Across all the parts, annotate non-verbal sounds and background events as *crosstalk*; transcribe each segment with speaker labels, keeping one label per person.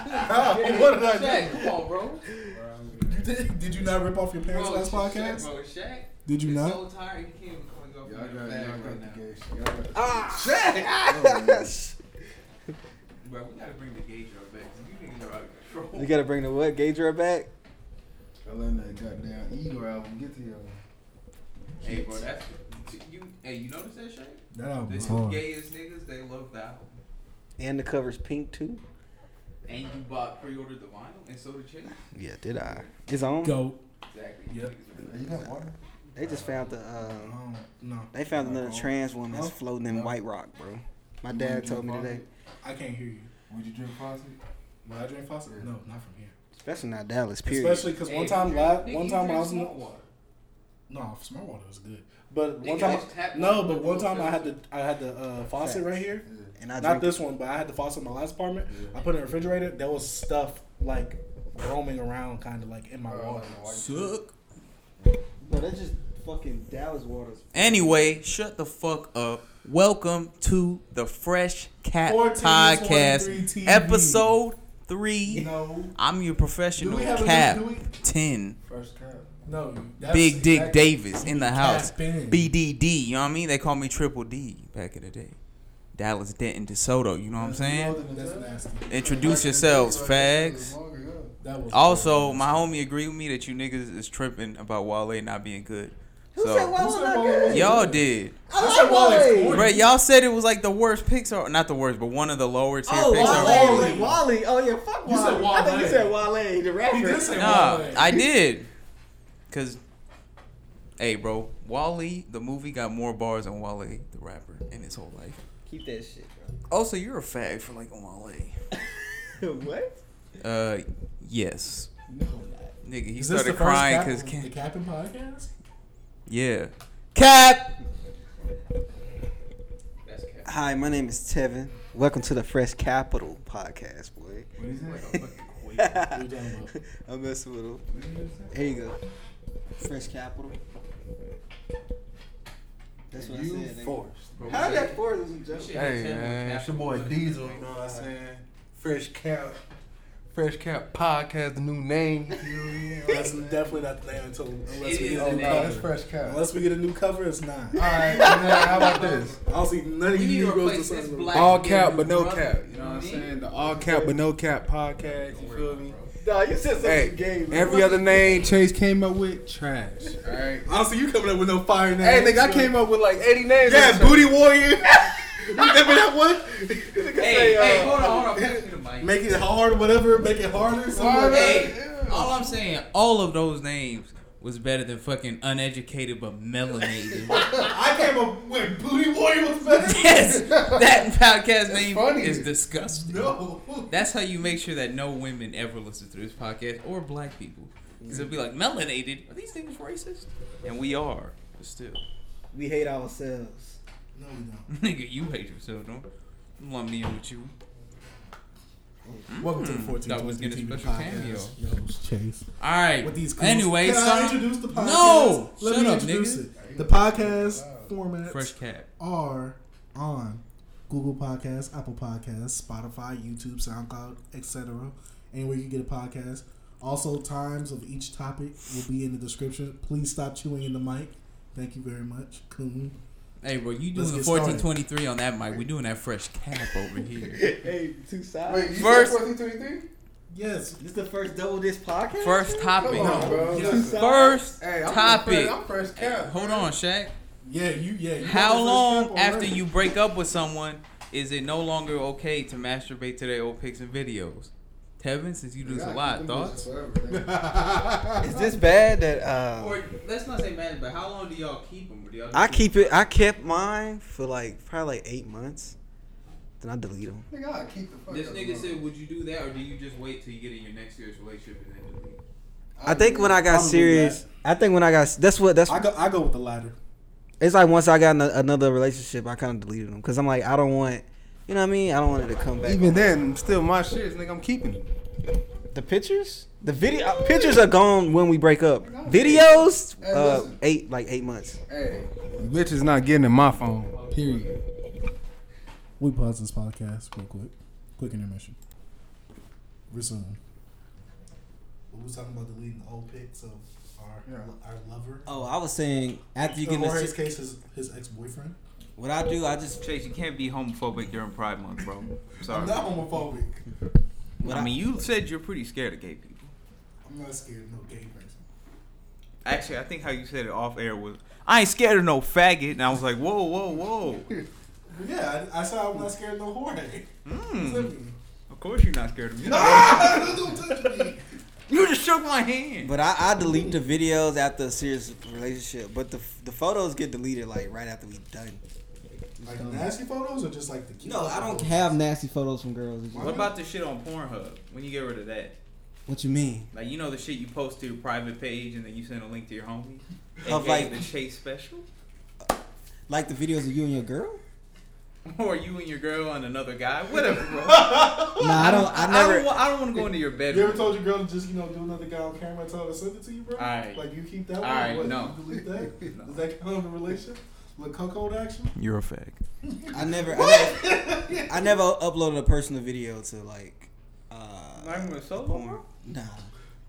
Speaker 1: Oh, what did I do?
Speaker 2: Shaq, come on, bro.
Speaker 1: You did, did you not rip off your parents'
Speaker 2: Bro,
Speaker 1: last
Speaker 2: Shaq,
Speaker 1: podcast?
Speaker 2: bro, Shaq.
Speaker 1: Did you
Speaker 2: is
Speaker 1: not?
Speaker 2: so tired he can't even come and go
Speaker 3: Y'all got,
Speaker 2: for the
Speaker 3: y'all
Speaker 2: flag right
Speaker 3: got the
Speaker 2: now. Ah,
Speaker 3: gay shit. Y'all got
Speaker 1: *laughs*
Speaker 2: Bro, we gotta bring the gay drug back. 'cause You niggas are out of control.
Speaker 4: You gotta bring the what? Gauge right back?
Speaker 3: I learned that goddamn Igor album. Get to y'all.
Speaker 2: hey, bro, that's you. Hey, you notice that, Shaq?
Speaker 1: That
Speaker 2: The
Speaker 1: album was
Speaker 2: two
Speaker 1: hard.
Speaker 2: gayest niggas, they love the album.
Speaker 4: And the cover's pink too?
Speaker 2: And you bought pre-ordered the vinyl, and so did Chase.
Speaker 4: Yeah, did I? It's on?
Speaker 1: Go.
Speaker 2: Exactly.
Speaker 1: Yep.
Speaker 2: Niggas are-
Speaker 3: Hey, you got water?
Speaker 4: They just found the um
Speaker 1: Um, no,
Speaker 4: they found another trans woman that's
Speaker 3: Huh?
Speaker 4: floating in White Rock, bro. My dad told me today.
Speaker 1: I can't hear you.
Speaker 3: Would you drink Fawcett?
Speaker 1: When I drink Fawcett? No, not from here.
Speaker 4: Especially not Dallas, period.
Speaker 1: Especially because one
Speaker 2: Hey,
Speaker 1: time,
Speaker 2: you
Speaker 1: live,
Speaker 2: drink-
Speaker 1: one
Speaker 2: you
Speaker 1: time when I
Speaker 2: drink
Speaker 1: was in
Speaker 2: salt water.
Speaker 1: no, smart water was good. But
Speaker 2: They
Speaker 1: one
Speaker 2: got
Speaker 1: time,
Speaker 2: this tap
Speaker 1: no,
Speaker 2: water
Speaker 1: but one
Speaker 2: with
Speaker 1: time I
Speaker 2: filters.
Speaker 1: had the I had the uh, faucet
Speaker 4: Facts.
Speaker 1: right here.
Speaker 3: Yeah.
Speaker 4: and I
Speaker 1: Not
Speaker 4: drink
Speaker 1: this one, but I had the faucet in my last apartment. I put it in the refrigerator. There was stuff like roaming around, kind of like in my
Speaker 3: Uh,
Speaker 1: water.
Speaker 3: why you-
Speaker 4: Bro, that's just fucking Dallas waters.
Speaker 5: Anyway, shut the fuck up. Welcome to the Fresh
Speaker 1: 1423
Speaker 5: Cat Podcast,
Speaker 1: TV.
Speaker 5: episode three.
Speaker 1: No,
Speaker 5: I'm your
Speaker 1: do
Speaker 5: professional
Speaker 1: we have a do we,
Speaker 5: captain,
Speaker 3: First cap.
Speaker 1: no that's
Speaker 5: Big Dick
Speaker 1: exactly-
Speaker 5: Davis, in the house.
Speaker 1: Captain.
Speaker 5: BDD, you know what I mean? They call me Triple D back in the day. Dallas Denton DeSoto, you know what I'm saying?
Speaker 1: That's nasty.
Speaker 5: Introduce yourselves, fags.
Speaker 1: uh, That was
Speaker 5: Also, my homie agreed with me that you niggas is tripping about Wale not being good. So,
Speaker 1: Who said Wale was
Speaker 5: y'all
Speaker 1: good?
Speaker 5: did.
Speaker 4: Oh,
Speaker 1: I said Wale. was corny.
Speaker 5: Bro, y'all said it was like the worst Pixar, not the worst, but one of the lower tier
Speaker 4: Oh,
Speaker 5: Pixar.
Speaker 4: Wale.
Speaker 1: Wale.
Speaker 4: Wale. Oh, yeah, fuck Wale.
Speaker 1: You said
Speaker 4: I think you
Speaker 1: Wale.
Speaker 4: said Wale, the rapper.
Speaker 1: He did say
Speaker 5: Nah,
Speaker 1: Wale.
Speaker 5: I did. Cause, hey, bro, Wally the movie got more bars than Wally the rapper in his whole life.
Speaker 4: Keep that shit,
Speaker 5: Also, you're a fag for like Wally.
Speaker 4: bro. *laughs* what?
Speaker 5: Uh, yes,
Speaker 4: No, I'm not.
Speaker 5: nigga, he
Speaker 1: Is this
Speaker 5: started
Speaker 1: the first
Speaker 5: crying
Speaker 1: cap-
Speaker 5: because
Speaker 1: the
Speaker 5: Cap-
Speaker 1: Captain podcast.
Speaker 5: yeah, Cap.
Speaker 2: That's cap.
Speaker 4: Hi, my name is Tevin. Welcome to the Fresh Capital Podcast, boy. *laughs*
Speaker 3: What is
Speaker 2: Like a
Speaker 3: that?
Speaker 2: fucking quake.
Speaker 4: I'm messing with him. Here you go. Fresh Capital. That's what I
Speaker 3: You
Speaker 4: said. nigga.
Speaker 3: forced.
Speaker 2: Bro,
Speaker 4: How
Speaker 2: we
Speaker 4: did
Speaker 2: should-
Speaker 4: that four doesn't
Speaker 2: we
Speaker 4: jump?
Speaker 2: should
Speaker 3: Hey,
Speaker 2: have ten
Speaker 3: man.
Speaker 2: with
Speaker 3: It's your boy
Speaker 2: Cap.
Speaker 3: Diesel, you know what I'm saying? Fresh cap. Fresh cap podcast, the new name.
Speaker 1: *laughs* That's definitely not the name until unless
Speaker 2: It
Speaker 1: we
Speaker 2: is
Speaker 1: get
Speaker 2: the
Speaker 1: a new
Speaker 2: name.
Speaker 3: Oh, No, it's
Speaker 1: cover.
Speaker 3: fresh cap. All
Speaker 1: Unless we get a new cover, it's not.
Speaker 3: right, and then how
Speaker 1: *laughs*
Speaker 3: about this?
Speaker 1: I don't see none of
Speaker 2: We need
Speaker 1: you
Speaker 2: to
Speaker 1: Negroes
Speaker 2: replace
Speaker 1: to
Speaker 2: this
Speaker 1: sign
Speaker 2: black.
Speaker 3: All
Speaker 2: nigga
Speaker 3: cap
Speaker 2: with
Speaker 3: but no
Speaker 2: brother,
Speaker 3: cap. You know what I'm
Speaker 2: mean?
Speaker 3: saying? The all cap but no cap podcast. You feel me?
Speaker 4: Nah, you said something
Speaker 3: Hey,
Speaker 4: gay. man.
Speaker 3: every other name Chase came up with, trash. All right.
Speaker 1: I don't see you coming up with no fire name.
Speaker 3: Hey, nigga, I came up with like 80 names.
Speaker 1: Yeah,
Speaker 3: That's-
Speaker 1: booty *laughs* warrior. you remember that one?
Speaker 2: Hey,
Speaker 1: Say, uh,
Speaker 2: hey, hold on, hold on. Pass me the mic.
Speaker 1: Make it hard, whatever. Make it harder. something like
Speaker 5: Hey, all I'm saying, all of those names was better than fucking uneducated but
Speaker 1: *laughs*
Speaker 5: melanated.
Speaker 1: that. I came up with booty warrior was better.
Speaker 5: yes, that podcast name
Speaker 3: funny.
Speaker 5: is disgusting.
Speaker 1: No.
Speaker 5: That's how you make sure that no women ever listen to this podcast or black people. Because it'll be like, melanated? Are these things racist? And we are, but still.
Speaker 4: we hate ourselves.
Speaker 1: No, we don't.
Speaker 5: *laughs* Nigga, you hate yourself, don't you? lump me in with you.
Speaker 1: Welcome to the
Speaker 5: Mm,
Speaker 1: 14th.
Speaker 5: that was getting a special cameo.
Speaker 1: Yo, it's Chase.
Speaker 5: All right.
Speaker 1: With these coons.
Speaker 5: anyway,
Speaker 1: can I
Speaker 5: so
Speaker 1: introduce the podcast?
Speaker 5: No!
Speaker 1: Let
Speaker 5: Shut
Speaker 1: me
Speaker 5: up,
Speaker 1: introduce
Speaker 5: nigga.
Speaker 1: it. The podcast formats
Speaker 5: fresh cap.
Speaker 1: are on Google Podcasts, Apple Podcasts, Spotify, YouTube, SoundCloud, etc. Anywhere you get a podcast. Also, times of each topic will be in the description. Please stop chewing in the mic. Thank you very much, Coon.
Speaker 5: Hey, bro, you
Speaker 1: Let's
Speaker 5: doing the
Speaker 1: get started.
Speaker 5: 1423 on that mic. We doing that fresh cap
Speaker 3: *laughs*
Speaker 5: over here.
Speaker 4: Hey, two sides.
Speaker 3: Wait, you
Speaker 5: First-
Speaker 3: first. 23?
Speaker 1: Yes,
Speaker 4: This the first double this podcast.
Speaker 5: First topic.
Speaker 3: Come on, bro.
Speaker 1: Yeah.
Speaker 4: Two sides?
Speaker 5: First
Speaker 3: Hey, I'm
Speaker 5: topic.
Speaker 3: Fresh, I'm fresh cap.
Speaker 5: Hold on, Shaq.
Speaker 1: yeah, you, yeah. You
Speaker 5: How
Speaker 1: got the first cap
Speaker 5: long
Speaker 1: already.
Speaker 5: after you break up with someone is it no longer okay to masturbate to their old pics and videos? Tevin, since you do this a lot, thoughts?
Speaker 4: Is this bad that uh,
Speaker 2: Or let's not say man, but how long do y'all keep them? Do y'all
Speaker 4: I keep it? I kept mine for like probably like eight months. Then I delete them.
Speaker 3: *laughs* Nigga, I keep the fuck
Speaker 2: This
Speaker 3: up
Speaker 2: nigga
Speaker 3: alone.
Speaker 2: said, would you do that, or do you just wait till you get in your next serious relationship and then delete?
Speaker 4: I think when I got
Speaker 1: Probably
Speaker 4: serious, I think when I got that's what that's
Speaker 1: I go, I go with the latter.
Speaker 4: it's like once I got in a, another relationship, I kind of deleted them because I'm like I don't want, you know what I mean? I don't want it to come back.
Speaker 3: Even then, still my shit, nigga. I'm keeping it.
Speaker 4: the pictures, the video uh, pictures are gone when we break up. Videos,
Speaker 3: Hey,
Speaker 4: uh,
Speaker 3: listen.
Speaker 4: eight like eight months.
Speaker 3: Hey, bitch is not getting in my phone. Period.
Speaker 1: We pause this podcast real quick. Quick intermission. resume. We were talking about deleting the old pics of our
Speaker 3: Yeah.
Speaker 1: our lover.
Speaker 4: Oh, I was saying after you
Speaker 1: or
Speaker 4: get
Speaker 1: in his
Speaker 4: this,
Speaker 1: case, his, his ex boyfriend.
Speaker 4: what I do, I just
Speaker 5: Chase, you can't be homophobic during Pride Month, bro. I'm
Speaker 1: I'm
Speaker 5: sorry.
Speaker 1: not homophobic.
Speaker 4: what
Speaker 5: I mean, you said you're pretty scared of gay people.
Speaker 1: I'm not scared of no gay person.
Speaker 5: Actually, I think how you said it off air was, I ain't scared of no faggot. And I was like, whoa, whoa, whoa.
Speaker 1: But yeah, I, I said I'm not scared of no whore.
Speaker 5: Mm,
Speaker 1: Simply.
Speaker 5: of course you're not scared of me.
Speaker 1: Ah, don't touch *laughs* me.
Speaker 5: You just shook my hand.
Speaker 4: But I, I delete the videos after a serious relationship, but the the photos get deleted like right after we done.
Speaker 1: Like nasty photos or just like the cute
Speaker 4: No, I
Speaker 1: photos?
Speaker 4: don't have nasty photos from girls. It's just-
Speaker 5: What about the shit on Pornhub? When you get rid of that?
Speaker 4: What you mean?
Speaker 5: Like, you know the shit you post to your private page and then you send a link to your homies?
Speaker 4: Of,
Speaker 5: AKA
Speaker 4: like-
Speaker 5: the Chase special? *laughs*
Speaker 4: Like the videos of you and your girl?
Speaker 5: Or you and your girl and another guy? Whatever, bro.
Speaker 4: No, I don't. I never.
Speaker 5: don't, wa- I don't want to go into your
Speaker 1: You ever
Speaker 5: bedroom.
Speaker 1: told your girl to just you know do another guy on camera and tell her to send it to you, bro?
Speaker 5: Alright.
Speaker 1: Like you keep that one.
Speaker 5: Alright,
Speaker 1: what,
Speaker 5: no.
Speaker 1: You delete
Speaker 5: *laughs*
Speaker 1: that.
Speaker 5: No.
Speaker 1: Does that count in a relation? Look, cuckold action.
Speaker 5: You're a fag.
Speaker 4: I never. I *laughs* never, I never uploaded a personal video to like. Uh,
Speaker 5: Not even a solo, bro?
Speaker 4: Nah.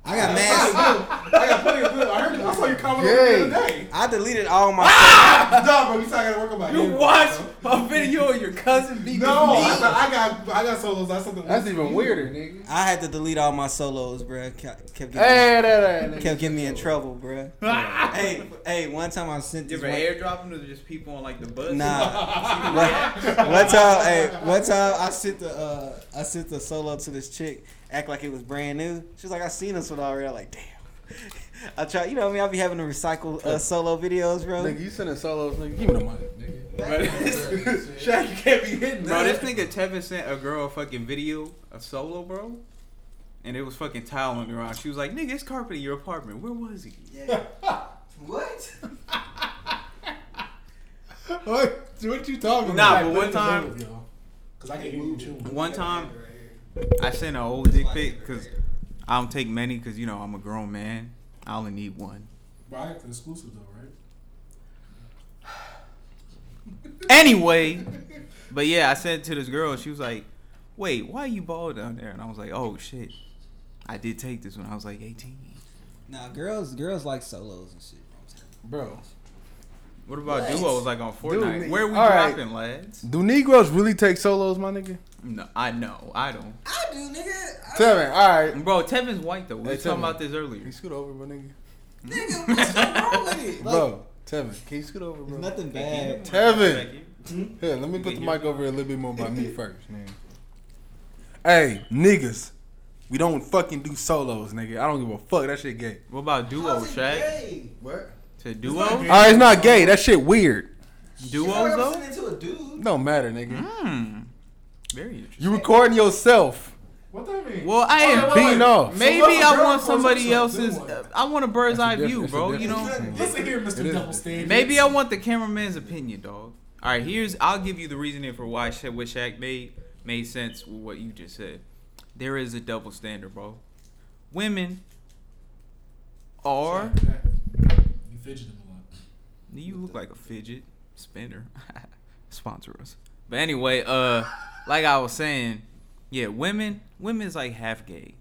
Speaker 4: I got
Speaker 1: I
Speaker 4: mad.
Speaker 1: got plenty of good. I heard. I saw you comment
Speaker 3: Yay.
Speaker 1: on it the other day.
Speaker 4: I deleted all my.
Speaker 1: Nah, bro, we still gotta work on my.
Speaker 5: You
Speaker 1: hair,
Speaker 5: watch
Speaker 1: bro.
Speaker 5: a video of your cousin beating
Speaker 1: No,
Speaker 5: me?
Speaker 1: I, got- I got I got solos. I said the
Speaker 3: That's even weirder, nigga.
Speaker 4: I had to delete all my solos, bruh. Ca- Kept getting,
Speaker 3: Hey, that, that,
Speaker 4: kept getting me in trouble, bruh. hey, hey, one time I sent
Speaker 5: You
Speaker 4: this.
Speaker 5: ever
Speaker 4: One,
Speaker 5: airdrop them to just people on like the bus? *laughs*
Speaker 4: *laughs* Nah. One- one time, hey, one time I sent the uh, I sent the solo to this chick, act like it was brand new. She's like, I seen this one already. I'm like, damn. *laughs* I try, you know what I mean? I be having to recycle uh, solo videos, bro.
Speaker 3: Nigga, you sending solos, nigga. Give me the money, nigga.
Speaker 5: Bro, this- Shaq, you can't be hitting Bro, this nigga Tevin sent a girl a fucking video, a solo, bro. And it was fucking tile on the ground. She was like, nigga, it's carpet in your apartment. Where was he?
Speaker 4: What?
Speaker 3: What? What you talking
Speaker 5: Nah,
Speaker 3: about?
Speaker 5: but one time,
Speaker 1: Cause I can move too.
Speaker 5: one time, I sent an old dick pic because I don't take many because, you know, I'm a grown man. I only need one.
Speaker 1: Bro, I got the exclusive though, right?
Speaker 5: Anyway, but yeah, I sent it to this girl. She was like, wait, why are you bald down there? And I was like, oh, shit. I did take this when I was like 18.
Speaker 4: Nah, girls, girls like solos and shit.
Speaker 3: Bro,
Speaker 5: What about
Speaker 4: What?
Speaker 5: duos like on Fortnite?
Speaker 3: Dude,
Speaker 5: Where we
Speaker 3: all right.
Speaker 5: dropping, lads?
Speaker 3: do Negroes really take solos, my nigga?
Speaker 5: No, I know. I don't.
Speaker 4: I do, nigga.
Speaker 3: Tell me, all right.
Speaker 5: Bro, Tevin's white though.
Speaker 3: Hey,
Speaker 5: We were talking
Speaker 3: Tevin.
Speaker 5: about this earlier.
Speaker 3: You scoot over, bro, nigga.
Speaker 4: nigga, what's wrong *laughs* with it?
Speaker 3: Bro, Tevin, can you scoot over,
Speaker 4: It's
Speaker 3: bro?
Speaker 4: nothing bad.
Speaker 3: Tevin. Here, let me put
Speaker 5: You
Speaker 3: the
Speaker 5: get
Speaker 3: mic over a little bit more by me first, nigga. Hey, niggas, we don't fucking do solos, nigga. I don't give a fuck. That shit gay.
Speaker 5: What about duo, Shaq?
Speaker 4: What?
Speaker 5: To
Speaker 1: not
Speaker 5: duos?
Speaker 1: gay.
Speaker 3: All right, it's not gay. That shit weird.
Speaker 5: Duos though?
Speaker 4: into a dude.
Speaker 3: Don't matter, nigga.
Speaker 5: Hmm. Very interesting.
Speaker 3: You recording yourself.
Speaker 1: What that mean?
Speaker 5: Well, I
Speaker 1: Wait,
Speaker 5: am
Speaker 1: wait, wait.
Speaker 3: Beating off.
Speaker 5: Maybe
Speaker 1: what if
Speaker 5: I
Speaker 1: girl
Speaker 5: want
Speaker 1: records
Speaker 5: somebody
Speaker 1: herself? Then
Speaker 5: else's.
Speaker 1: what?
Speaker 5: uh, I want a bird's
Speaker 3: That's a
Speaker 5: eye
Speaker 3: diff-
Speaker 5: view,
Speaker 3: that's a
Speaker 5: bro. You
Speaker 3: different
Speaker 5: know.
Speaker 3: thing.
Speaker 1: Listen here,
Speaker 3: It
Speaker 1: Mr.
Speaker 3: is.
Speaker 1: Double Standard.
Speaker 5: Maybe I want the cameraman's opinion, dog. All right, here's I'll give you the reasoning for why Sha- what Shaq made made sense with what you just said. There is a double standard, bro. Women are.
Speaker 1: You fidgeting a lot.
Speaker 5: You look like a fidget spinner. *laughs* Sponsor us. But anyway, uh, like I was saying, yeah, women, women's like half gay.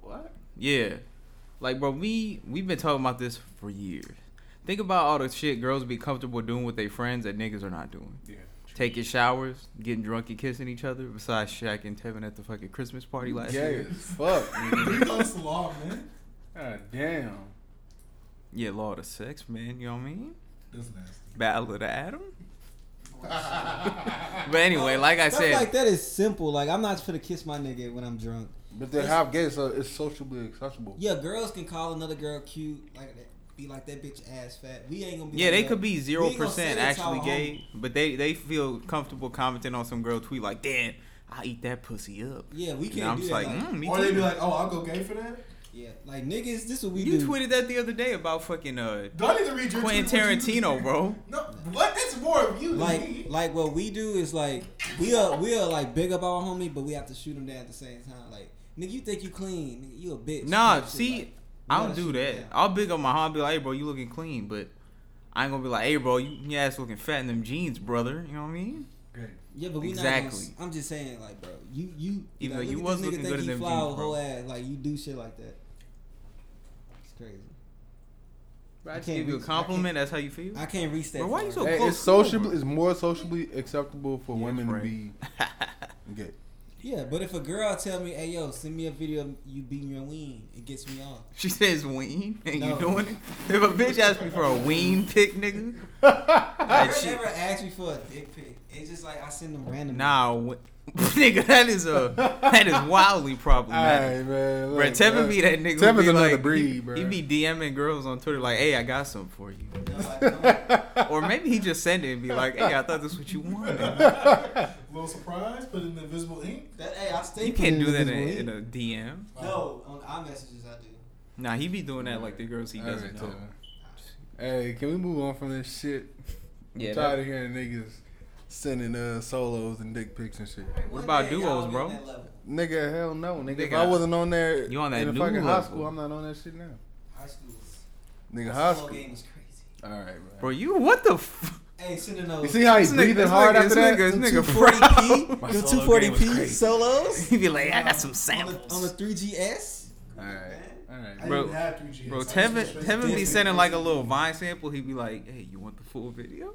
Speaker 5: What? Yeah, like bro, we we've been talking about this for years. Think about all the shit girls be comfortable doing with their friends that niggas are not doing.
Speaker 1: Yeah.
Speaker 5: Taking showers, getting drunk and kissing each other. Besides Shaq and Tevin at the fucking Christmas party last
Speaker 3: Gay
Speaker 5: year.
Speaker 3: as fuck,
Speaker 5: *laughs*
Speaker 3: nigga.
Speaker 1: Three months long, man.
Speaker 3: God damn.
Speaker 5: Yeah, law of the sex, man. You know what I mean?
Speaker 1: That's nasty.
Speaker 5: Battle of the Atom. But anyway, like I
Speaker 4: Stuff
Speaker 5: said,
Speaker 4: like that is simple. Like I'm not gonna kiss my nigga when I'm drunk.
Speaker 3: *laughs* But they're half gay, so it's socially acceptable.
Speaker 4: Yeah, girls can call another girl cute, like that, be like that bitch ass fat. We ain't gonna be.
Speaker 5: Yeah,
Speaker 4: like,
Speaker 5: they
Speaker 4: yo,
Speaker 5: could be
Speaker 4: we
Speaker 5: zero
Speaker 4: ain't gonna say
Speaker 5: percent
Speaker 4: that's
Speaker 5: actually
Speaker 4: our
Speaker 5: gay,
Speaker 4: homie.
Speaker 5: but they they feel comfortable commenting on some girl tweet like, "Damn, I eat that pussy up."
Speaker 4: Yeah, we
Speaker 5: And
Speaker 4: can't
Speaker 5: I'm
Speaker 4: do
Speaker 5: just
Speaker 4: that.
Speaker 5: like,
Speaker 4: Like,
Speaker 5: mm, me
Speaker 1: or
Speaker 5: too.
Speaker 1: they be like, oh, I'll go gay for that?
Speaker 4: yeah, like niggas, this what we
Speaker 5: you
Speaker 4: do.
Speaker 5: tweeted that the other day about fucking uh
Speaker 1: Do I need to read your
Speaker 5: Quentin
Speaker 1: tweet? What you-
Speaker 5: Tarantino, bro.
Speaker 1: No, what? That's more of you than me.
Speaker 4: like,
Speaker 5: *laughs*
Speaker 4: like what we do is like we are we are like big up our homie, but we have to shoot him down at the same time. Like, nigga, you think you clean? Nigga, you a bitch.
Speaker 5: Nah,
Speaker 4: Type shit, like,
Speaker 5: see,
Speaker 4: we
Speaker 5: I don't
Speaker 4: gotta
Speaker 5: do
Speaker 4: shoot him
Speaker 5: that.
Speaker 4: down.
Speaker 5: I'll big up my hobby, like, "Hey, bro, you looking clean," but I ain't gonna be like, "Hey, bro, you your ass looking fat in them jeans, brother." You know what I mean?
Speaker 3: Great.
Speaker 4: Yeah, but we not.
Speaker 5: Exactly.
Speaker 4: Gonna, I'm just saying, like, bro, you you
Speaker 5: Even
Speaker 4: like,
Speaker 5: though you
Speaker 4: look
Speaker 5: was
Speaker 4: at this nigga
Speaker 5: looking
Speaker 4: think
Speaker 5: good
Speaker 4: he
Speaker 5: in them
Speaker 4: fly
Speaker 5: jeans,
Speaker 4: with
Speaker 5: bro.
Speaker 4: whole ass. Like you do shit like that. It's crazy.
Speaker 5: Bro,
Speaker 4: I
Speaker 5: I just
Speaker 4: can't
Speaker 5: give you a
Speaker 4: reach- I
Speaker 5: compliment. That's how you feel.
Speaker 4: I can't reach that.
Speaker 5: Bro, why
Speaker 4: far.
Speaker 5: you so-
Speaker 3: Hey,
Speaker 5: close
Speaker 3: it's sociably,
Speaker 5: over.
Speaker 3: it's more socially acceptable for
Speaker 5: Yeah,
Speaker 3: women
Speaker 5: right.
Speaker 3: to be gay.
Speaker 4: Yeah, but if a girl tell me, "Hey, yo, send me a video of you beating your ween," it gets me off.
Speaker 5: *laughs* she says ween, and
Speaker 4: No.
Speaker 5: you doing it. If a bitch asks me for a ween pick, nigga,
Speaker 4: I
Speaker 5: like, she,
Speaker 4: never asked me for a dick pic. It's just like I send them random.
Speaker 5: nah, we- *laughs* nigga, that is a that is wildly problematic.
Speaker 3: Alright, man.
Speaker 5: Bro,
Speaker 3: look,
Speaker 5: Tevin
Speaker 3: man.
Speaker 5: be that nigga.
Speaker 3: Tevin's
Speaker 5: Tevin's be
Speaker 3: another
Speaker 5: like,
Speaker 3: breed,
Speaker 5: he,
Speaker 3: bro.
Speaker 5: He be DMing girls on Twitter like, "Hey, I got something for you,"
Speaker 4: No, I don't.
Speaker 5: or maybe he just send it and be like, "Hey, I thought this was what you wanted."
Speaker 3: *laughs*
Speaker 1: little surprise, put in invisible ink.
Speaker 4: That- hey, I stay.
Speaker 5: You can't do that in,
Speaker 4: putting it
Speaker 5: in
Speaker 4: this
Speaker 5: a DM.
Speaker 4: way. No, on iMessages I do.
Speaker 5: Nah, he be doing that like the girls he
Speaker 3: All
Speaker 5: doesn't
Speaker 3: right,
Speaker 5: know.
Speaker 3: Tevin. Hey, can we move on from this shit?
Speaker 5: Yeah,
Speaker 3: I'm tired of hearing niggas sending uh solos and dick pics and shit.
Speaker 4: One
Speaker 5: about
Speaker 4: day
Speaker 5: duos,
Speaker 4: y'all be
Speaker 5: bro?
Speaker 4: on that level.
Speaker 3: Nigga, hell no, nigga. If
Speaker 5: Nigga,
Speaker 3: I wasn't on there
Speaker 5: you on that
Speaker 3: in the
Speaker 5: new
Speaker 3: fucking high
Speaker 5: level.
Speaker 3: school, I'm not on that shit now.
Speaker 4: High school. was-
Speaker 3: Nigga, high
Speaker 4: this whole
Speaker 3: school.
Speaker 4: game was crazy.
Speaker 3: All right,
Speaker 5: bro,
Speaker 3: bro.
Speaker 5: you what the? F-
Speaker 4: Hey, sending those.
Speaker 3: You see
Speaker 4: *laughs*
Speaker 3: how he's
Speaker 5: nigga-
Speaker 3: breathing hard
Speaker 5: nigga,
Speaker 3: after
Speaker 5: this
Speaker 3: that?
Speaker 5: nigga-
Speaker 4: them
Speaker 5: this nigga *laughs*
Speaker 4: 240p,
Speaker 5: proud.
Speaker 3: My
Speaker 4: them
Speaker 3: solo game was
Speaker 4: 240p
Speaker 3: crazy.
Speaker 5: *laughs*
Speaker 4: solos
Speaker 5: he be
Speaker 3: *laughs*
Speaker 5: like, "I got some
Speaker 4: on the, on the
Speaker 5: samples."
Speaker 4: 3GS.
Speaker 3: All right, all right.
Speaker 1: I
Speaker 5: Bro-
Speaker 1: didn't have 3G.
Speaker 5: Bro,
Speaker 1: So I
Speaker 5: Tevin,
Speaker 1: just-
Speaker 5: Tevin be sending like a little Vine sample. He be like, "Hey, you want the full video?"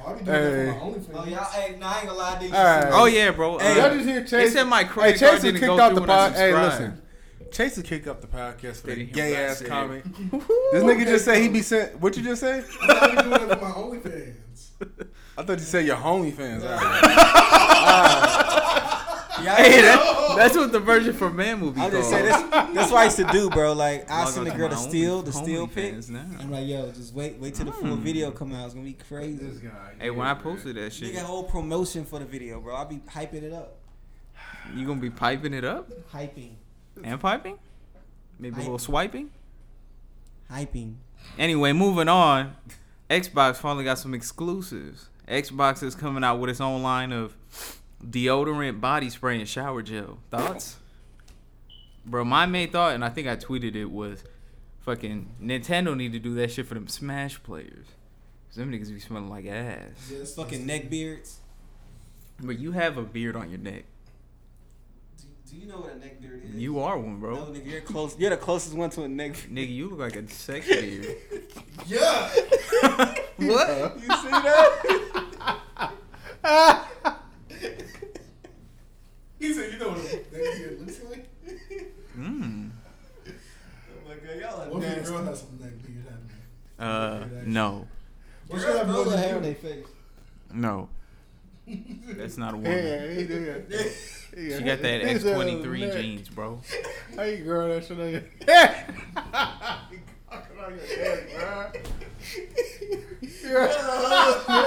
Speaker 1: Oh, I be doing that
Speaker 3: Hey.
Speaker 1: for my OnlyFans.
Speaker 4: Oh y'all, hey, no, I ain't gonna lie, dude.
Speaker 3: All right.
Speaker 5: Oh yeah,
Speaker 3: *laughs*
Speaker 5: bro.
Speaker 3: Hey,
Speaker 5: uh,
Speaker 3: y'all just hear Chase.
Speaker 5: they said my credit
Speaker 3: hey,
Speaker 5: card
Speaker 3: Chase
Speaker 5: didn't
Speaker 3: kicked
Speaker 5: go
Speaker 3: out
Speaker 5: through
Speaker 3: the
Speaker 5: when I
Speaker 3: pod. Hey,
Speaker 5: subscribed.
Speaker 3: listen. Chase has kicked up the podcast for the
Speaker 5: Didn't hear
Speaker 3: gay
Speaker 5: what I
Speaker 3: ass
Speaker 5: said.
Speaker 3: comment. this nigga just said he be *laughs* sent. What you just said?
Speaker 1: I be doing that for my OnlyFans.
Speaker 3: I thought you said your homie
Speaker 5: *laughs*
Speaker 3: fans.
Speaker 4: Y'all-
Speaker 5: Hey, that, *laughs* that's what the version for man movie
Speaker 4: I'm
Speaker 5: called.
Speaker 4: just saying that's that's what I used to do, bro. Like I
Speaker 5: Log
Speaker 4: send
Speaker 5: on
Speaker 4: the
Speaker 5: to
Speaker 4: girl
Speaker 5: my
Speaker 4: to steal,
Speaker 5: Only-
Speaker 4: the steal pic.
Speaker 5: OnlyFans now.
Speaker 4: I'm like, yo, just wait, wait till the
Speaker 5: Mm.
Speaker 4: full video come out. It's gonna be crazy.
Speaker 3: guy.
Speaker 5: Hey, when I posted that shit,
Speaker 4: Nigga, whole promotion for the video, bro. I be hyping it up,
Speaker 5: you gonna be piping it up
Speaker 4: hyping,
Speaker 5: and piping, maybe a little swiping.
Speaker 4: hyping.
Speaker 5: Anyway, moving on. Xbox finally got some exclusives. Xbox is coming out with its own line of deodorant, body spray, and shower gel. Thoughts? Bro, my main thought, and I think I tweeted it, was fucking Nintendo need to do that shit for them Smash players. 'Cause them niggas be smelling like ass.
Speaker 1: Yes,
Speaker 4: Fucking
Speaker 1: yes.
Speaker 4: neck beards.
Speaker 5: But you have a beard on your neck.
Speaker 4: Do, do you know what a neck beard is?
Speaker 5: You are one,
Speaker 4: No,
Speaker 5: bro.
Speaker 4: nigga, you're *laughs* close. You're the closest one to a neck.
Speaker 5: Nigga, you look like a sex beard.
Speaker 1: Yeah.
Speaker 5: *laughs* what?
Speaker 4: You see that? *laughs*
Speaker 1: He said, you know what that beard looks like?
Speaker 5: Mm.
Speaker 4: Oh my god, y'all are
Speaker 1: What if your
Speaker 4: nasty.
Speaker 1: girl has some neck beard happening?
Speaker 5: Uh, no.
Speaker 1: You should have more
Speaker 4: Girls
Speaker 1: than
Speaker 4: have hair on
Speaker 1: you.
Speaker 4: their *laughs* face.
Speaker 5: No. That's not a woman.
Speaker 3: Yeah, he did.
Speaker 5: She got that X twenty three jeans, bro.
Speaker 3: How you growing that shit on
Speaker 4: *laughs*
Speaker 3: your head? You cocking on your head,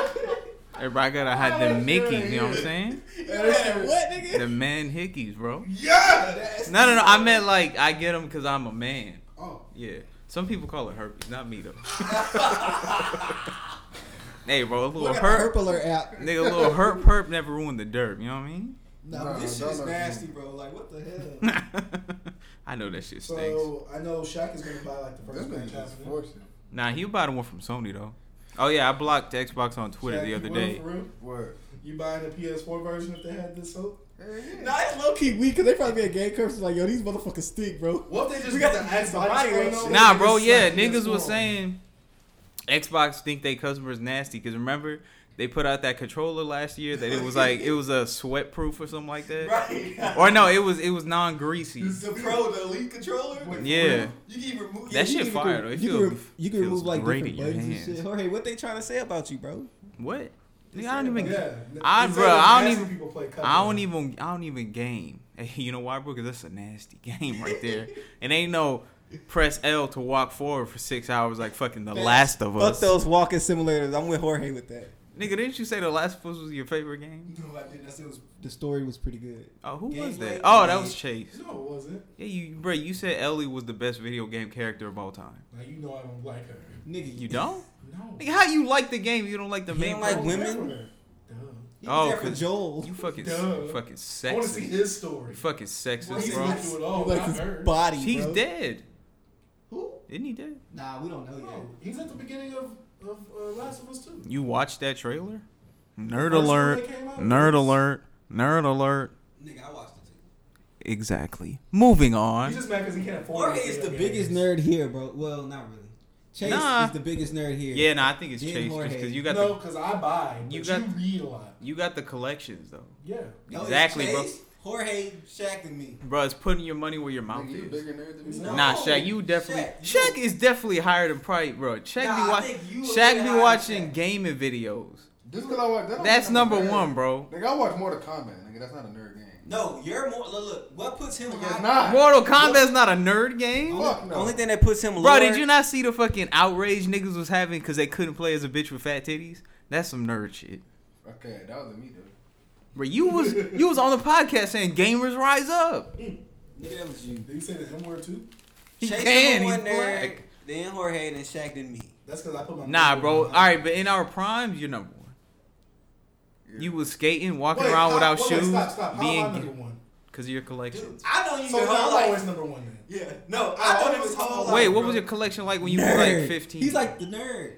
Speaker 5: Everybody gotta hide the Mickey, you know what I'm saying?
Speaker 3: bruh.
Speaker 4: What, nigga?
Speaker 5: The man hickeys, bro.
Speaker 1: Yeah.
Speaker 5: No, no, no. I meant like I get them because I'm a man.
Speaker 1: Oh,
Speaker 5: Yeah. Some people call it herpes, not me though. *laughs* hey, bro, a little
Speaker 4: Look at
Speaker 5: herp,
Speaker 4: the Herpeler app.
Speaker 5: nigga, a little herp perp never ruined the derp. You know what I mean?
Speaker 4: Nah,
Speaker 3: Nah,
Speaker 4: this shit
Speaker 3: that
Speaker 4: is
Speaker 3: look-
Speaker 4: nasty, bro. Like, what the hell?
Speaker 5: *laughs* I know that shit stinks.
Speaker 1: so I know Shaq is gonna buy like the first match happening.
Speaker 5: Nah, he bought one from Sony though. Oh yeah, I blocked Xbox on Twitter
Speaker 1: Shaq,
Speaker 5: the
Speaker 1: you
Speaker 5: other
Speaker 1: want it
Speaker 5: day.
Speaker 1: for real?
Speaker 3: Word.
Speaker 1: You buying the PS4 version if they had this soap?
Speaker 4: *laughs* nah, it's low key weak because they probably be a gay curse. Like, yo, these motherfuckers stink, bro.
Speaker 1: What if they just
Speaker 4: We got
Speaker 1: get
Speaker 4: the-
Speaker 1: axe
Speaker 4: the
Speaker 1: body
Speaker 4: body
Speaker 1: spray
Speaker 4: roll.
Speaker 1: on it
Speaker 5: Nah,
Speaker 1: and
Speaker 5: bro,
Speaker 1: just
Speaker 5: yeah,
Speaker 1: slap it
Speaker 5: niggas was
Speaker 1: small? *laughs*
Speaker 5: saying Xbox think they customers nasty because remember they put out that controller last year that it was like it was a sweat proof or something like that.
Speaker 4: Right.
Speaker 5: Or no, it was it was non greasy.
Speaker 4: the pro, the elite controller.
Speaker 5: Yeah.
Speaker 4: You can even remove
Speaker 5: That shit
Speaker 4: can
Speaker 5: fire,
Speaker 4: remove-
Speaker 5: though. It
Speaker 4: You can,
Speaker 5: feels-
Speaker 4: re- you can
Speaker 5: feels
Speaker 4: remove like
Speaker 5: great
Speaker 4: different
Speaker 5: in your
Speaker 4: buttons and
Speaker 5: hands.
Speaker 4: shit. Jorge, what they trying to say about you, bro?
Speaker 5: What? Nigga, I don't even.
Speaker 1: Yeah.
Speaker 5: I-
Speaker 1: These
Speaker 5: bruh,
Speaker 1: other
Speaker 5: I don't
Speaker 1: nasty
Speaker 5: even-
Speaker 1: people play Cuphead.
Speaker 5: I don't even I don't even game. *laughs* Hey, you know why, bro? Because that's a nasty *laughs* game right there. and ain't no press L to walk forward for six hours like fucking The Last of
Speaker 4: Fuck
Speaker 5: Us.
Speaker 4: those walking simulators. I'm with Jorge with that.
Speaker 5: Nigga, didn't you say The Last of Us was your favorite game?
Speaker 1: No, I didn't. I said it was.
Speaker 4: The story was pretty good.
Speaker 5: Oh, who
Speaker 4: Game
Speaker 5: was
Speaker 4: like
Speaker 5: that? Oh, that
Speaker 4: that.
Speaker 5: was Chase.
Speaker 1: No, it wasn't.
Speaker 5: Yeah, you, bro. You said Ellie was the best video game character of all time.
Speaker 1: Now you know I don't like her.
Speaker 4: Nigga,
Speaker 5: You
Speaker 4: *laughs*
Speaker 5: don't?
Speaker 1: No.
Speaker 5: Nigga, how you like the game? You don't like the
Speaker 4: He
Speaker 5: main?
Speaker 4: don't like
Speaker 5: pro-
Speaker 4: women?
Speaker 1: Duh.
Speaker 4: He
Speaker 5: Oh,
Speaker 4: was there for
Speaker 5: 'cause
Speaker 4: Joel.
Speaker 5: You fucking,
Speaker 1: Duh.
Speaker 5: fucking
Speaker 1: I want to see
Speaker 5: sexist.
Speaker 1: his story.
Speaker 5: You fucking
Speaker 1: He's
Speaker 5: sexist,
Speaker 1: bro.
Speaker 5: bro.
Speaker 1: not doing all.
Speaker 4: *laughs* Like
Speaker 1: not
Speaker 4: his
Speaker 1: her.
Speaker 4: body,
Speaker 5: He's
Speaker 4: bro.
Speaker 5: dead.
Speaker 4: Who?
Speaker 5: Isn't he dead?
Speaker 4: Nah, we don't know yet.
Speaker 1: No, he's at the beginning of of uh, Last of Us Two.
Speaker 5: You watched that trailer? Nerd
Speaker 1: First one
Speaker 5: alert.
Speaker 1: that came out?
Speaker 5: Nerd alert. Nerd alert.
Speaker 6: Nigga, I watched it too.
Speaker 5: Exactly. Moving on.
Speaker 1: He's just mad because he can't afford.
Speaker 6: Jorge is
Speaker 1: video
Speaker 6: the biggest
Speaker 1: games.
Speaker 6: nerd here, bro. Well, not really. Chase
Speaker 5: Nah.
Speaker 6: is the biggest nerd here.
Speaker 4: Oh,
Speaker 5: Yeah, no, I think it's
Speaker 6: Then
Speaker 5: Chase
Speaker 6: Jorge.
Speaker 5: because you got
Speaker 1: no,
Speaker 5: the
Speaker 1: because I buy. But
Speaker 5: You
Speaker 1: you,
Speaker 5: got-
Speaker 1: read a lot.
Speaker 5: you got the collections though.
Speaker 1: Yeah.
Speaker 6: No, it's
Speaker 5: exactly, bro.
Speaker 6: Chase, Jorge, Shaq, and me.
Speaker 5: Bro, it's putting your money where your mouth
Speaker 3: Nigga, you
Speaker 5: is.
Speaker 3: bigger nerd than me.
Speaker 6: No.
Speaker 5: Nah, Shaq, you definitely Shaq,
Speaker 6: Shaq,
Speaker 5: is definitely higher than Pride, bro. Shaq
Speaker 6: Nah,
Speaker 5: be,
Speaker 6: I
Speaker 5: wa-
Speaker 6: think you a
Speaker 5: Shaq
Speaker 6: bit
Speaker 5: be
Speaker 6: higher
Speaker 5: watching
Speaker 6: than Shaq.
Speaker 5: gaming videos.
Speaker 3: Just 'cause I watch, that don't
Speaker 5: That's
Speaker 3: mean I'm a
Speaker 5: number
Speaker 3: nerd.
Speaker 5: one, bro.
Speaker 3: Nigga, I watch Mortal Kombat. Nigga, that's not a nerd game.
Speaker 6: No, you're more. Look, look what puts him
Speaker 3: Nigga, it's
Speaker 6: high?
Speaker 3: not.
Speaker 5: Mortal Kombat's not a nerd game.
Speaker 3: Fuck no.
Speaker 4: Only thing that puts him
Speaker 5: Bro,
Speaker 4: lower.
Speaker 5: did you not see the fucking outrage niggas was having because they couldn't play as a bitch with fat titties? That's some nerd shit.
Speaker 3: Okay, that was a me though.
Speaker 5: Bro, you was you was on the podcast saying gamers rise up.
Speaker 6: Nigga, that was you.
Speaker 1: Did you say the M word too?
Speaker 5: He
Speaker 4: Chase
Speaker 5: can.
Speaker 4: number
Speaker 5: He's
Speaker 4: one nerd,
Speaker 5: black.
Speaker 4: Then Jorge, then Shaq, then me.
Speaker 1: That's because I put my.
Speaker 5: Nah,
Speaker 1: name
Speaker 5: bro.
Speaker 1: in
Speaker 5: All
Speaker 1: my-
Speaker 5: right, but in our primes, you're number one. You was skating, walking around
Speaker 1: how-
Speaker 5: without
Speaker 1: wait,
Speaker 5: shoes,
Speaker 1: Stop, stop. How am I number
Speaker 5: being
Speaker 1: one?
Speaker 5: because of your
Speaker 6: Dude,
Speaker 5: collections.
Speaker 6: I know you
Speaker 1: So
Speaker 6: your
Speaker 1: now
Speaker 6: whole
Speaker 1: I'm
Speaker 6: life.
Speaker 1: always number one then.
Speaker 6: Yeah, no, I, thought it was whole life.
Speaker 5: Wait,
Speaker 1: Like,
Speaker 5: what
Speaker 1: bro.
Speaker 5: was your collection like when you
Speaker 6: nerd.
Speaker 5: were like 15?
Speaker 6: He's like the nerd.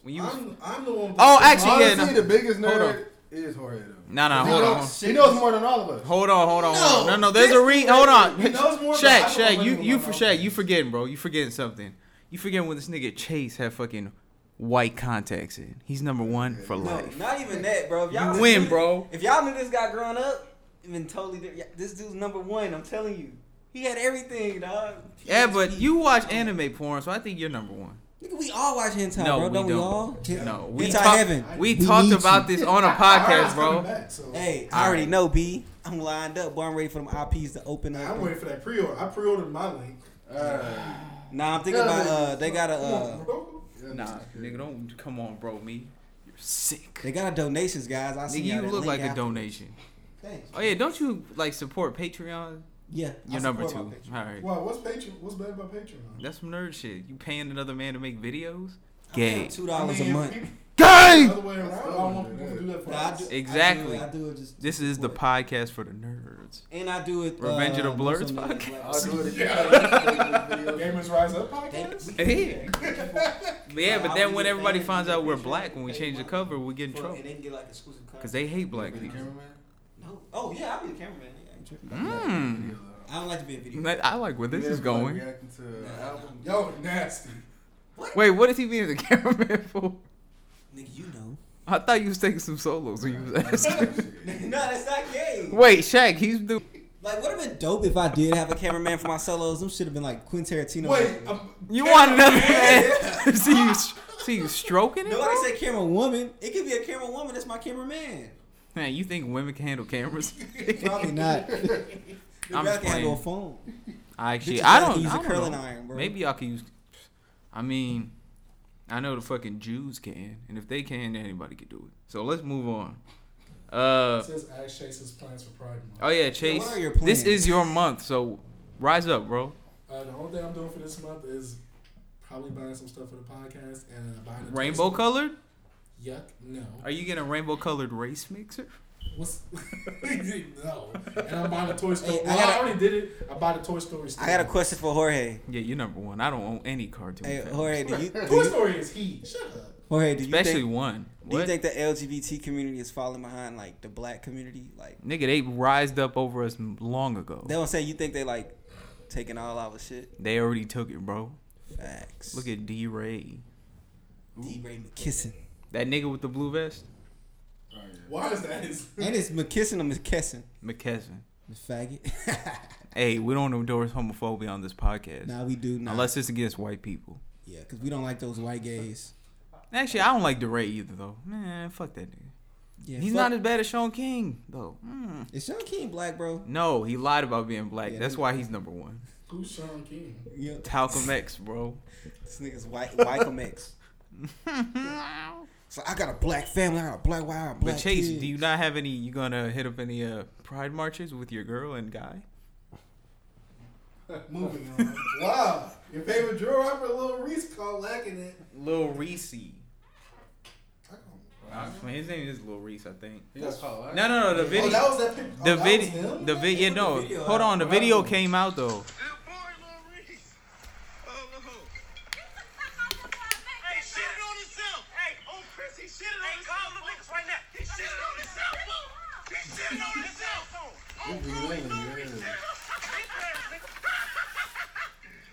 Speaker 5: when you was,
Speaker 1: I'm, I'm the one.
Speaker 5: Oh, actually, yeah.
Speaker 3: Honestly,
Speaker 5: No,
Speaker 3: the biggest
Speaker 5: Hold
Speaker 3: nerd is Jorge though.
Speaker 5: nah, nah,
Speaker 3: He
Speaker 5: hold on.
Speaker 3: knows-
Speaker 5: hold on.
Speaker 3: He knows more than all of us.
Speaker 5: Hold on, hold on, hold on.
Speaker 6: No,
Speaker 5: No, no, there's a
Speaker 6: this-
Speaker 5: re. Hold on,
Speaker 1: He knows more, but I
Speaker 5: Shaq,
Speaker 1: don't
Speaker 5: Shaq,
Speaker 1: remember
Speaker 5: you,
Speaker 1: what
Speaker 5: you
Speaker 1: my
Speaker 5: for
Speaker 1: mouth
Speaker 5: Shaq,
Speaker 1: is.
Speaker 5: you forgetting, bro. You forgetting something. You forgetting when this nigga Chase had fucking white contacts in. He's number one for
Speaker 4: No,
Speaker 5: life.
Speaker 4: not even that, bro. If
Speaker 5: You
Speaker 4: y'all
Speaker 5: win,
Speaker 4: knew-
Speaker 5: bro.
Speaker 4: If y'all knew this guy growing up, it'd been totally different. Yeah, This dude's number one. I'm telling you, he had everything, dog.
Speaker 5: Yeah, but you watch anime porn, so I think you're number one.
Speaker 4: Nigga, we all watch hentai,
Speaker 5: No,
Speaker 4: bro.
Speaker 5: we
Speaker 4: Don't we,
Speaker 5: don't.
Speaker 4: all?
Speaker 5: No, we
Speaker 4: Hentai
Speaker 5: talk-
Speaker 4: heaven.
Speaker 5: We
Speaker 6: We
Speaker 5: talked
Speaker 6: need
Speaker 5: about
Speaker 6: you.
Speaker 5: this on a podcast,
Speaker 1: *laughs*
Speaker 5: bro.
Speaker 1: Back, so.
Speaker 4: Hey,
Speaker 5: All
Speaker 4: I already
Speaker 5: right.
Speaker 4: know, B. I'm lined up, boy. I'm ready for them IPs to open up.
Speaker 1: I'm waiting for that pre-order. I pre-ordered my link.
Speaker 3: Uh,
Speaker 4: Nah, I'm thinking about uh, they got a uh,
Speaker 1: Bro.
Speaker 5: Nah, nigga, don't come on, bro. Me, you're sick.
Speaker 4: they got a donations, guys. I see
Speaker 5: Nigga, you
Speaker 4: y'all that
Speaker 5: look
Speaker 4: link
Speaker 5: like a
Speaker 4: after.
Speaker 5: donation.
Speaker 4: Thanks.
Speaker 5: Oh yeah, don't you like support Patreon?
Speaker 4: Yeah, I
Speaker 5: You're number two.
Speaker 4: support my picture.
Speaker 5: All right.
Speaker 1: Wow, what's Patreon? What's bad about Patreon?
Speaker 5: That's some nerd shit. You paying another man to make videos?
Speaker 4: I'm paying
Speaker 5: Gay.
Speaker 4: Two dollars a month.
Speaker 1: The
Speaker 5: Gay!
Speaker 1: other way around. I don't want people to do that for
Speaker 4: Nah, I
Speaker 1: us.
Speaker 4: do- I do it-
Speaker 5: Exactly.
Speaker 4: I do it just.
Speaker 5: This is the podcast for the nerds.
Speaker 4: And I do it.
Speaker 5: Revenge of the
Speaker 4: uh,
Speaker 5: Blurs
Speaker 4: something like-
Speaker 3: I'll do it again.
Speaker 5: *laughs*
Speaker 1: Gamers Rise Up podcast.
Speaker 4: That-
Speaker 5: Hey. But yeah, but then when everybody finds out we're black, when we
Speaker 4: Hey,
Speaker 5: change the
Speaker 4: why?
Speaker 5: cover, we get in
Speaker 4: For-
Speaker 5: trouble.
Speaker 4: And they can get like exclusive content.
Speaker 5: Because they hate black
Speaker 3: Be the
Speaker 5: people.
Speaker 3: cameraman?
Speaker 4: No. Oh yeah, I'll be the cameraman. Yeah, I'm
Speaker 5: Mmm.
Speaker 4: tripping. I don't like to be a video.
Speaker 5: I like where this
Speaker 3: Yeah,
Speaker 5: is
Speaker 3: everybody
Speaker 5: going.
Speaker 3: reacting to an
Speaker 4: Nah.
Speaker 3: album.
Speaker 1: Yo, nasty.
Speaker 5: Wait, what is he being the *laughs* cameraman for?
Speaker 4: Nigga, you know. *laughs*
Speaker 5: I thought you was taking some solos when you was asking. *laughs*
Speaker 4: no, that's not gay.
Speaker 5: Wait, Shaq, he's the.
Speaker 4: Like, would have been dope if I did have a cameraman for my solos. Them should have been like Quentin Tarantino.
Speaker 1: Wait, um,
Speaker 5: You want another
Speaker 4: *laughs*
Speaker 5: man? *laughs* see you, see you stroking it,
Speaker 4: Nobody
Speaker 5: bro?
Speaker 4: said camera woman. It could be a camera woman. That's my cameraman.
Speaker 5: Man, you think women can handle
Speaker 4: *laughs*
Speaker 5: cameras?
Speaker 4: Probably *laughs* not.
Speaker 5: I'm
Speaker 4: I'm
Speaker 5: just
Speaker 4: can handle
Speaker 5: playing.
Speaker 4: a phone.
Speaker 5: I actually,
Speaker 4: Bitches
Speaker 5: I
Speaker 4: gotta
Speaker 5: don't.
Speaker 4: use
Speaker 5: I
Speaker 4: a
Speaker 5: don't
Speaker 4: curling
Speaker 5: know.
Speaker 4: iron, bro.
Speaker 5: Maybe I could use. I mean, I know the fucking Jews can, and if they can, then anybody can do it. So let's move on. Uh
Speaker 1: it says Ash Chase's plans for Pride Month.
Speaker 5: oh yeah, Chase.
Speaker 4: what are your
Speaker 5: this
Speaker 4: plans?
Speaker 5: is your month, so rise up, bro.
Speaker 1: Uh, the only thing I'm doing for this month is probably buying some stuff for the podcast and uh, buying a
Speaker 5: Rainbow
Speaker 1: Toasted-
Speaker 5: colored?
Speaker 1: Yuck, no.
Speaker 5: Are you getting a rainbow colored race mixer?
Speaker 1: What's *laughs* no? And I'm buying a Toy Story.
Speaker 4: Hey, I
Speaker 1: well, I,
Speaker 4: got a-
Speaker 1: already did it. I bought a Toy Story. Still.
Speaker 4: I got a question for Jorge.
Speaker 5: Yeah, you're number one. I don't own any cartoon.
Speaker 4: Hey,
Speaker 5: films.
Speaker 4: Jorge, do you, do
Speaker 1: Toy
Speaker 4: you
Speaker 1: Story is he. Shut up.
Speaker 4: Jorge, do you
Speaker 5: Especially
Speaker 4: think,
Speaker 5: one.
Speaker 4: do you
Speaker 5: What?
Speaker 4: think the LGBT community is falling behind like the black community? Like
Speaker 5: Nigga, they rised up over us m- long ago.
Speaker 4: they don't say you think they like taking all our shit.
Speaker 5: They already took it, bro.
Speaker 4: Facts.
Speaker 5: Look at D Ray.
Speaker 4: D. Ray McKissin.
Speaker 5: That nigga with the blue vest?
Speaker 1: Why is that? His...
Speaker 4: And it's McKissin or McKesson.
Speaker 5: McKesson.
Speaker 4: The faggot. *laughs*
Speaker 5: Hey, we don't endorse homophobia on this podcast.
Speaker 4: nah, we do not.
Speaker 5: Unless it's against white people.
Speaker 4: yeah, because we don't like those white gays.
Speaker 5: Actually, I don't like DeRay either, though. Man, fuck that nigga.
Speaker 4: Yeah,
Speaker 5: He's
Speaker 4: fuck-
Speaker 5: not as bad as Sean King, though. Mm.
Speaker 4: Is Sean King black, bro?
Speaker 5: No, he lied about being black.
Speaker 4: Yeah,
Speaker 5: That's
Speaker 4: he-
Speaker 5: why he's number one.
Speaker 1: Who's Sean King?
Speaker 4: Yeah. *laughs*
Speaker 5: Talcum X, bro.
Speaker 4: This nigga's white, white mix.
Speaker 5: but
Speaker 4: So I got a black family. I got a black wife. I got black
Speaker 5: Chase,
Speaker 4: kids.
Speaker 5: do you not have any? You gonna hit up any uh, pride marches with your girl and guy?
Speaker 1: Moving on. wow, your favorite drill rapper, Lil Reese, called lacking it.
Speaker 5: Lil Reese.
Speaker 1: I don't-
Speaker 5: his name is Lil Reese, I think.
Speaker 3: He got called out.
Speaker 5: No, no, no. The video.
Speaker 1: Oh, that was that. pic- oh,
Speaker 5: the
Speaker 1: that was
Speaker 5: video.
Speaker 1: him?
Speaker 5: The video. Yeah, no.
Speaker 4: video
Speaker 5: Hold
Speaker 4: out.
Speaker 5: on. The
Speaker 1: What
Speaker 5: video
Speaker 1: happened?
Speaker 5: came out though.
Speaker 7: Good boy, Lil Reese. Oh, no. Hey, shit it on himself. Hey, on Chris, he shit it on himself. Hey, call the niggas right now. He shit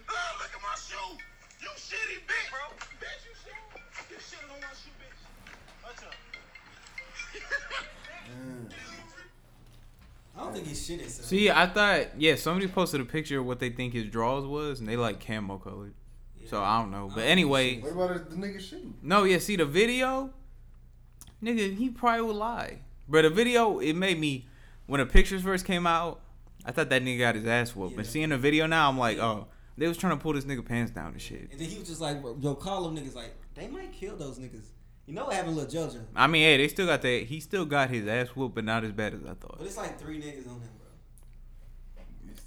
Speaker 8: Oh, look at my shoe. You shitty bitch, bro. Bitch, you shit. You shitting on my shoe, bitch. Watch out.
Speaker 4: I don't think he shit uh, himself.
Speaker 5: See, I thought yeah, somebody posted a picture of what they think his draws was, and they like camo colored. So I don't know, but anyway,
Speaker 2: What about the nigga
Speaker 5: *laughs*
Speaker 2: shooting?
Speaker 5: no, yeah. See the video, nigga, he probably would lie. But the video, it made me when the pictures first came out, I thought that nigga got his ass whooped. But
Speaker 4: Yeah.
Speaker 5: seeing the video now, I'm like, oh, they was trying to pull this nigga pants down and shit.
Speaker 4: And then he was just like, yo, call them niggas. Like, they might kill those niggas. You know what happened to Lil JoJo?
Speaker 5: I mean, hey, they still got that. He still got his ass whooped, but not as bad as I
Speaker 4: But
Speaker 5: thought.
Speaker 4: it's like three niggas on him, bro.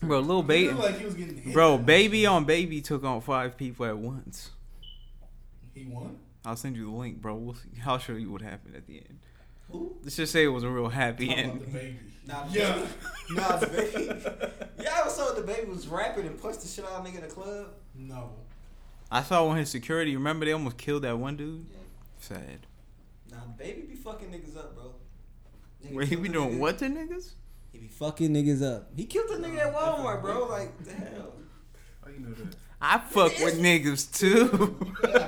Speaker 5: Bro, little
Speaker 1: He
Speaker 5: baby,
Speaker 1: looked like he was getting hit.
Speaker 5: bro, baby on baby took on five people at once.
Speaker 1: He won.
Speaker 5: I'll send you the link, bro. We'll see. *laughs* I'll show you what happened at the end.
Speaker 4: Who?
Speaker 5: Let's just say it was a real happy
Speaker 1: How about the
Speaker 5: end.
Speaker 1: baby?
Speaker 4: Nah, the
Speaker 1: Yeah.
Speaker 4: *laughs* baby. Nah, the baby. yeah, I was saw the baby was rapping and punched the shit out of nigga in the club.
Speaker 1: No.
Speaker 5: I saw when his security. Remember they almost killed that one dude.
Speaker 4: Yeah.
Speaker 5: *laughs* Sad.
Speaker 4: Nah, the baby be fucking niggas up, bro. Nigga
Speaker 5: Wait, he
Speaker 4: killed
Speaker 5: be
Speaker 4: a
Speaker 5: doing
Speaker 4: nigga.
Speaker 5: what to niggas?
Speaker 4: He be fucking niggas up. He killed a nigga at Walmart, bro. Like, the hell.
Speaker 2: How you know that?
Speaker 5: I fuck with niggas too. *laughs*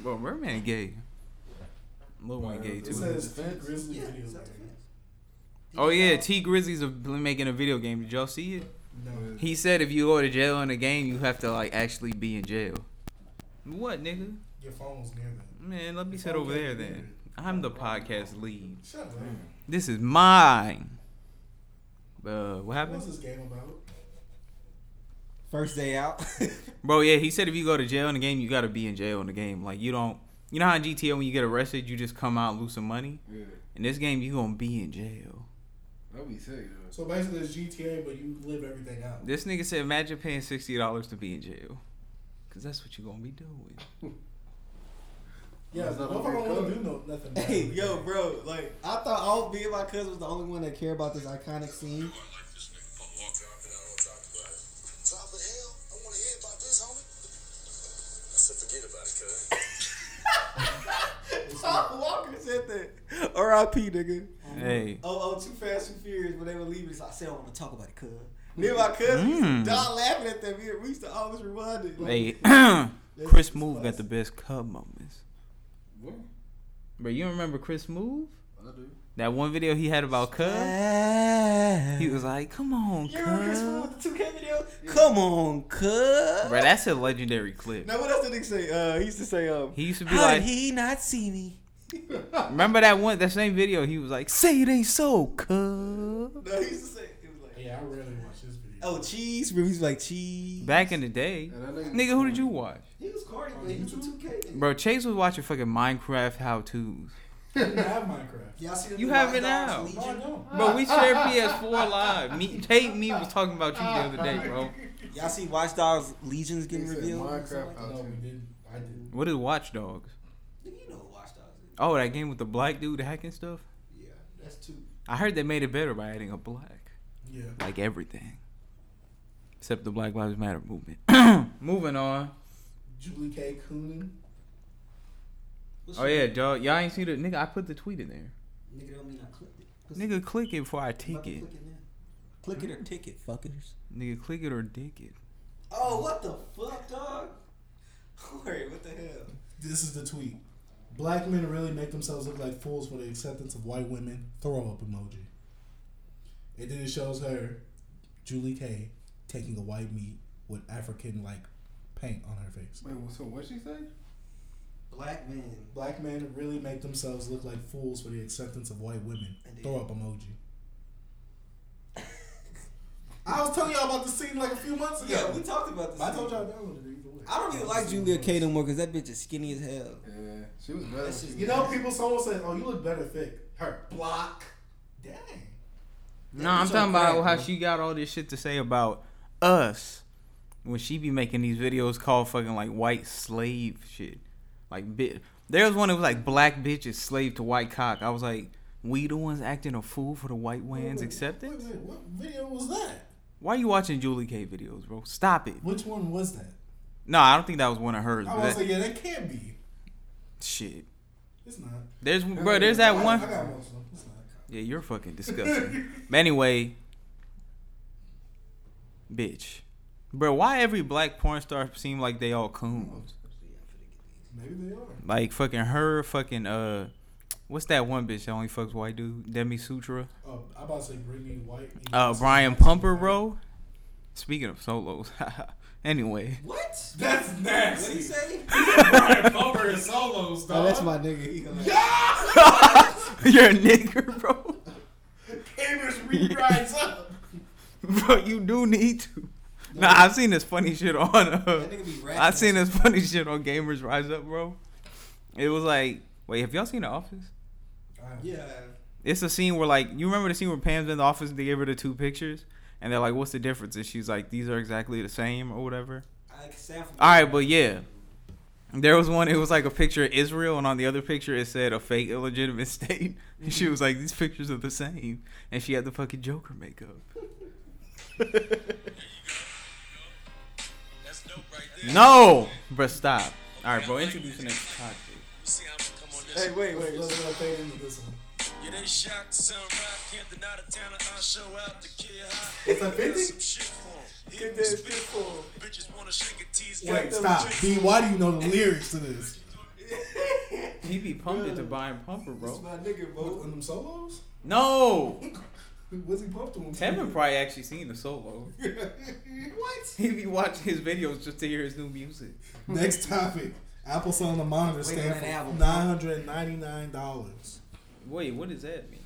Speaker 5: bro, Merman gay. Lil Wayne gay
Speaker 1: It
Speaker 5: too.
Speaker 1: says Fat Grizzly
Speaker 4: Yeah,
Speaker 1: video.
Speaker 4: it's up to
Speaker 1: game.
Speaker 4: him.
Speaker 5: Oh yeah, T Grizzlies are making a video game. Did y'all see it?
Speaker 1: No.
Speaker 5: He said if you go to jail in a game, you have to like actually be in jail. What nigga?
Speaker 1: Your phone was near that.
Speaker 5: Man, let me sit over there then. I'm the podcast lead.
Speaker 1: Shut up.
Speaker 5: This is mine. Uh, what
Speaker 1: What's
Speaker 5: happened?
Speaker 1: this game about?
Speaker 4: First day out. *laughs*
Speaker 5: Bro, yeah, he said if you go to jail in the game, you gotta be in jail in the game. Like you don't, you know how in GTA when you get arrested, you just come out and lose some money.
Speaker 2: Yeah,
Speaker 5: In this game, you gonna be in jail.
Speaker 2: that be sick. though.
Speaker 1: So basically, it's GTA, but you live everything out.
Speaker 5: This nigga said, imagine paying sixty dollars to be in jail, cause that's what you gonna be doing.
Speaker 1: Yeah,
Speaker 2: That's not
Speaker 1: what if I
Speaker 2: okay
Speaker 1: don't want
Speaker 2: code.
Speaker 1: to do no, nothing?
Speaker 4: hey, yo, bro. Like, I thought all me and my cousin was the only one that care about this iconic *laughs* scene.
Speaker 9: Top of hell, I want to hear about this, homie. I said, forget about it, cuz.
Speaker 4: Tom Walker said that. R.I.P. nigga.
Speaker 5: Hey,
Speaker 4: Oh, oh, too fast, too furious. When they were leaving, so I said I want to talk about it, cuz. Me and my cousin, used
Speaker 5: Mm.
Speaker 4: to die laughing at that. We we used to always rewind it. Like,
Speaker 5: hey, *clears throat*
Speaker 4: that's
Speaker 5: Chris
Speaker 4: just
Speaker 5: Move got the
Speaker 4: classic.
Speaker 5: best cub moments.
Speaker 2: What?
Speaker 5: Bro, you remember Chris Move?
Speaker 2: I do.
Speaker 5: That one video he had about cub. He was like, come on,
Speaker 4: You remember Chris
Speaker 5: cub.
Speaker 4: Paul with the 2K video? Come on, cuz.
Speaker 5: Bro, that's a legendary clip.
Speaker 4: Now, what else did he say? Uh, he used to say, um,
Speaker 5: He used to be
Speaker 10: How
Speaker 5: like,
Speaker 10: did he not see me?
Speaker 5: remember that one, that same video? He was like, "Say it ain't so, cuz."
Speaker 4: no, he used to say, it was like,
Speaker 1: Yeah, I rarely watch this video.
Speaker 4: oh, cheese. Remember, he was like, cheese.
Speaker 5: Back in the day,
Speaker 2: Yeah, that nigga-
Speaker 5: nigga, who did you watch?
Speaker 4: He was corny, but he was a 2K. nigga.
Speaker 5: Bro, Chase was watching fucking Minecraft how tos.
Speaker 1: I didn't have Minecraft.
Speaker 4: Y'all see the
Speaker 5: You
Speaker 4: new
Speaker 5: have
Speaker 4: Watch
Speaker 5: it
Speaker 4: Dogs
Speaker 1: No,
Speaker 5: now.
Speaker 1: I
Speaker 4: Legion?
Speaker 1: don't.
Speaker 5: Bro, we shared PS4 live. Me, Tate, me was talking about you the other day, bro.
Speaker 4: Y'all see Watch Dogs Legions
Speaker 2: He
Speaker 4: getting
Speaker 2: said
Speaker 4: revealed? or something
Speaker 2: Minecraft
Speaker 4: like
Speaker 2: out
Speaker 1: No, we
Speaker 2: too.
Speaker 1: didn't. I didn't.
Speaker 5: What is Watch Dogs?
Speaker 4: that? Nigga, You know who Watch Dogs is.
Speaker 5: Oh, that game with the black dude hacking stuff.
Speaker 4: Yeah, that's two.
Speaker 5: I heard they made it better by adding a black,
Speaker 1: Yeah.
Speaker 5: like everything, except the Black Lives Matter movement. *coughs* Moving on.
Speaker 1: Jubilee K. Coonan.
Speaker 4: What's
Speaker 5: Oh yeah,
Speaker 4: your-
Speaker 5: dog. Y'all ain't seen the nigga. I put the tweet in there.
Speaker 4: Nigga, don't mean I clicked it.
Speaker 5: Nigga, click it before I
Speaker 4: I'm
Speaker 5: take
Speaker 4: about to
Speaker 5: it.
Speaker 4: click it now. Click it or ticket, fuckers.
Speaker 5: Nigga, click it or dick it.
Speaker 4: Oh, what the fuck, dog? *laughs* Wait, what the hell?
Speaker 1: This is the tweet. Black men really make themselves look like fools for the acceptance of white women. Throw up emoji. And then it shows her, Julie K, taking a white meat with African like paint on her face.
Speaker 2: Wait, so what she say?
Speaker 4: Black man.
Speaker 1: Black men really make themselves look like fools for the acceptance of white women.
Speaker 4: Indeed.
Speaker 1: Throw up emoji. *laughs* I was telling y'all about the scene like a few months ago.
Speaker 4: Yeah, we talked about this.
Speaker 1: I told y'all I downloaded it either way.
Speaker 4: I don't even like Julia K no more because that bitch is skinny as hell.
Speaker 2: Yeah, she was better.
Speaker 4: That shit-
Speaker 1: You know, people. Someone said, "Oh, you look better thick." Her block. Dang.
Speaker 5: No, I'm
Speaker 4: bitch
Speaker 5: talking
Speaker 4: on
Speaker 5: about
Speaker 4: crack,
Speaker 5: how
Speaker 4: bro.
Speaker 5: she got all this shit to say about us when she be making these videos called fucking like white slave shit. Like, bit. There was one that was like black bitches slave to white cock. I was like, we the ones acting a fool for the white man's acceptance.
Speaker 1: Wait, wait, what video was that?
Speaker 5: Why you watching Julie K videos, bro? Stop it.
Speaker 1: Which one was that?
Speaker 5: No, I don't think that was one of hers.
Speaker 1: I
Speaker 5: But
Speaker 1: was
Speaker 5: that,
Speaker 1: like, yeah, that can't be.
Speaker 5: shit.
Speaker 1: It's not.
Speaker 5: There's bro. There's that
Speaker 1: I,
Speaker 5: one.
Speaker 1: I got most of them. It's not.
Speaker 5: Yeah, you're fucking disgusting. but anyway, bitch, bro, why every black porn star seem like they all coons?
Speaker 1: Maybe they are.
Speaker 5: Like fucking her, fucking uh, what's that one bitch that only fucks white dude? Demi Sutra,
Speaker 1: Uh, I about to say Brittany White. and-
Speaker 5: uh, Brian Pumper, bro. Speaking of solos, *laughs* anyway,
Speaker 6: What?
Speaker 1: That's
Speaker 6: What he
Speaker 1: nasty.
Speaker 4: *laughs*
Speaker 6: say?
Speaker 1: *laughs* Brian Pumper and solos, dog.
Speaker 4: Oh, that's my nigga. He gonna-
Speaker 5: *laughs* you're a nigger, bro. *laughs*
Speaker 1: Cambridge rewrites up.
Speaker 5: Bro, you do need to. Nah, I've seen this funny shit on. Uh,
Speaker 6: That nigga be rapping.
Speaker 5: I seen this *laughs* funny shit on Gamers Rise Up, bro. It was like, wait, have y'all seen The Office?
Speaker 6: Yeah.
Speaker 5: It's a scene where like you remember the scene where Pam's in the office and they give her the two pictures and they're like, "What's the difference?" And she's like, "These are exactly the same" or whatever.
Speaker 6: I can sound from
Speaker 5: All right, but yeah, there was one. It was like a picture of Israel, and on the other picture it said a fake illegitimate *laughs* state. And she was like, "These pictures are the same," and she had the fucking Joker makeup.
Speaker 8: That's dope right there.
Speaker 5: No, bro, stop. All right, bro, introduce the next topic.
Speaker 8: See how I'm gonna come on this.
Speaker 4: Hey, wait, wait.
Speaker 1: Let's go fade into this one.
Speaker 8: Yeah, they shocked, some rock, can't deny the talent. I show out the kid high.
Speaker 1: It's a 50?
Speaker 8: Some shit for 'em. Hit
Speaker 4: that
Speaker 8: spit
Speaker 4: shit
Speaker 8: for 'em. Bitches wanna shake a tease.
Speaker 1: Wait, stop. B, why do you know the lyrics to this?
Speaker 5: He be pumped into buying pumper, bro.
Speaker 4: My nigga,
Speaker 1: What,
Speaker 4: bro.
Speaker 1: on them solos?
Speaker 5: No,
Speaker 1: What's he pumped to him?
Speaker 5: Tevin probably actually seen the
Speaker 6: *laughs*
Speaker 5: solo.
Speaker 1: what?
Speaker 5: He be watching his videos just to hear his new music.
Speaker 1: Next topic. Apple selling a monitor
Speaker 6: Wait on
Speaker 1: stand
Speaker 6: that
Speaker 1: for
Speaker 6: album.
Speaker 1: $999.
Speaker 5: Wait, what does that mean?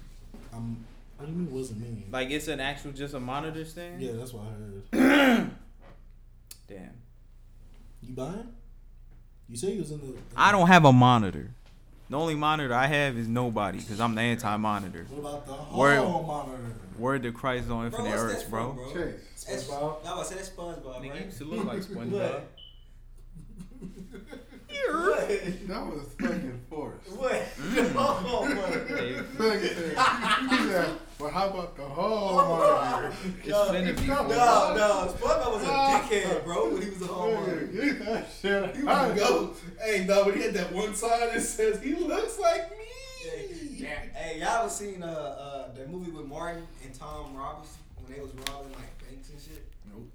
Speaker 1: I'm, what do you mean, what's it mean?
Speaker 5: Like it's an actual just a monitor stand?
Speaker 1: yeah, that's what I heard.
Speaker 5: Damn.
Speaker 1: You buying? You say you was in the.
Speaker 5: I don't have a monitor. The only monitor I have is nobody because I'm the anti-monitor.
Speaker 1: What about the hall
Speaker 5: Where-
Speaker 1: monitor?
Speaker 5: Word to Christ on
Speaker 6: Bro,
Speaker 5: infinite
Speaker 6: what's
Speaker 5: earths,
Speaker 6: that
Speaker 5: bro.
Speaker 6: from, bro?
Speaker 3: Chase.
Speaker 6: That's, no,
Speaker 1: SpongeBob?
Speaker 6: I said that's SpongeBob,
Speaker 5: Nigga, you
Speaker 6: right?
Speaker 5: used to look
Speaker 6: *laughs*
Speaker 5: like SpongeBob.
Speaker 3: That was fucking forced.
Speaker 6: What?
Speaker 1: *laughs*
Speaker 6: Oh, my
Speaker 5: Mm. Hey,
Speaker 3: But how about the whole
Speaker 1: *laughs*
Speaker 3: monitor?
Speaker 5: it's finna be
Speaker 6: God. No, no, SpongeBob was a dickhead, bro, when he was a homeowner.
Speaker 3: Get that shit out.
Speaker 1: go. Hey, no, but he had that one sign that says, he looks like me.
Speaker 6: Hey, y'all ever seen uh, uh, that movie with Martin and Tom Robbins when they was robbing like banks and shit?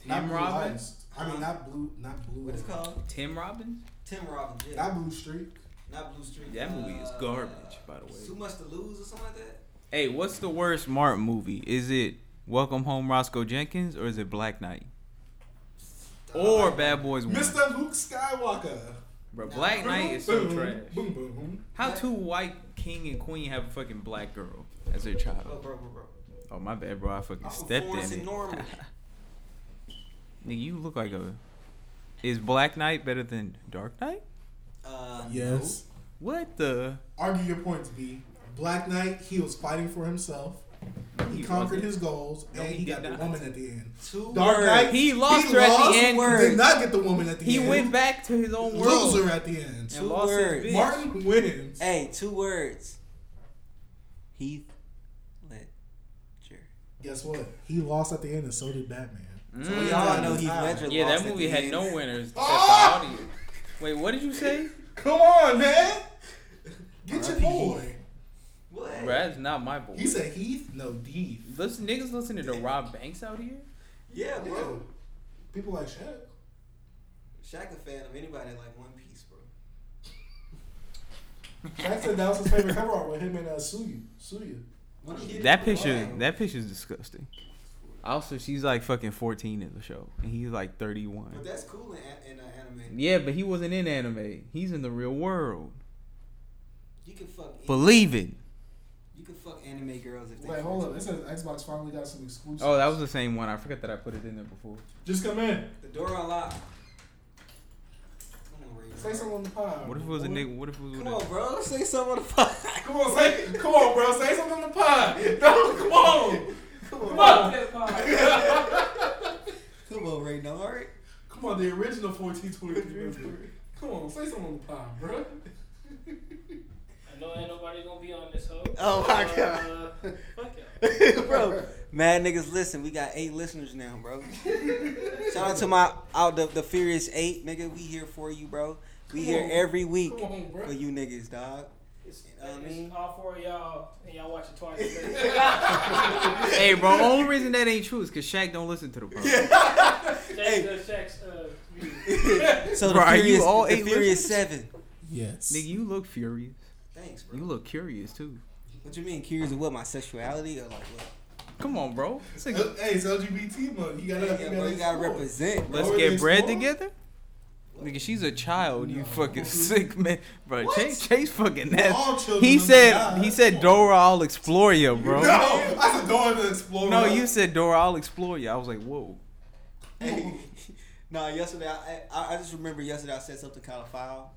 Speaker 1: Not
Speaker 5: Tim
Speaker 1: Blue
Speaker 5: Robbins?
Speaker 1: Lights. I mean, not blue, not blue.
Speaker 6: What it's called?
Speaker 5: Tim Robbins?
Speaker 6: Tim Robbins, yeah.
Speaker 1: Not blue streak.
Speaker 6: Not Blue Street.
Speaker 5: That movie is
Speaker 6: uh,
Speaker 5: garbage, by the way.
Speaker 6: Too much to lose or something like that.
Speaker 5: Hey, what's the worst Martin movie? Is it Welcome Home Roscoe Jenkins or is it Black Knight? Or Bad Boys 1?
Speaker 1: Mr. Luke Skywalker.
Speaker 5: Bro, Black Knight is so
Speaker 1: boom,
Speaker 5: trash.
Speaker 1: Boom, boom, boom.
Speaker 5: How two white king and queen have a fucking black girl as their
Speaker 6: Oh,
Speaker 5: child?
Speaker 6: bro, bro, bro.
Speaker 5: Oh my bad, bro. I fucking
Speaker 6: I'm
Speaker 5: stepped
Speaker 6: from Florence
Speaker 5: in
Speaker 6: and
Speaker 5: it. *laughs*
Speaker 6: Norman.
Speaker 5: Nigga, you look like a. Is Black Knight better than Dark Knight?
Speaker 6: Uh,
Speaker 1: Yes.
Speaker 5: What the?
Speaker 1: Argue your points, B. Black Knight, he was fighting for himself. He,
Speaker 5: He
Speaker 1: conquered
Speaker 5: wasn't.
Speaker 1: his goals,
Speaker 5: No,
Speaker 1: and
Speaker 5: he
Speaker 1: he
Speaker 5: did
Speaker 1: got the
Speaker 5: not.
Speaker 1: woman at the end.
Speaker 6: Two
Speaker 1: Dark
Speaker 5: Word.
Speaker 1: Knight,
Speaker 5: He lost her at the end.
Speaker 1: He did not get the woman at the
Speaker 5: He
Speaker 1: end.
Speaker 5: went back to his own world
Speaker 1: Loser at the end.
Speaker 5: and lost
Speaker 6: words.
Speaker 5: his bitch.
Speaker 1: Martin Winnings.
Speaker 6: Hey, two words. Heath Ledger.
Speaker 1: Guess what? He lost at the end, and so did Batman. So
Speaker 6: We
Speaker 1: he
Speaker 6: all
Speaker 1: got
Speaker 6: know
Speaker 1: his
Speaker 6: Heath
Speaker 1: eye.
Speaker 6: Ledger.
Speaker 5: Mm. Yeah,
Speaker 6: lost
Speaker 5: that
Speaker 6: at
Speaker 5: movie
Speaker 6: the
Speaker 5: had
Speaker 6: end.
Speaker 5: no winners except
Speaker 1: Ah!
Speaker 5: the audience. Wait, what did you say?
Speaker 1: Come on,
Speaker 5: *laughs*
Speaker 1: man. Get your boy.
Speaker 6: What?
Speaker 5: Bruh, that's not my boy.
Speaker 1: He said Heath, no Deef.
Speaker 5: Listen, niggas listening to Rob Banks out here?
Speaker 6: Yeah, bro.
Speaker 1: People like Shaq.
Speaker 6: Shaq a fan of anybody that like One Piece, bro.
Speaker 1: Shaq said that was his favorite cover art with him and uh, Suyu. Suyu.
Speaker 6: When he hit
Speaker 5: That
Speaker 6: it,
Speaker 5: picture,
Speaker 6: wow.
Speaker 5: that picture's disgusting. Also, she's like fucking 14 in the show, and he's like 31.
Speaker 6: But that's cool in, a- in uh, anime.
Speaker 5: Yeah, but he wasn't in anime. He's in the real world.
Speaker 6: You can fuck. any-
Speaker 5: Believe it.
Speaker 6: you can fuck anime girls if they.
Speaker 1: Wait, hold up. It says Xbox finally got some exclusives.
Speaker 5: Oh, that was the same one. I forgot that I put it in there before.
Speaker 1: Just come in.
Speaker 6: The door unlocked. Come on, Ray.
Speaker 1: Say something on the pod.
Speaker 5: What if it was a
Speaker 1: boy.
Speaker 5: nigga? What if it was
Speaker 6: Come
Speaker 5: a
Speaker 6: on, bro. Let's say something on the podcast.
Speaker 1: Come on, say, come on, bro. Say something on the pod. *laughs* No, come on.
Speaker 6: Come on, come on, Ray Nard.
Speaker 1: *laughs* Come on, the original 1423. *laughs* member. Come on, say something on the pod, bro.
Speaker 11: I know ain't nobody gonna be on this hoe.
Speaker 4: Oh, my
Speaker 11: Uh,
Speaker 4: God.
Speaker 11: Fuck y'all.
Speaker 4: bro. Mad niggas, listen. We got eight listeners now, bro. Shout out to my out the, the Furious Eight, nigga. We here for you, bro.
Speaker 1: Come
Speaker 4: We here
Speaker 1: on.
Speaker 4: every week
Speaker 1: Come on, bro.
Speaker 4: for you niggas, dog.
Speaker 11: It's,
Speaker 4: You know what I
Speaker 11: it's
Speaker 4: mean?
Speaker 11: all four of y'all, and y'all watch it twice.
Speaker 4: *laughs*
Speaker 5: Hey, bro. Only reason that ain't true is because Shaq don't listen
Speaker 6: *laughs*
Speaker 5: to the bro.
Speaker 11: Hey. Shaq's, uh, music.
Speaker 4: So
Speaker 5: Bro,
Speaker 4: the
Speaker 5: are you
Speaker 4: Furious,
Speaker 5: all
Speaker 4: the
Speaker 5: eight
Speaker 4: Furious Seven.
Speaker 1: Yes.
Speaker 5: Nigga, you look furious.
Speaker 4: Thanks, bro.
Speaker 5: You look curious too.
Speaker 4: What you mean curious of what my sexuality or like what?
Speaker 5: Come on, bro. This nigga-
Speaker 1: Hey, it's LGBT month. You gotta,
Speaker 4: Yeah,
Speaker 1: you
Speaker 4: bro,
Speaker 1: gotta,
Speaker 4: you gotta
Speaker 1: explore.
Speaker 4: represent. Bro.
Speaker 5: Let's
Speaker 1: Bro,
Speaker 5: get
Speaker 1: it's
Speaker 5: bread
Speaker 1: small.
Speaker 5: together. Nigga, she's a child. You
Speaker 1: No.
Speaker 5: fucking *laughs* sick man, bro. Chase, Chase, fucking
Speaker 1: We're all
Speaker 5: that.
Speaker 1: children
Speaker 5: He
Speaker 1: of
Speaker 5: said,
Speaker 1: God.
Speaker 5: he said,
Speaker 1: Come on.
Speaker 5: Dora, I'll explore you, bro.
Speaker 1: *laughs*
Speaker 5: No,
Speaker 1: No, that's a door to explore.
Speaker 5: you said Dora, I'll explore you. I was like, whoa.
Speaker 4: *laughs* no, yesterday I, I I just remember yesterday I said something kind of foul.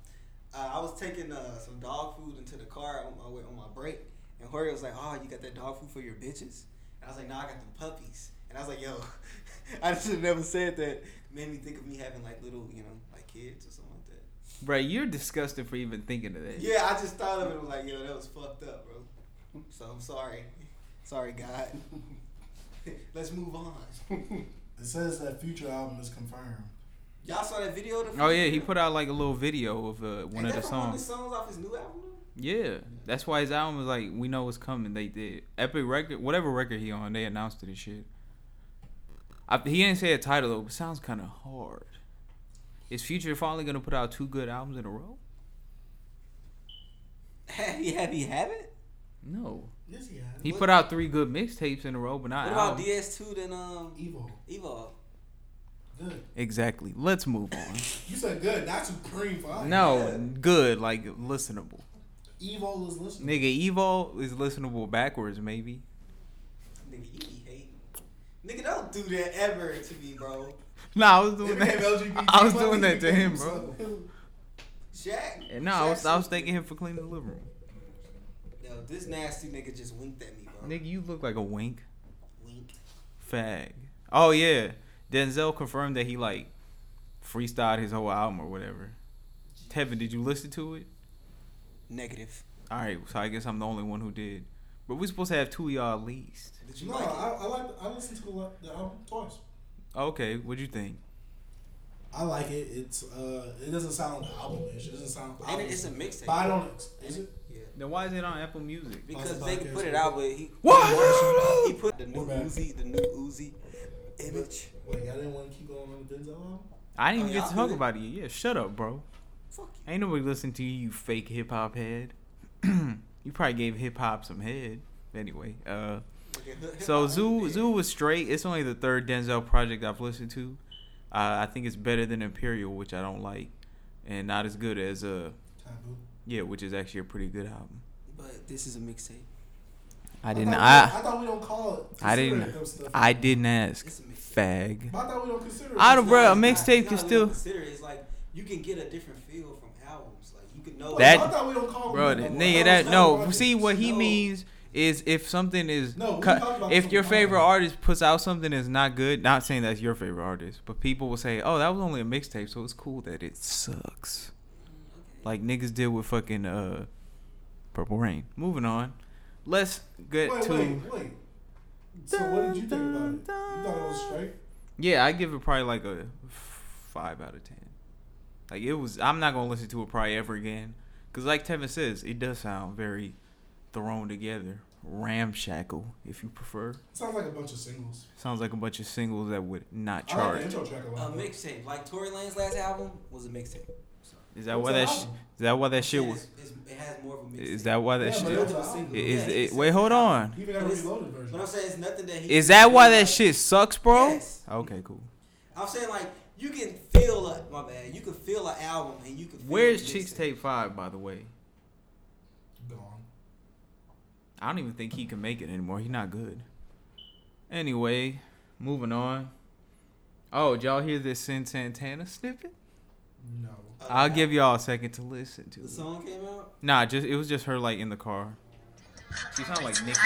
Speaker 4: Uh, I was taking uh, some dog food into the car on my way on my break, and Jorge was like, "Oh, you got that dog food for your bitches?" And I was like, "No, I got them puppies." And I was like, "Yo, *laughs* I should have never said that." Made me think of me having like little, you know, like kids or something like that.
Speaker 5: Bro, you're disgusting for even thinking of that.
Speaker 4: Yeah, I just thought of it. I was like, yo, that was fucked up, bro. So I'm sorry. Sorry, God. *laughs* Let's move on.
Speaker 1: It says that future album is confirmed.
Speaker 4: Y'all saw that video? Of the
Speaker 5: Oh yeah, he put out like a little video of uh, one
Speaker 4: Is
Speaker 5: of the
Speaker 4: that from One of
Speaker 5: songs.
Speaker 4: the songs off his new album.
Speaker 5: Yeah, that's why his album was like, we know what's coming. They did epic record, whatever record he on, they announced it and shit. I, he didn't say a title though, but sounds kind of hard. Is Future finally gonna put out two good albums in a row?
Speaker 4: Happy, happy habit.
Speaker 5: No,
Speaker 1: Yes, he has.
Speaker 5: he put out three good mixtapes in a row, but not
Speaker 4: What about
Speaker 5: albums.
Speaker 4: DS2 then um
Speaker 1: Evil.
Speaker 4: Evo?
Speaker 1: Good.
Speaker 5: exactly. Let's move on.
Speaker 1: You said good, not supreme. Fine.
Speaker 5: no, good, like listenable.
Speaker 1: Evil is listening.
Speaker 5: Nigga, Evo is listenable backwards, maybe. *laughs*
Speaker 4: Nigga, you be hating. Nigga, don't do that ever to me, bro. *laughs*
Speaker 5: Nah, I was
Speaker 1: It
Speaker 5: doing
Speaker 1: became
Speaker 5: that.
Speaker 1: LGBT
Speaker 5: *laughs* I was
Speaker 1: month,
Speaker 5: doing
Speaker 1: he
Speaker 5: that to
Speaker 1: became
Speaker 5: him, bro.
Speaker 4: *laughs*
Speaker 1: himself.
Speaker 4: Shaq.
Speaker 5: And no, Eh, I was, I was
Speaker 4: Shaq's-
Speaker 5: thanking him for cleaning the living room.
Speaker 4: Yo, this nasty nigga just winked at me, bro.
Speaker 5: Nigga, you look like a wink.
Speaker 4: Wink.
Speaker 5: Fag. Oh yeah. Denzel confirmed that he like freestyled his whole album or whatever. Tevin, did you listen to it?
Speaker 4: Negative.
Speaker 5: Alright, so I guess I'm the only one who did. But we supposed to have two of y'all at least.
Speaker 4: Did you
Speaker 1: No,
Speaker 4: like it?
Speaker 1: I, I like. I listened to a lot- the album twice.
Speaker 5: Okay, what'd you think?
Speaker 1: I like it. It's uh, it doesn't sound albumish. It doesn't sound.
Speaker 4: And it-
Speaker 1: album-ish.
Speaker 4: it's a mixtape.
Speaker 1: But I don't. Is
Speaker 4: And
Speaker 1: it?
Speaker 4: it- Yeah.
Speaker 5: Then why is it on Apple Music?
Speaker 4: Because
Speaker 1: the
Speaker 4: they
Speaker 1: podcast
Speaker 4: put it
Speaker 1: we
Speaker 4: out, but he
Speaker 5: What?
Speaker 4: he put the new
Speaker 1: We're back.
Speaker 4: Uzi, the new Uzi image.
Speaker 1: Wait, I didn't want to keep going on the Denzel album.
Speaker 5: I didn't even
Speaker 4: Oh,
Speaker 5: get to
Speaker 4: y'all
Speaker 5: talk
Speaker 4: good?
Speaker 5: about it yet. Yeah, shut up, bro.
Speaker 4: Fuck you.
Speaker 5: Ain't nobody listening to you, you fake hip hop head. *clears throat* you probably gave hip hop some head. Anyway, uh So Zoo Zoo was straight. It's only the third Denzel project I've listened to. Uh, I think it's better than Imperial, which I don't like, and not as good as uh
Speaker 1: Taboo.
Speaker 5: yeah, which is actually a pretty good album.
Speaker 4: But this is a mixtape.
Speaker 5: I didn't.
Speaker 1: thought we- I
Speaker 5: I
Speaker 1: thought we don't call it. consider
Speaker 5: I didn't-
Speaker 1: it them stuff.
Speaker 5: I didn't ask.
Speaker 4: It's a mixtape.
Speaker 5: Fag.
Speaker 1: But I thought we don't consider. it.
Speaker 5: I don't-
Speaker 1: It's
Speaker 5: Bruh,
Speaker 1: not-
Speaker 5: a mixtape
Speaker 4: Nah,
Speaker 5: can
Speaker 4: we don't
Speaker 5: still-
Speaker 4: consider it. it's like you can get a different feel from albums. Like you can know
Speaker 5: That-
Speaker 1: I thought we don't call
Speaker 5: Bro,
Speaker 1: it.
Speaker 5: that,
Speaker 1: them
Speaker 5: nigga,
Speaker 1: albums.
Speaker 5: that no.
Speaker 1: Projects.
Speaker 5: See what he
Speaker 4: No.
Speaker 5: means is if something is
Speaker 1: No, we
Speaker 5: cut-
Speaker 1: talked about
Speaker 5: if
Speaker 1: this
Speaker 5: your
Speaker 1: one
Speaker 5: favorite
Speaker 1: time.
Speaker 5: artist puts out something that's not good. Not saying that's your favorite artist, but people will say, "Oh, that was only a mixtape, so it's cool that it sucks." Like niggas did with fucking uh, Purple Rain. Moving on. Let's get
Speaker 1: Wait,
Speaker 5: to
Speaker 1: wait, wait. So what did you think about it? You thought it was straight?
Speaker 5: yeah. I give it probably like a five out of ten. Like it was. I'm not gonna listen to it probably ever again. Cause like Tevin says, it does sound very thrown together, ramshackle, if you prefer.
Speaker 1: Sounds like a bunch of singles.
Speaker 5: Sounds like a bunch of singles that would not
Speaker 1: I like
Speaker 5: chart.
Speaker 1: the intro track a
Speaker 4: a
Speaker 1: lot. though.
Speaker 4: mixtape. Like Tory Lane's last album was a mixtape.
Speaker 5: Is that
Speaker 1: It's
Speaker 5: why
Speaker 1: an
Speaker 5: that sh- is
Speaker 1: album.
Speaker 5: that why that shit was?
Speaker 4: It's- it's- it has more of a mixtape.
Speaker 5: Is that why that
Speaker 1: Yeah, but
Speaker 5: shit?
Speaker 1: it's an album.
Speaker 4: Yeah,
Speaker 5: Is
Speaker 4: it's
Speaker 5: it?
Speaker 4: a
Speaker 5: Wait, hold
Speaker 4: single.
Speaker 5: on.
Speaker 1: Even that
Speaker 4: But it's-
Speaker 1: reloaded
Speaker 4: But
Speaker 1: version.
Speaker 4: I'm saying it's nothing that he.
Speaker 5: Is that why
Speaker 4: like-
Speaker 5: that shit sucks, bro?
Speaker 4: Yes.
Speaker 5: Okay, cool.
Speaker 4: I'm saying like you can feel a my bad. You can feel an album and you can. Feel
Speaker 5: Where's
Speaker 4: a
Speaker 5: Cheeks
Speaker 4: mixtape.
Speaker 5: Tape Five, by the way?
Speaker 1: Gone.
Speaker 5: I don't even think he can make it anymore. He's not good. Anyway, moving on. Oh, did y'all hear this Sin Santana snippet?
Speaker 1: No.
Speaker 4: Uh,
Speaker 5: I'll give y'all a second to listen to.
Speaker 4: The
Speaker 5: It.
Speaker 4: song came out.
Speaker 5: Nah, just it was just her like in the car. She sounded like Nicki.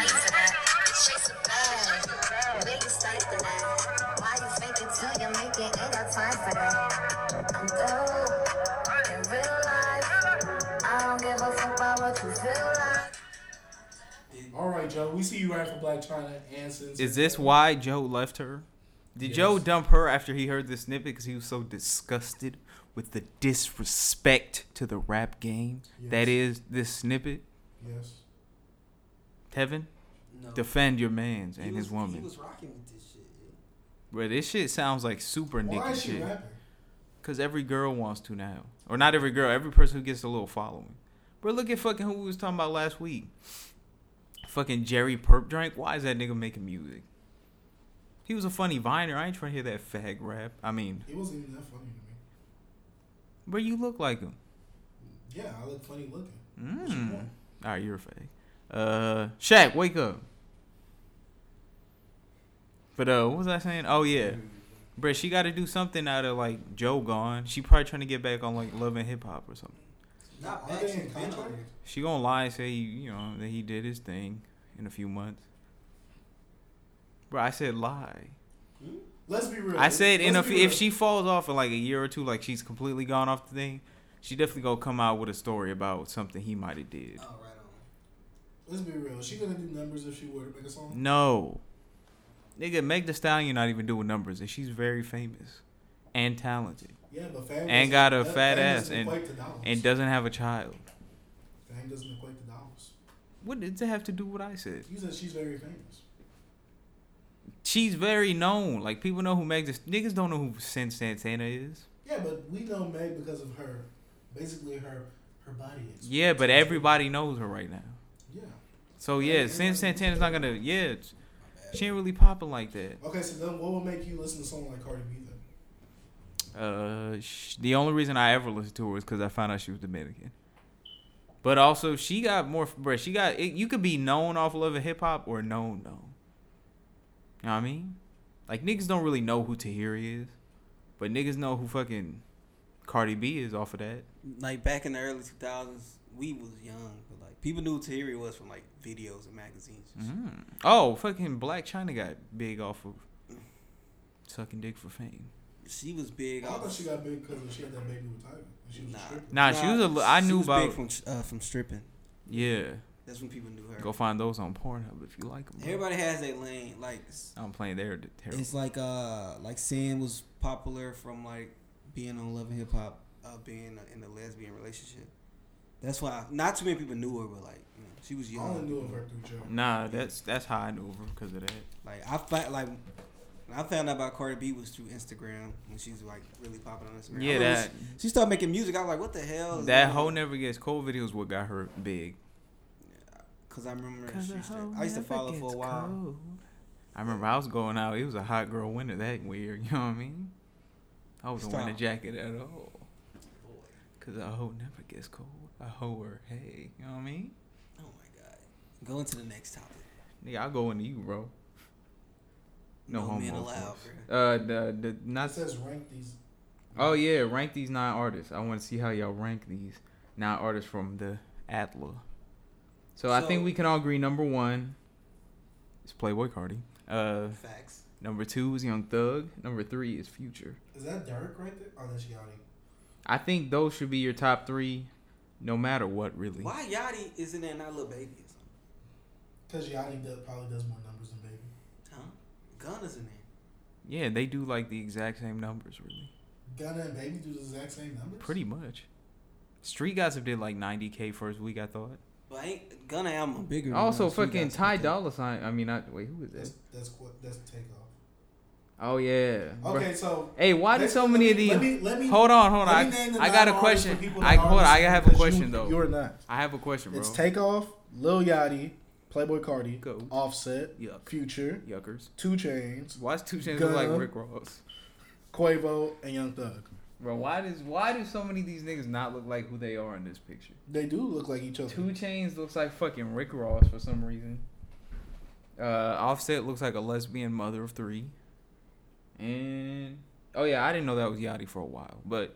Speaker 1: All right, Joe. We see you right for Black China and Sin
Speaker 5: Is this
Speaker 1: City.
Speaker 5: why Joe left her? Did
Speaker 1: Yes.
Speaker 5: Joe dump her after he heard this snippet because he was so disgusted with the disrespect to the rap game that
Speaker 1: Yes.
Speaker 5: is this snippet?
Speaker 1: Yes.
Speaker 5: Heaven,
Speaker 6: No.
Speaker 5: defend your man's
Speaker 6: He
Speaker 5: and
Speaker 6: was-
Speaker 5: his woman.
Speaker 6: He was rocking with this shit. yeah.
Speaker 5: Bro, this shit sounds like super
Speaker 1: Why
Speaker 5: nigga
Speaker 1: is she
Speaker 5: shit.
Speaker 1: rapping?
Speaker 5: Cause every girl wants to now, or not every girl, every person who gets a little following. Bro, look at fucking who we was talking about last week. Fucking Jerry Perp Drink. Why is that nigga making music? He was a funny viner. I ain't trying to hear that fag rap. I mean,
Speaker 1: It wasn't even that funny to me.
Speaker 5: bro, you look like him.
Speaker 1: Yeah, I look funny looking. What you
Speaker 5: Mm. All
Speaker 1: want?
Speaker 5: right, you're a fag. Uh, Shaq, wake up. But uh, what was I saying? Oh yeah, bro, she got to do something out of like Joe gone. She probably trying to get back on like Love and Hip Hop or something.
Speaker 6: Not
Speaker 1: Are
Speaker 6: back.
Speaker 1: they
Speaker 6: She's
Speaker 1: in
Speaker 6: been
Speaker 1: contract?
Speaker 6: on it.
Speaker 5: She gonna lie and say you know that he did his thing in a few months. Bro, I said lie.
Speaker 1: Let's be real.
Speaker 5: I said in a
Speaker 1: Let's
Speaker 5: f-
Speaker 1: be real.
Speaker 5: if she falls off in like a year or two, like she's completely gone off the thing, she definitely gonna come out with a story about something he might have did.
Speaker 6: Oh, right on.
Speaker 1: Let's be real. She gonna do numbers if she were to make a song.
Speaker 5: No, nigga, Meg The Stallion not even doing numbers, and she's very famous and talented,
Speaker 1: Yeah, but fame
Speaker 5: And
Speaker 1: doesn't-
Speaker 5: got a
Speaker 1: that-
Speaker 5: fat
Speaker 1: fame
Speaker 5: ass
Speaker 1: doesn't
Speaker 5: and-
Speaker 1: equate to dollars.
Speaker 5: and doesn't have a child.
Speaker 1: fame doesn't equate to dollars.
Speaker 5: What did that have to do with what I said?
Speaker 1: You said she's very famous.
Speaker 5: She's very known. Like people know who Meg. The, niggas don't know who Sin Santana is.
Speaker 1: Yeah, but we know Meg because of her, basically her her body. Experience.
Speaker 5: Yeah, but everybody knows her right now.
Speaker 1: Yeah.
Speaker 5: So yeah, since Santana's not gonna, yeah, it's- she ain't really popping like that.
Speaker 1: Okay, so then what would make you listen to someone like Cardi B then?
Speaker 5: Uh, sh- the only reason I ever listened to her was because I found out she was Dominican. But also, she got more, bruh, She got it, you could be known off Love and Hip Hop or known known. You know what I mean? Like niggas don't really know who Tahiri is, but niggas know who fucking Cardi B is off of that.
Speaker 4: Like back in the early 2000s, we was young, but like people knew who Tahiri was from like videos and magazines. and shit.
Speaker 5: Mm. Oh, fucking Black China got big off of sucking dick for fame.
Speaker 4: She was big.
Speaker 1: I
Speaker 4: off-
Speaker 1: thought she got big because she had that baby with Tiger. and She was
Speaker 4: Nah.
Speaker 1: a stripper.
Speaker 5: Nah, she was a. li- I
Speaker 4: she
Speaker 5: knew
Speaker 4: was
Speaker 5: about.
Speaker 4: big from uh, from stripping.
Speaker 5: yeah,
Speaker 4: That's when people knew her.
Speaker 5: go find those on Pornhub if you like them.
Speaker 4: Everybody has their lane. Like it's-
Speaker 5: I'm playing there. Terrible.
Speaker 4: it's like uh like Sam was popular from like being on Love and Hip Hop, uh, being in a lesbian relationship. That's why not too many people knew her, but like you know, she was
Speaker 1: I only
Speaker 4: young.
Speaker 1: knew of her through Joe.
Speaker 5: Nah, that's that's how I knew her because of that.
Speaker 4: Like I found like when I found out about Cardi B was through Instagram when she was like really popping on Instagram. I
Speaker 5: Yeah,
Speaker 4: remember
Speaker 5: that
Speaker 4: she, she started making music. I was like, what the hell? is
Speaker 5: that
Speaker 4: going
Speaker 5: hoe
Speaker 4: on?
Speaker 5: never gets cold video is what got her big.
Speaker 4: Cause I remember she used to, I used to follow for a while.
Speaker 5: I remember I was going out. It was a hot girl winter that year. *laughs* You know what I mean? I wasn't wearing a
Speaker 4: Stop.
Speaker 5: jacket at all. Cause a hoe never gets cold. A hoe or hey, you know what I mean?
Speaker 4: Oh my god. Go into the next topic.
Speaker 5: Nigga, I'll go into you, bro. No,
Speaker 4: No
Speaker 5: homo.
Speaker 4: men
Speaker 5: of
Speaker 4: allowed,
Speaker 5: course. Uh, the the
Speaker 1: It
Speaker 5: not
Speaker 1: says rank these.
Speaker 5: Oh yeah, rank these nine artists. I want to see how y'all rank these nine artists from the Atla. So, I think
Speaker 4: So-
Speaker 5: we can all agree number one is Playboy Cardi. Uh,
Speaker 4: Facts.
Speaker 5: number two is Young Thug. Number three is Future.
Speaker 1: Is that Dirk right there? Oh, that's Yachty.
Speaker 5: I think those should be your top three, no matter what, really.
Speaker 4: Why Yachty isn't there not Lil Baby or
Speaker 1: Because
Speaker 4: something?
Speaker 1: Yachty does, probably does more numbers than Baby.
Speaker 4: Huh? Gunna's in there.
Speaker 5: Yeah, they do like the exact same numbers, really.
Speaker 1: Gunna and Baby do the exact same numbers.
Speaker 5: Pretty much. Street Gossip did like 90k first week, I thought.
Speaker 4: But ain't Gunna album bigger. than
Speaker 5: Also,
Speaker 4: Gunna, so you
Speaker 5: fucking
Speaker 4: guys
Speaker 5: Ty
Speaker 4: think that-
Speaker 5: Dolla Sign. I mean, I, wait, who is that?
Speaker 1: That's that's qu- that's takeoff.
Speaker 5: Oh yeah. Bruh.
Speaker 1: Okay, so
Speaker 5: Hey, why do
Speaker 1: Let-
Speaker 5: so
Speaker 1: let
Speaker 5: many
Speaker 1: me-
Speaker 5: of these?
Speaker 1: Let me, let me,
Speaker 5: Hold on, hold on.
Speaker 1: let
Speaker 5: I,
Speaker 1: me name the
Speaker 5: I got a
Speaker 1: nine artists for
Speaker 5: question.
Speaker 1: people that
Speaker 5: I
Speaker 1: are
Speaker 5: hold on. I
Speaker 1: listening,
Speaker 5: have a
Speaker 1: because
Speaker 5: question
Speaker 1: you,
Speaker 5: though.
Speaker 1: You're not.
Speaker 5: I have a question, bro.
Speaker 1: It's Takeoff, Lil Yachty, Playboy Cardi,
Speaker 5: Go.
Speaker 1: Offset,
Speaker 5: Yuck.
Speaker 1: Future,
Speaker 5: Yuckers.
Speaker 1: Two Chains,
Speaker 5: Why is Two Chainz look like
Speaker 1: Gunna.
Speaker 5: Rick Ross?
Speaker 1: Quavo, and Young Thug.
Speaker 5: Bro, why does why do so many of these niggas not look like who they are in this picture?
Speaker 1: They do look like each other.
Speaker 5: Two Chains looks like fucking Rick Ross for some reason. Uh, Offset looks like a lesbian mother of three. And oh yeah, I didn't know that was Yachty for a while, but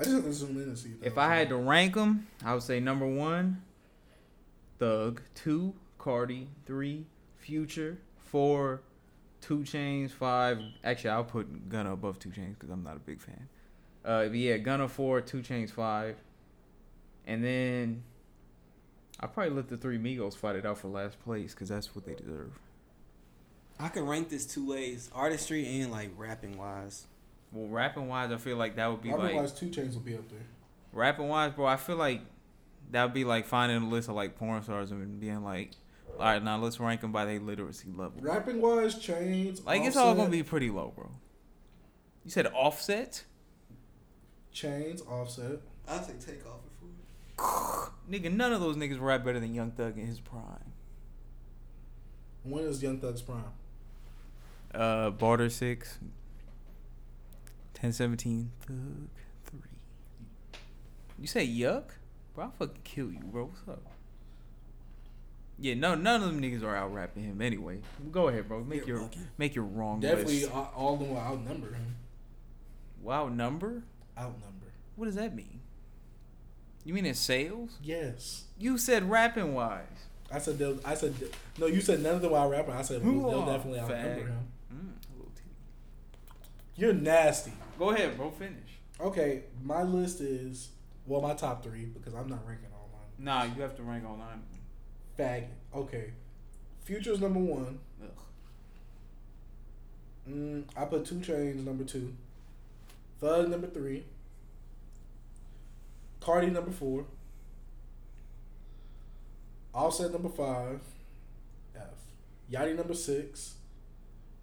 Speaker 1: I just have to zoom in and see. that
Speaker 5: If
Speaker 1: was
Speaker 5: I had
Speaker 1: him.
Speaker 5: to rank them, I would say number one, Thug. Two, Cardi. Three, Future. Four, Two Chains. Five. Actually, I'll put Gunna above Two Chains because I'm not a big fan. Uh, but yeah, Gunna four, Two Chains five, and then I probably let the three Migos fight it out for last place because that's what they deserve.
Speaker 4: I could rank this two ways: artistry and like rapping wise.
Speaker 5: Well, rapping wise, I feel like that would be
Speaker 1: Robert
Speaker 5: like
Speaker 1: Wise, Two Chains will be up there.
Speaker 5: rapping wise, bro. I feel like That'd be like finding a list of like porn stars and being like, all right, now let's rank them by their literacy level.
Speaker 1: Rapping wise, chains.
Speaker 5: Like it's all gonna be pretty low, bro. You said Offset,
Speaker 1: chains, offset.
Speaker 6: I say take off and food.
Speaker 5: nigga. None of those niggas rap better than Young Thug in his prime.
Speaker 1: When is Young Thug's prime?
Speaker 5: Uh, Barter Six, 1017 Thug Three. You say Yuck, bro? I will fucking kill you, bro. What's up? Yeah, no, none of them niggas are out rapping him anyway. Go ahead, bro. Make your make your wrong
Speaker 1: Definitely,
Speaker 5: list.
Speaker 1: all, all of them will outnumber him.
Speaker 5: Wow, number?
Speaker 1: Outnumber.
Speaker 5: What does that mean? You mean in sales?
Speaker 1: Yes.
Speaker 5: You said rapping wise.
Speaker 1: I said. They'll, I said. No, you said none of them are rapping. I said
Speaker 5: Who
Speaker 1: they'll
Speaker 5: are
Speaker 1: definitely outnumber
Speaker 5: fag?
Speaker 1: him.
Speaker 5: Mm, a little titty.
Speaker 1: You're nasty.
Speaker 5: Go ahead, bro. Finish.
Speaker 1: Okay, my list is well, my top three because I'm not ranking all mine.
Speaker 5: Nah, you have to rank online.
Speaker 1: Faggot. Okay, Future's number one.
Speaker 5: Ugh.
Speaker 1: Mm, I put Two Chains number two, Thug number three, Cardi number four, Offset number five, F, Yachty number six,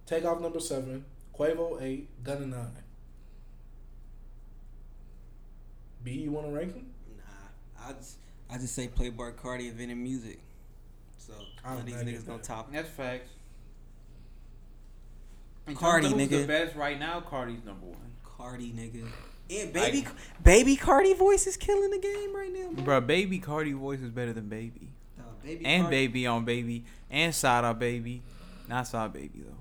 Speaker 1: Takeoff number seven, Quavo eight, Gunna nine. B, you want to rank them?
Speaker 4: Nah, I just I just say play Bart Cardi invented music. So
Speaker 1: I
Speaker 4: none of
Speaker 1: don't
Speaker 4: these
Speaker 1: like
Speaker 4: niggas
Speaker 1: it.
Speaker 4: gonna top.
Speaker 5: That's facts. In terms
Speaker 4: Cardi,
Speaker 5: of who's
Speaker 4: nigga.
Speaker 5: the best right now? Cardi's number one.
Speaker 4: Cardi nigga. And baby baby Cardi voice is killing the game right now, bro.
Speaker 5: Bro, baby Cardi voice is better than baby.
Speaker 4: Nah, baby
Speaker 5: And
Speaker 4: Cardi,
Speaker 5: baby on baby. And side on baby. Not side baby though.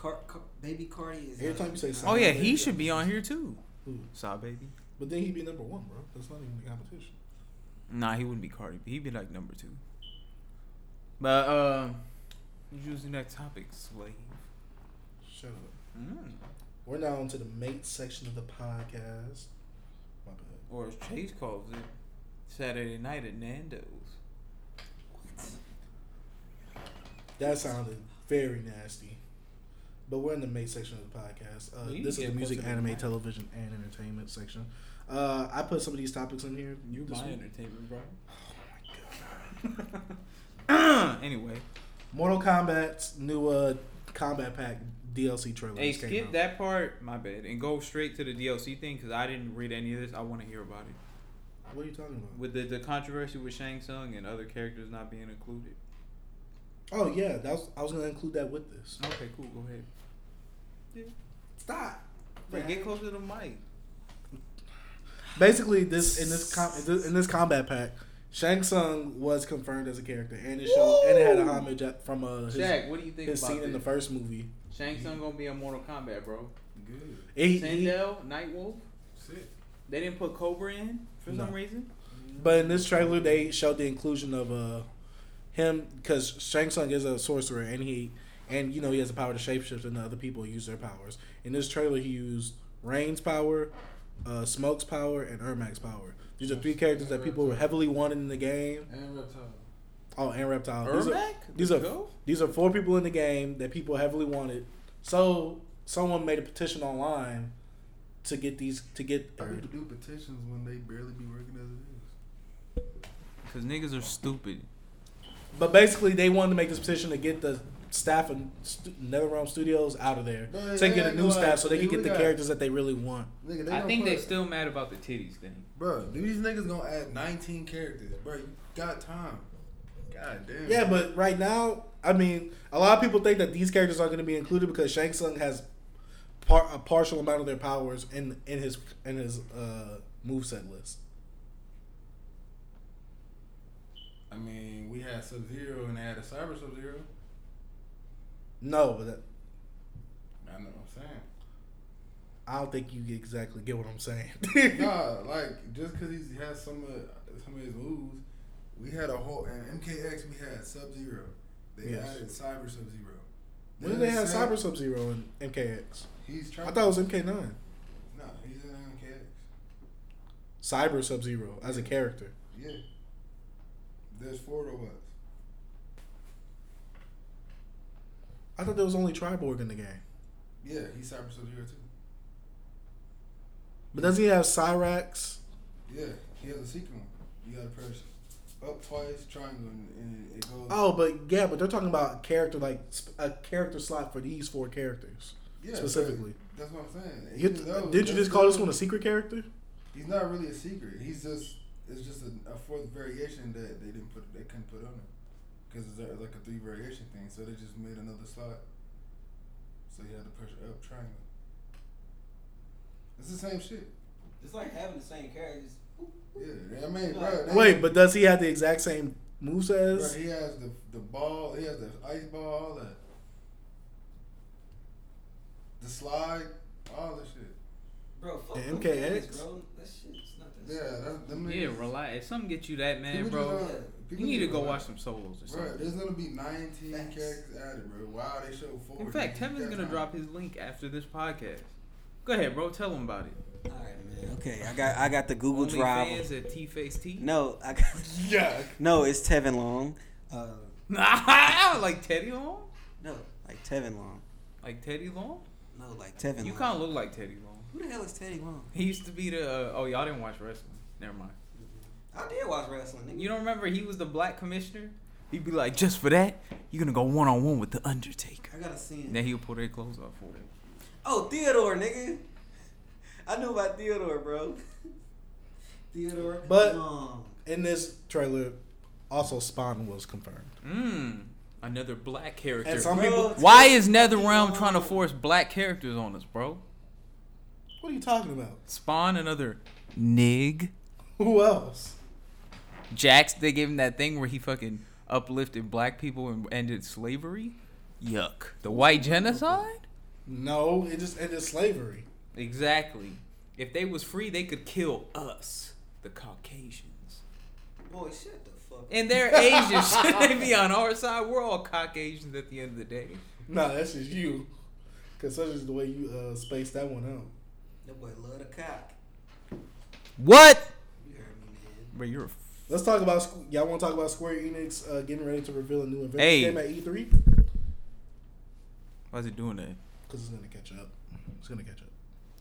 Speaker 4: Car, Car, baby Cardi is.
Speaker 6: uh,
Speaker 1: Every time you say
Speaker 5: Oh
Speaker 1: Side
Speaker 5: yeah,
Speaker 1: Baby,
Speaker 5: he should be on here too.
Speaker 1: Who?
Speaker 5: Side baby.
Speaker 1: But then he'd be number one, bro. That's not even the competition.
Speaker 5: Nah, he wouldn't be Cardi. He'd be like number two. But uh, let's use the next topic, slave.
Speaker 1: Shut up.
Speaker 5: Mm.
Speaker 1: We're now into the mate section of the podcast. My bad.
Speaker 5: Or as Chase calls it, Saturday night at Nando's.
Speaker 1: That sounded very nasty. But we're in the mate section of the podcast. Uh, this
Speaker 5: We need
Speaker 1: is
Speaker 5: to
Speaker 1: the
Speaker 5: get
Speaker 1: music,
Speaker 5: closer to
Speaker 1: anime,
Speaker 5: the mic.
Speaker 1: television, and entertainment section. Uh, I put some of these topics in here.
Speaker 5: You
Speaker 1: this
Speaker 5: my
Speaker 1: week.
Speaker 5: entertainment, bro. Oh my god. *laughs* anyway,
Speaker 1: Mortal Kombat's new uh, Combat Pack DLC trailer.
Speaker 5: hey,
Speaker 1: just came
Speaker 5: skip
Speaker 1: out.
Speaker 5: that part, my bad, and go straight to the DLC thing because I didn't read any of this. I want to hear about it
Speaker 1: What are you talking about?
Speaker 5: with the, the controversy with Shang Tsung and other characters not being included.
Speaker 1: Oh yeah, that was, I was gonna include that with this.
Speaker 5: Okay, cool. Go ahead.
Speaker 1: Stop.
Speaker 5: Bro, get closer to the mic.
Speaker 1: Basically, this in this com- in this- in this combat pack, Shang Tsung was confirmed as a character, and it showed, and it had a homage at- from uh, his,
Speaker 5: Jack, what do you think
Speaker 1: his
Speaker 5: about
Speaker 1: scene in the
Speaker 5: this?
Speaker 1: first movie.
Speaker 5: Shang Tsung gonna be in Mortal Kombat, bro.
Speaker 2: Good.
Speaker 1: He- he-
Speaker 5: Sandel, Nightwolf.
Speaker 2: Sit.
Speaker 5: They didn't put Cobra in for
Speaker 1: No.
Speaker 5: some reason.
Speaker 1: but in this trailer, they showed the inclusion of uh, him because Shang Tsung is a sorcerer, and he and you know he has the power to shapeshift, and the other people use their powers. In this trailer, he used Rain's power, uh, Smoke's power, and Ermac's power. These are three characters that people were heavily wanted in the game.
Speaker 2: And reptile.
Speaker 1: Oh, and Reptile. These are-
Speaker 5: Ermac?
Speaker 1: These are
Speaker 5: Go?
Speaker 1: these are four people in the game that people heavily wanted. So someone made a petition online to get these to get.
Speaker 2: People do petitions when they barely be working as it is.
Speaker 5: Cause niggas are stupid.
Speaker 1: But basically, they wanted to make this petition to get the staff of Stu- NetherRealm Studios out of there
Speaker 2: But
Speaker 1: to get
Speaker 2: they
Speaker 1: a
Speaker 2: ain't
Speaker 1: new
Speaker 2: gonna
Speaker 1: staff so they can
Speaker 2: actually
Speaker 1: get the
Speaker 2: do that.
Speaker 1: characters that they really want.
Speaker 2: Nigga,
Speaker 5: I
Speaker 2: gonna
Speaker 5: think they
Speaker 2: put-
Speaker 5: still mad about the titties thing.
Speaker 2: Bro, these niggas gonna add 19 characters. Bro, you got time. God damn.
Speaker 1: Yeah, but right now, I mean, a lot of people think that these characters are going to be included because Shang Tsung has par- a partial amount of their powers in in his in his uh, moveset list.
Speaker 2: I mean, we had Sub Zero and they had a Cyber Sub Zero.
Speaker 1: No, but that,
Speaker 2: I know what I'm saying.
Speaker 1: I don't think you exactly get what I'm saying. *laughs*
Speaker 2: nah, like just because he has some of some of his moves, we had a whole and MKX we had Sub Zero. They
Speaker 1: Yes.
Speaker 2: added Cyber Sub Zero.
Speaker 1: when did they have Cyber Sub Zero in MKX?
Speaker 2: He's
Speaker 1: I
Speaker 2: trying.
Speaker 1: thought it was MK9.
Speaker 2: No, he's in MKX.
Speaker 1: Cyber Sub Zero as a character.
Speaker 2: Yeah. There's four of us.
Speaker 1: I thought there was only Triborg in the game.
Speaker 2: Yeah, he's Cyber Sub Zero too.
Speaker 1: But does he have Cyrax?
Speaker 2: Yeah, he has a secret one. You got a person. up twice, triangle, and, and it goes.
Speaker 1: Oh, but yeah, but they're talking about character like sp- a character slot for these four characters
Speaker 2: Yeah,
Speaker 1: specifically.
Speaker 2: That's what I'm saying.
Speaker 1: You-
Speaker 2: Even though
Speaker 1: did you
Speaker 2: that's
Speaker 1: just call this
Speaker 2: still-
Speaker 1: one a secret character?
Speaker 2: He's not really a secret. He's just it's just a, a fourth variation that they didn't put they couldn't put on him because it's a- like a three variation thing. So they just made another slot. So you had to push up triangle. It's the same shit.
Speaker 6: It's like having the same characters.
Speaker 2: Yeah, I mean, bro. they-
Speaker 1: Wait, but does he have the exact same moves
Speaker 2: bro,
Speaker 1: as?
Speaker 2: he has the the ball. He has the ice ball. All that. The slide. All that shit.
Speaker 6: Bro, fuck
Speaker 1: The
Speaker 6: them
Speaker 1: MKX?
Speaker 6: niggas, bro. That shit's not that
Speaker 2: Yeah, that's them
Speaker 5: Yeah,
Speaker 2: niggas-
Speaker 5: relax. If something gets you that man,
Speaker 2: people
Speaker 5: bro,
Speaker 2: just don't- people
Speaker 5: you need to
Speaker 2: just
Speaker 5: go
Speaker 2: don't-
Speaker 5: watch some solos or
Speaker 2: Bro,
Speaker 5: something.
Speaker 2: there's gonna be 19
Speaker 6: Facts.
Speaker 2: characters added, bro. Wow, they show four.
Speaker 5: In fact,
Speaker 2: That's
Speaker 5: Kevin's gonna
Speaker 2: time.
Speaker 5: drop his link after this podcast. Go ahead, bro. Tell him about it.
Speaker 6: Alright, man.
Speaker 4: Okay, I got I got the Google
Speaker 5: Only
Speaker 4: Drive.
Speaker 5: fans at T Face T. *laughs*
Speaker 4: No,
Speaker 1: *laughs*
Speaker 4: I got,
Speaker 2: Yeah.
Speaker 4: no, it's Tevin Long. Uh,
Speaker 5: like Teddy Long.
Speaker 4: no, like Tevin Long.
Speaker 5: Like Teddy Long.
Speaker 4: No, like Tevin.
Speaker 5: You kind
Speaker 4: Long.
Speaker 5: of look like Teddy Long.
Speaker 4: Who the hell is Teddy Long?
Speaker 5: He used to be the. Uh, oh, y'all didn't watch wrestling. Never mind.
Speaker 6: I did watch wrestling. Nigga.
Speaker 5: You don't remember he was the black commissioner? He'd be like, just for that, you're gonna go one on one with the Undertaker.
Speaker 4: I gotta see
Speaker 5: And
Speaker 4: him.
Speaker 5: then he'll pull their clothes off for him.
Speaker 4: Oh, Theodore,
Speaker 6: *laughs*
Speaker 4: nigga. I knew about Theodore, bro. Theodore.
Speaker 1: But-
Speaker 4: Long.
Speaker 1: In this trailer, also Spawn was confirmed.
Speaker 5: Mmm. Another black character.
Speaker 1: And some
Speaker 4: Bro,
Speaker 1: people,
Speaker 4: it's-
Speaker 5: Why is NetherRealm trying to force black characters on us, bro?
Speaker 1: what are you talking about? *laughs*
Speaker 5: Spawn another Nig.
Speaker 1: Who else?
Speaker 5: Jax, they gave him that thing where he fucking uplifted black people and ended slavery. Yuck. The white genocide?
Speaker 1: No, it just ended slavery.
Speaker 5: Exactly. If they was free, they could kill us, the Caucasians.
Speaker 6: Boy, shut the fuck up.
Speaker 5: And *laughs* they're Asians. Should they be on our side? We're all Caucasians at the end of the day.
Speaker 1: No, that's just you. Cause such is the way you uh, spaced that one out.
Speaker 6: That boy love the cock.
Speaker 5: What?
Speaker 6: You heard me, man.
Speaker 5: Bro, you're a
Speaker 1: Let's talk about Squ- y'all want to talk about Square Enix uh, getting ready to reveal a new adventure
Speaker 5: Hey.
Speaker 1: game at E E3
Speaker 5: Why's it doing that?
Speaker 1: because it's gonna catch up. It's gonna catch up.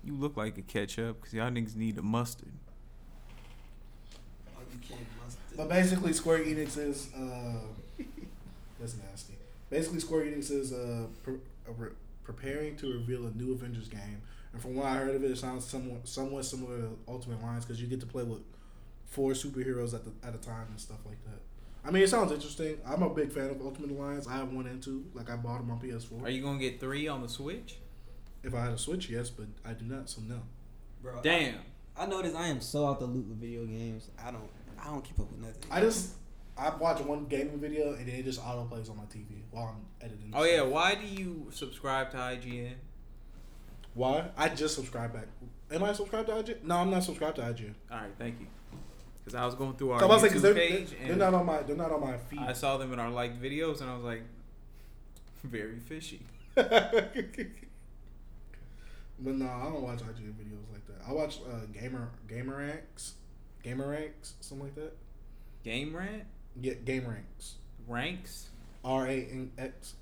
Speaker 5: You look like a ketchup because y'all niggas need the mustard.
Speaker 6: Oh, you can't mustard.
Speaker 1: But basically, Square Enix is uh, *laughs* that's nasty. Basically, Square Enix is uh, pre- uh, re- preparing to reveal a new Avengers game, and from what I heard of it, it sounds somewhat somewhat similar to Ultimate Alliance because you get to play with four superheroes at the at a time and stuff like that. I mean, it sounds interesting. I'm a big fan of Ultimate Alliance. I have one and two. Like I bought them on PS4.
Speaker 5: Are you gonna get three on the Switch?
Speaker 1: if I had a Switch, yes, but I do not, so no.
Speaker 6: Bro,
Speaker 5: Damn.
Speaker 4: I noticed I am so out the loop with video games. I don't. I don't keep up with nothing.
Speaker 1: I just I watch one gaming video and then it just auto plays on my TV while I'm editing.
Speaker 5: Oh yeah. Why do you subscribe to IGN?
Speaker 1: Why? I just subscribed back. Am I subscribed to IGN? No, I'm not subscribed to IGN.
Speaker 5: All right, thank you. Because I was going through our
Speaker 1: I'm about to say,
Speaker 5: YouTube
Speaker 1: they're,
Speaker 5: page
Speaker 1: they're, they're
Speaker 5: and
Speaker 1: not on my they're not on my feed. *laughs*
Speaker 5: I saw them in our liked videos and I was like, *laughs* very fishy.
Speaker 1: but no, I don't watch IGN videos like that. I watch uh, gamer gamer ranks, gamer ranks, something like that.
Speaker 5: Game rant
Speaker 1: Yeah, game ranks.
Speaker 5: ranks.
Speaker 1: R A N X.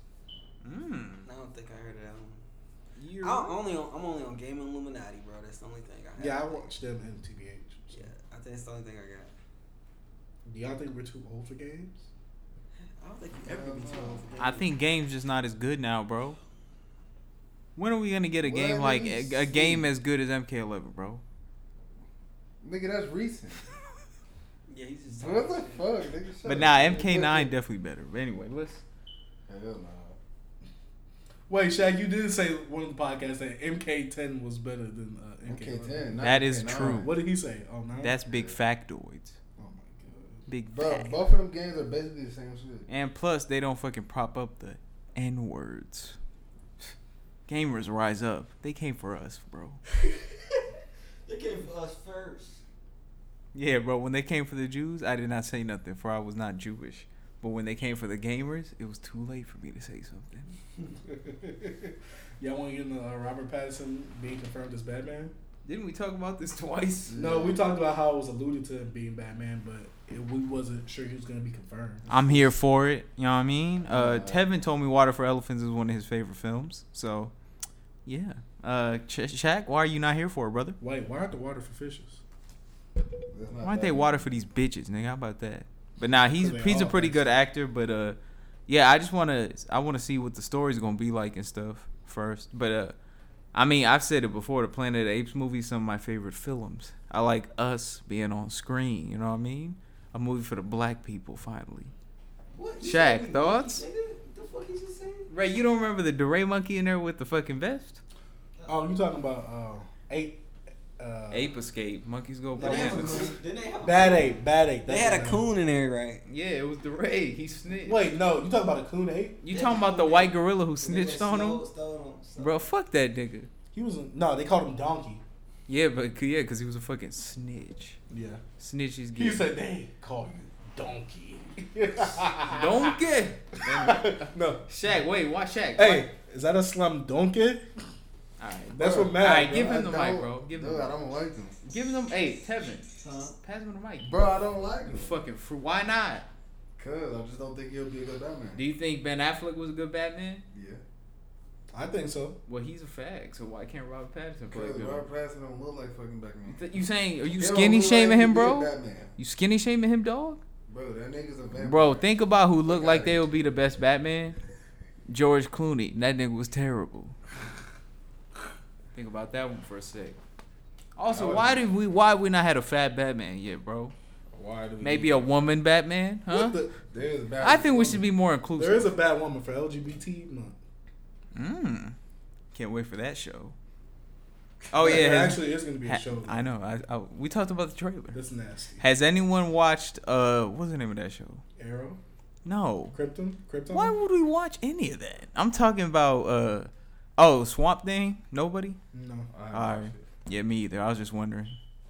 Speaker 5: Mmm.
Speaker 6: I don't think I heard of that one.
Speaker 5: You're
Speaker 6: I'm only on, I'm only on Game Illuminati, bro. That's the only thing I have.
Speaker 1: Yeah, I watch them and TBH.
Speaker 6: Yeah, I think that's the only thing I got.
Speaker 1: Do y'all think we're too old for games?
Speaker 6: I don't think you uh, ever be too old for
Speaker 5: I think games just not as good now, bro. When are we gonna get a
Speaker 2: Well,
Speaker 5: game
Speaker 2: let
Speaker 5: like
Speaker 2: me
Speaker 5: a, a game as good as MK11, bro?
Speaker 2: Nigga,
Speaker 5: *laughs*
Speaker 2: that's recent.
Speaker 6: Yeah, he's just.
Speaker 2: what the
Speaker 6: talking shit.
Speaker 2: fuck? Nigga, shut
Speaker 5: But
Speaker 2: up.
Speaker 5: nah, MK9 definitely better. But anyway, let's.
Speaker 2: Hell no.
Speaker 1: Wait, Shaq, you did say one of the podcasts that MK10 was better than uh,
Speaker 2: MK10. not
Speaker 5: That is
Speaker 2: MK9.
Speaker 5: true.
Speaker 1: What did he say? Oh no.
Speaker 5: That's big factoids.
Speaker 2: Oh my
Speaker 5: Big
Speaker 2: god.
Speaker 5: fact.
Speaker 2: Bro, both of them games are basically the same shit.
Speaker 5: And plus, they don't fucking prop up the N words. Gamers rise up. They came for us, bro.
Speaker 6: *laughs* They came for us first.
Speaker 5: Yeah, bro. When they came for the Jews, I did not say nothing, for I was not Jewish. But when they came for the gamers, it was too late for me to say something.
Speaker 1: *laughs* Y'all want to get into uh, Robert Pattinson being confirmed as Batman?
Speaker 5: Didn't we talk about this
Speaker 6: *laughs*
Speaker 5: twice?
Speaker 1: No,
Speaker 2: Mm.
Speaker 1: we talked about how it was alluded to him being Batman, but it, we wasn't sure he was going to be confirmed.
Speaker 5: I'm here for it. You know what I mean? Uh,
Speaker 2: Uh,
Speaker 5: Tevin told me Water for Elephants is one of his favorite films. So, yeah. Uh, Ch- Shaq, why are you not here for it, brother?
Speaker 1: Wait, why aren't the water for fishes?
Speaker 2: That's not
Speaker 5: Why aren't
Speaker 2: that
Speaker 5: they
Speaker 2: bad.
Speaker 5: water for these bitches, nigga? How about that? But now nah, he's
Speaker 1: They
Speaker 5: he's a
Speaker 1: all
Speaker 5: pretty
Speaker 1: are.
Speaker 5: good actor. But uh, yeah, I just wanna I wanna see what the story's gonna be like and stuff first. But uh, I mean I've said it before. The Planet of the Apes movie is some of my favorite films. I like us being on screen. You know what I mean? A movie for the black people finally.
Speaker 6: What?
Speaker 5: Shaq,
Speaker 6: said we
Speaker 5: thoughts?
Speaker 6: Nigga, the fuck you just saying?
Speaker 5: Ray, you don't remember the DeRay monkey in there with the fucking vest?
Speaker 1: Oh, you talking about uh, ape? Uh,
Speaker 5: Ape escape. Monkeys go
Speaker 6: Didn't they have a
Speaker 5: bananas.
Speaker 6: coon- didn't they have a
Speaker 1: Bad ape. Bad ape.
Speaker 4: They
Speaker 1: that's
Speaker 4: had
Speaker 1: the
Speaker 4: a
Speaker 1: name.
Speaker 4: coon in there, right?
Speaker 5: Yeah, it was DeRay. He snitched.
Speaker 1: Wait, no. You talking about a coon ape?
Speaker 5: You talking about the white gorilla who snitched on him?
Speaker 6: Bro.
Speaker 5: Bro, fuck that nigga.
Speaker 1: He was a, no. They called him donkey.
Speaker 5: Yeah, but yeah, cause he was a fucking snitch.
Speaker 1: Yeah.
Speaker 5: Snitches
Speaker 1: He
Speaker 5: get
Speaker 1: said they called him
Speaker 2: *laughs*
Speaker 1: donkey.
Speaker 5: don't get.
Speaker 1: no.
Speaker 5: Shaq, wait, why Shaq?
Speaker 1: Hey, is that a slum donkey?
Speaker 5: all right,
Speaker 1: That's what
Speaker 5: all
Speaker 1: matters.
Speaker 5: right, give
Speaker 1: bro.
Speaker 5: him the
Speaker 2: I
Speaker 5: mic,
Speaker 2: don't-
Speaker 5: bro. Give him,
Speaker 2: Dude, I
Speaker 5: the
Speaker 2: don't like them.
Speaker 5: mic. give him. Hey, Tevin,
Speaker 6: Huh?
Speaker 5: pass him the mic.
Speaker 2: Bro, I don't like them.
Speaker 5: Fucking, fr- why not?
Speaker 2: Cause I just don't think he'll be a good Batman.
Speaker 5: Do you think Ben Affleck was a good Batman?
Speaker 2: yeah.
Speaker 1: I think so.
Speaker 5: Well, he's a fag, so why can't Robert Pattinson play a
Speaker 2: Cause
Speaker 5: good? one?
Speaker 2: Robert Pattinson don't look like fucking Batman.
Speaker 5: Th- You saying? Are you
Speaker 2: He don't
Speaker 5: skinny
Speaker 2: look like
Speaker 5: shaming
Speaker 2: he
Speaker 5: him,
Speaker 2: did
Speaker 5: bro?
Speaker 2: Batman.
Speaker 5: You skinny shaming him, dog?
Speaker 2: Bro, that nigga's a vampire.
Speaker 5: Bro, think about who looked like they would be the best Batman. George Clooney. That nigga was terrible. Think about that one for a sec. Also, why did we why we not had a fat Batman yet, bro?
Speaker 2: Why do we
Speaker 5: Maybe a woman Batman, huh?
Speaker 1: What the-
Speaker 2: There's a
Speaker 5: I think we should be more inclusive.
Speaker 1: There is a bad woman for LGBT month.
Speaker 5: mm. Can't wait for that show. Oh
Speaker 1: There
Speaker 5: yeah, has-
Speaker 1: actually is going to be a
Speaker 5: ha-
Speaker 1: show.
Speaker 5: I know. I, I we talked about the trailer.
Speaker 1: That's nasty.
Speaker 5: Has anyone watched uh what's the name of that show?
Speaker 1: Arrow,
Speaker 5: No.
Speaker 1: Krypton, Krypton.
Speaker 5: Why would we watch any of that? I'm talking about uh oh Swamp Thing. Nobody.
Speaker 1: No,
Speaker 5: Alright. Yeah, me either. I was just wondering.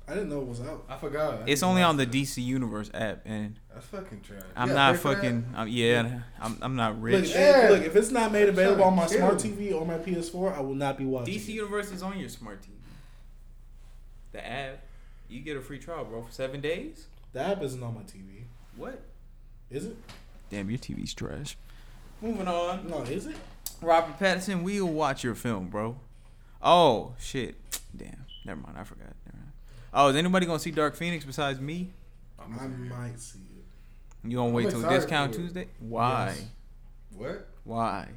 Speaker 1: I didn't know it was out.
Speaker 2: I forgot. I
Speaker 5: It's
Speaker 2: didn't
Speaker 5: only
Speaker 2: watch
Speaker 5: on the
Speaker 2: that.
Speaker 5: DC Universe app, and
Speaker 2: That's fucking trash.
Speaker 5: I'm
Speaker 2: Yeah,
Speaker 5: not
Speaker 2: pay for that.
Speaker 5: fucking. I'm, yeah, I'm, I'm not
Speaker 1: Look,
Speaker 5: rich.
Speaker 1: if, look, if it's not made available on my
Speaker 2: Sure.
Speaker 1: smart TV or my PS4, I will not be watching.
Speaker 5: DC
Speaker 1: it.
Speaker 5: Universe is on your smart TV. The app, you get a free trial, bro, for seven days.
Speaker 1: The app isn't on my TV.
Speaker 5: What?
Speaker 1: Is it?
Speaker 5: Damn, your TV's trash. Moving on.
Speaker 1: No, is it?
Speaker 5: Robert Pattinson, we'll watch your film, bro. Oh shit. Damn. Never mind. I forgot. Never mind. Oh, is anybody gonna see Dark Phoenix besides me?
Speaker 1: I might see it.
Speaker 5: You gonna wait till
Speaker 2: excited
Speaker 5: discount
Speaker 2: for it.
Speaker 5: Tuesday? Why?
Speaker 1: Yes.
Speaker 2: What?
Speaker 5: Why?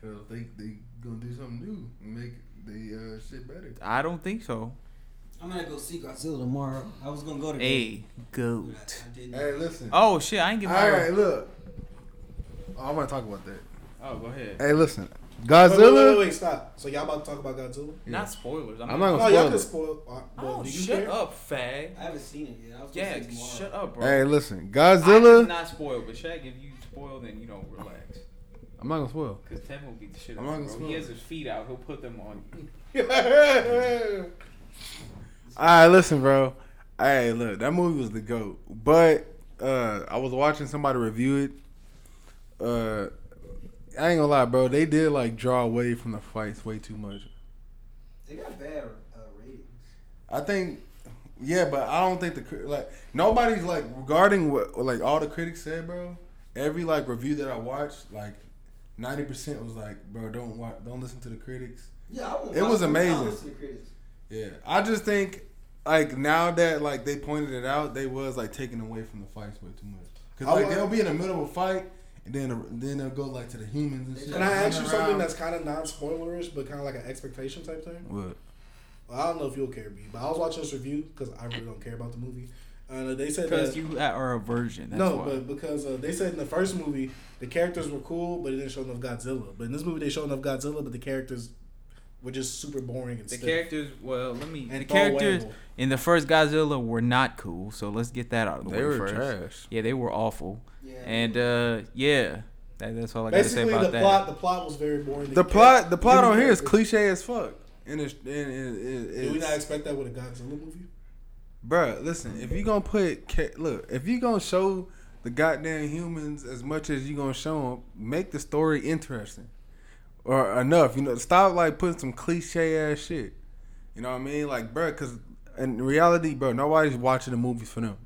Speaker 2: Cause they they gonna do something new, and make the uh, shit better.
Speaker 5: I don't think so.
Speaker 6: I'm gonna go see Godzilla tomorrow. I was gonna go to
Speaker 5: A
Speaker 6: I,
Speaker 5: goat.
Speaker 6: I didn't.
Speaker 2: Hey, listen.
Speaker 5: Oh shit! I ain't give
Speaker 2: All
Speaker 5: my.
Speaker 2: right, look. Oh, I want to talk about that.
Speaker 5: Oh, go ahead.
Speaker 2: Hey, listen,
Speaker 1: Wait, wait,
Speaker 2: Godzilla.
Speaker 1: wait, wait, stop. So y'all about to talk about Godzilla?
Speaker 5: Not spoilers. I'm,
Speaker 2: I'm
Speaker 5: not.
Speaker 2: not
Speaker 1: No,
Speaker 2: gonna
Speaker 1: y'all
Speaker 2: spoil
Speaker 1: can
Speaker 2: it.
Speaker 1: spoil. Uh, well,
Speaker 5: oh,
Speaker 1: do you
Speaker 5: shut
Speaker 1: care?
Speaker 5: up, fag.
Speaker 6: I haven't seen it yet. I was gonna
Speaker 5: Yeah,
Speaker 6: see it tomorrow.
Speaker 5: shut up, bro.
Speaker 2: Hey, listen,
Speaker 5: I did
Speaker 2: Godzilla.
Speaker 5: not spoil, but Shaq, if you spoil, then you don't relax.
Speaker 2: I'm not gonna spoil.
Speaker 5: Cause Tevin will beat the shit out
Speaker 2: I'm
Speaker 5: of
Speaker 2: not
Speaker 5: you,
Speaker 2: gonna
Speaker 5: bro. He
Speaker 2: spoil.
Speaker 5: has his feet out. He'll put them on. you.
Speaker 2: *laughs* All right, listen, bro. Hey, look, that movie was the goat. But uh, I was watching somebody review it. Uh, I ain't gonna lie, bro. They did like draw away from the fights way too much.
Speaker 6: They got bad uh, ratings.
Speaker 2: I think, yeah, but I don't think the cri- like nobody's like regarding what like all the critics said, bro. Every like review that I watched, like ninety percent was like, bro, don't watch, don't listen to the critics.
Speaker 6: Yeah, I won't
Speaker 2: It
Speaker 6: watch
Speaker 2: was
Speaker 6: I
Speaker 2: amazing.
Speaker 6: listen to critics.
Speaker 2: Yeah, I just think like now that like they pointed it out, they was like taking away from the fights way too much. Cause
Speaker 1: I
Speaker 2: like
Speaker 1: wa-
Speaker 2: they'll be in the middle of a fight and then then they'll go like to the humans and shit.
Speaker 1: Can I ask you
Speaker 2: Running
Speaker 1: something
Speaker 2: around.
Speaker 1: that's kind of non-spoilerish, but kind of like an expectation type thing?
Speaker 2: what?
Speaker 1: Well, I don't know if you'll care, B, but I was watching this review because I really don't care about the movie. Uh, they said that,
Speaker 5: Cause you are a virgin. That's
Speaker 1: no,
Speaker 5: why.
Speaker 1: but because uh, they said in the first movie the characters were cool, but it didn't show enough Godzilla. But in this movie they show enough Godzilla, but the characters were just super boring and
Speaker 5: the
Speaker 1: stiff.
Speaker 5: characters. Well, let me.
Speaker 1: And
Speaker 5: the characters
Speaker 1: throwawayable.
Speaker 5: in the first Godzilla were not cool. So let's get that out of the
Speaker 2: They
Speaker 5: way
Speaker 2: were
Speaker 5: first.
Speaker 2: trash.
Speaker 5: Yeah, they were awful.
Speaker 6: Yeah.
Speaker 5: And uh, yeah, that, that's all I gotta say
Speaker 1: Basically,
Speaker 5: about
Speaker 1: the
Speaker 5: that.
Speaker 1: plot the plot was very boring.
Speaker 2: The plot the plot
Speaker 1: Did we-
Speaker 2: on here is cliche as fuck. And it's and, and, and
Speaker 1: Did we
Speaker 2: it's-
Speaker 1: not expect that with a Godzilla movie?
Speaker 2: Bruh, listen, if you gonna put ca- look, if you gonna show the goddamn humans as much as you gonna show them, make the story interesting or enough. You know, stop like putting some cliche ass shit. You know what I mean? Like, bruh, cause in reality, bro, nobody's watching the movies for them.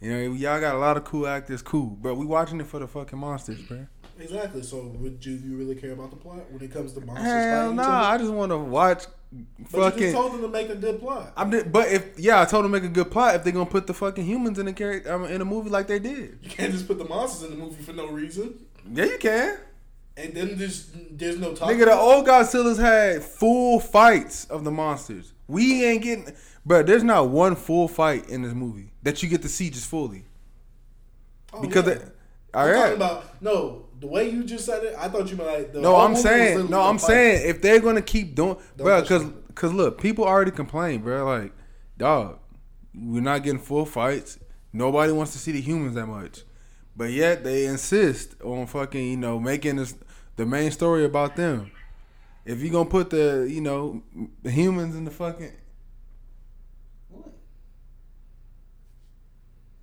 Speaker 2: You know, y'all got a lot of cool actors, cool, but we watching it for the fucking monsters, bruh.
Speaker 1: Exactly. So would you, you really care about the plot when it comes to monsters?
Speaker 2: Hell
Speaker 1: fighting
Speaker 2: no,
Speaker 1: each
Speaker 2: nah,
Speaker 1: other?
Speaker 2: I just want to watch
Speaker 1: But you
Speaker 2: fucking.
Speaker 1: just told them to make a good plot.
Speaker 2: I'm di- but if yeah, I told them to make a good plot. If they're gonna put the fucking humans in a character um, in a movie like they did,
Speaker 1: You can't just put the monsters in the movie for no reason.
Speaker 2: yeah, you can.
Speaker 1: And then there's there's no talk.
Speaker 2: Nigga, the old Godzilla's had full fights of the monsters. We ain't getting, but there's not one full fight in this movie that you get to see just fully
Speaker 1: Oh,
Speaker 2: because.
Speaker 1: yeah.
Speaker 2: it- all
Speaker 1: I'm
Speaker 2: right.
Speaker 1: talking about no. The way you just said it, I thought you meant like the
Speaker 2: No,
Speaker 1: whole
Speaker 2: I'm
Speaker 1: movie was
Speaker 2: saying,
Speaker 1: literally
Speaker 2: no,
Speaker 1: a
Speaker 2: I'm
Speaker 1: fight.
Speaker 2: saying, if they're gonna keep doing,
Speaker 1: Don't
Speaker 2: bro,
Speaker 1: touch
Speaker 2: cause,
Speaker 1: me.
Speaker 2: cause look, people already complain, bro. Like, dog, we're not getting full fights. Nobody wants to see the humans that much, but yet they insist on fucking, you know, making this the main story about them. If you gonna put the, you know, humans in the fucking,
Speaker 4: What?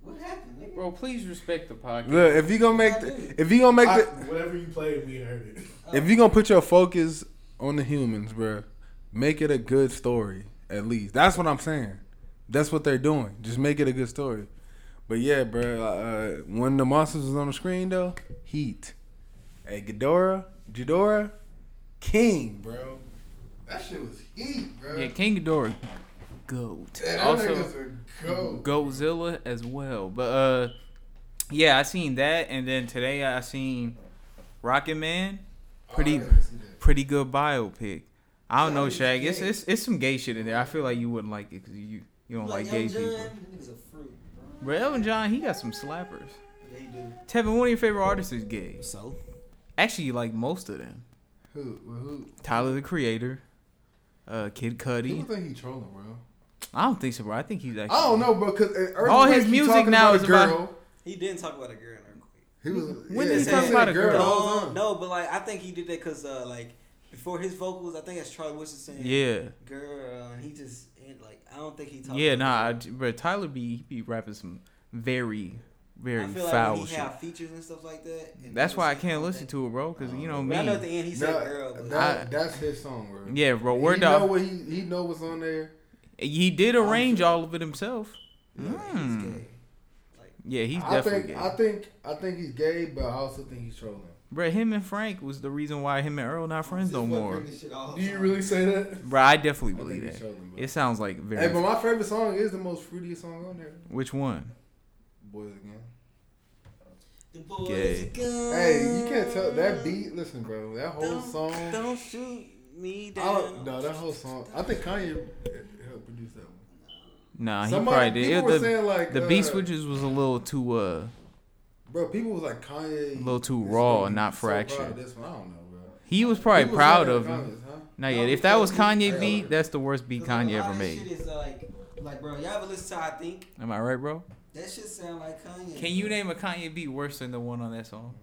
Speaker 4: What happened, nigga?
Speaker 5: Bro, please respect the podcast.
Speaker 2: look, if you gonna make, the, if you gonna make,
Speaker 1: I,
Speaker 2: the,
Speaker 1: whatever you played, we heard it. *laughs*
Speaker 2: if you gonna put your focus on the humans, bruh, make it a good story at least. That's what I'm saying. That's what they're doing. Just make it a good story. But yeah, bruh, uh, when the monsters was on the screen though, heat. Hey, Ghidorah, Ghidorah, King, bro.
Speaker 12: That shit was heat, bro.
Speaker 5: Yeah, King Ghidorah, goat.
Speaker 12: That nigga's
Speaker 5: Also,
Speaker 12: a goat.
Speaker 5: Godzilla as well. But uh, yeah, I seen that, and then today I seen Rocket Man.
Speaker 12: Oh,
Speaker 5: Pretty,
Speaker 12: I gotta see that.
Speaker 5: pretty good biopic. I don't know, Shag. It's, it's it's some gay shit in there. I feel like you wouldn't like it because you you don't like, gay people.
Speaker 4: Nigga's a fruit, bro.
Speaker 5: But Elton John, he got some slappers.
Speaker 4: Yeah, he do.
Speaker 5: Tevin, one of your favorite artists is gay.
Speaker 4: So?
Speaker 5: Actually, you like most of them.
Speaker 12: Who? Well, who?
Speaker 5: Tyler the Creator, uh, Kid
Speaker 12: People
Speaker 5: Cudi.
Speaker 12: think he trolling, bro.
Speaker 5: I don't think so, bro. I think he's actually.
Speaker 12: I don't know, bro. Cause uh,
Speaker 5: All his
Speaker 12: Earthquake, he
Speaker 5: music
Speaker 12: talking
Speaker 5: now
Speaker 12: about
Speaker 5: is
Speaker 12: a
Speaker 5: about-
Speaker 12: girl.
Speaker 4: He didn't talk about a girl in Earthquake.
Speaker 12: He was.
Speaker 5: When
Speaker 12: yeah,
Speaker 5: did he
Speaker 12: said
Speaker 5: talk about a girl?
Speaker 12: all the
Speaker 4: No,
Speaker 12: time.
Speaker 4: no, but like, I think he did that because, uh, like, before his vocals, I think that's Charlie Wilson saying,
Speaker 5: Yeah,
Speaker 4: girl, uh, and he just, and, like, I don't think he talked
Speaker 5: yeah, nah,
Speaker 4: about
Speaker 5: I, but Tyler be he be rapping some very, very
Speaker 4: I feel like
Speaker 5: foul
Speaker 4: when he
Speaker 5: shit.
Speaker 4: have features and stuff like that. and
Speaker 5: That's
Speaker 4: he
Speaker 5: why I
Speaker 4: was saying,
Speaker 5: can't listen
Speaker 4: think-
Speaker 5: to it, bro, because you know
Speaker 4: Oh, But I know at the
Speaker 5: me.
Speaker 4: end he said
Speaker 12: Nah,
Speaker 4: girl, but
Speaker 12: that-
Speaker 5: I-
Speaker 12: that's his song, bro.
Speaker 5: Yeah, bro.
Speaker 12: he
Speaker 5: Word
Speaker 12: know
Speaker 5: dog.
Speaker 12: what he he know what's on there.
Speaker 5: He did arrange all of it himself.
Speaker 4: yeah, he's
Speaker 5: Mm.
Speaker 4: gay.
Speaker 5: Yeah, he's
Speaker 12: I
Speaker 5: definitely
Speaker 12: think
Speaker 5: gay.
Speaker 12: I think I think he's gay, but I also think he's trolling.
Speaker 5: Bro, him and Frank was the reason why him and Earl not friends
Speaker 4: Just
Speaker 5: no
Speaker 4: fucking
Speaker 5: more.
Speaker 4: bring this shit all
Speaker 1: Do you
Speaker 4: up.
Speaker 1: really say that?
Speaker 5: Bro, I definitely
Speaker 12: I think
Speaker 5: believe
Speaker 12: he's
Speaker 5: that.
Speaker 12: trolling, bro.
Speaker 5: It sounds like
Speaker 12: Hey, but
Speaker 5: very.
Speaker 12: my favorite song is the most fruitiest song on there.
Speaker 5: Which one?
Speaker 12: Boys again.
Speaker 4: The boys
Speaker 5: Gay.
Speaker 4: are gone.
Speaker 12: Hey, you can't tell that beat. Listen, bro, that whole
Speaker 4: Don't-
Speaker 12: song.
Speaker 4: Don't shoot me
Speaker 12: I
Speaker 4: down.
Speaker 12: don't, no, that whole song. I think Kanye helped produce that one.
Speaker 5: Nah, he
Speaker 12: Somebody-
Speaker 5: probably did.
Speaker 12: people
Speaker 5: It-
Speaker 12: were
Speaker 5: the
Speaker 12: saying, like,
Speaker 5: the
Speaker 12: uh,
Speaker 5: Beast Witches was a little too uh
Speaker 12: Bro, people was like Kanye.
Speaker 5: a little too
Speaker 12: is
Speaker 5: raw
Speaker 12: so-
Speaker 5: and not
Speaker 12: so proud of
Speaker 5: fractured.
Speaker 12: This one, I don't know, bro.
Speaker 5: He was probably
Speaker 12: People was
Speaker 5: proud
Speaker 12: saying
Speaker 5: of
Speaker 12: that
Speaker 5: him.
Speaker 12: Kanye's, huh?
Speaker 5: Not
Speaker 4: No,
Speaker 5: yet. If that was
Speaker 4: because he-
Speaker 5: Kanye beat, that's the worst beat Kanye ever
Speaker 4: That
Speaker 5: made.
Speaker 4: shit is like, like, bro, y'all ever listen to I Think?
Speaker 5: Am I right, bro?
Speaker 4: That shit sound like Kanye.
Speaker 5: Can you
Speaker 4: bro.
Speaker 5: name a Kanye beat worse than the one on that song?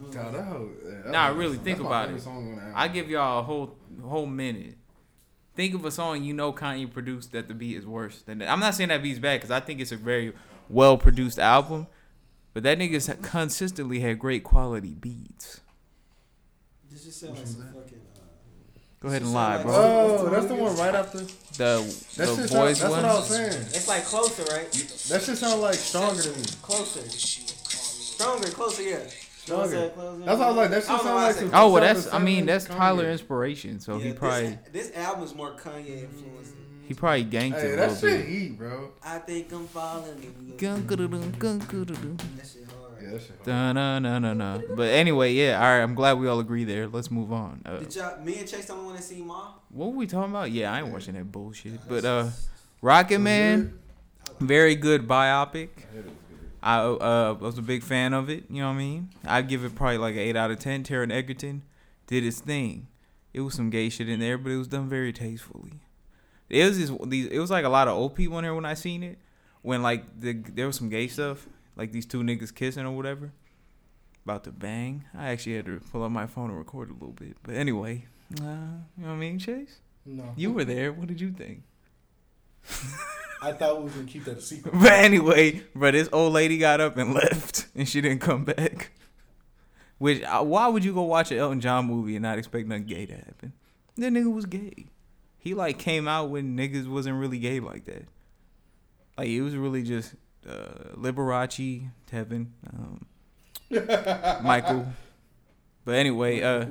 Speaker 12: Nah, that whole, yeah, that
Speaker 5: Nah,
Speaker 12: whole
Speaker 5: really,
Speaker 12: song-
Speaker 5: think
Speaker 12: that's my
Speaker 5: about
Speaker 12: favorite
Speaker 5: it.
Speaker 12: song on the album.
Speaker 5: I give y'all a whole whole minute. Think of a song you know Kanye produced that the beat is worse than that. I'm not saying that beat's bad because I think it's a very well produced album, but that nigga's consistently had great quality beats.
Speaker 4: This just sound like some fucking. Uh,
Speaker 5: Go ahead and
Speaker 4: Sound
Speaker 5: lie,
Speaker 4: like-
Speaker 5: bro.
Speaker 12: Oh, that's the one right after.
Speaker 5: The
Speaker 12: That
Speaker 5: the
Speaker 12: shit sound-
Speaker 5: boys
Speaker 12: that's what I was
Speaker 5: one.
Speaker 12: saying.
Speaker 4: it's like closer, right?
Speaker 12: That shit sound like stronger to me.
Speaker 4: Closer. Stronger, closer, yeah.
Speaker 12: Stronger.
Speaker 4: Closer, closer.
Speaker 12: That's why I was like, that shit
Speaker 4: I don't know
Speaker 12: sound
Speaker 4: why I
Speaker 12: like
Speaker 4: said
Speaker 12: some-
Speaker 5: Oh well,
Speaker 12: Sound
Speaker 5: that's
Speaker 12: the
Speaker 5: I
Speaker 12: same
Speaker 5: mean
Speaker 12: as
Speaker 5: that's
Speaker 12: Kanye.
Speaker 5: Tyler inspiration, so
Speaker 4: Yeah,
Speaker 5: he probably
Speaker 4: This, this album is more Kanye influenced.
Speaker 5: he probably ganked
Speaker 12: Hey,
Speaker 5: it a
Speaker 12: that
Speaker 5: little
Speaker 12: shit
Speaker 5: bit.
Speaker 12: heat, bro.
Speaker 4: I think I'm falling. in love.
Speaker 5: Gun-ga-da-dum, gun-ga-da-dum.
Speaker 4: That shit hard.
Speaker 12: Yeah, that shit. hard.
Speaker 5: Dun, No, no, no, no. But anyway, yeah. All right, I'm glad we all agree there. Let's move on. Uh,
Speaker 4: Did y'all, me and Chase don't want to see Ma?
Speaker 5: What were we talking about? Yeah, I ain't watching that bullshit. But uh Rocket Man, very good biopic. I uh was a big fan of it, you know what I mean? I'd give it probably like an eight out of ten. Taron Egerton did his thing. It was some gay shit in there, but it was done very tastefully. It was this, these it was like a lot of old people in there when I seen it. When like the, there was some gay stuff, like these two niggas kissing or whatever. About to bang. I actually had to pull up my phone and record a little bit. But anyway, uh, you know what I mean, Chase?
Speaker 1: No,
Speaker 5: You were there. What did you think? *laughs*
Speaker 1: I thought we was gonna keep that a
Speaker 2: *laughs*
Speaker 1: secret.
Speaker 5: But anyway, bro, this old lady got up and *laughs* left, and she didn't come back. Which uh, why would you go watch an Elton John movie and not expect nothing gay to happen? That nigga was gay. He like came out when niggas wasn't really gay like that. Like it was really just uh, Liberace, Tevin, um, Michael. But anyway, uh,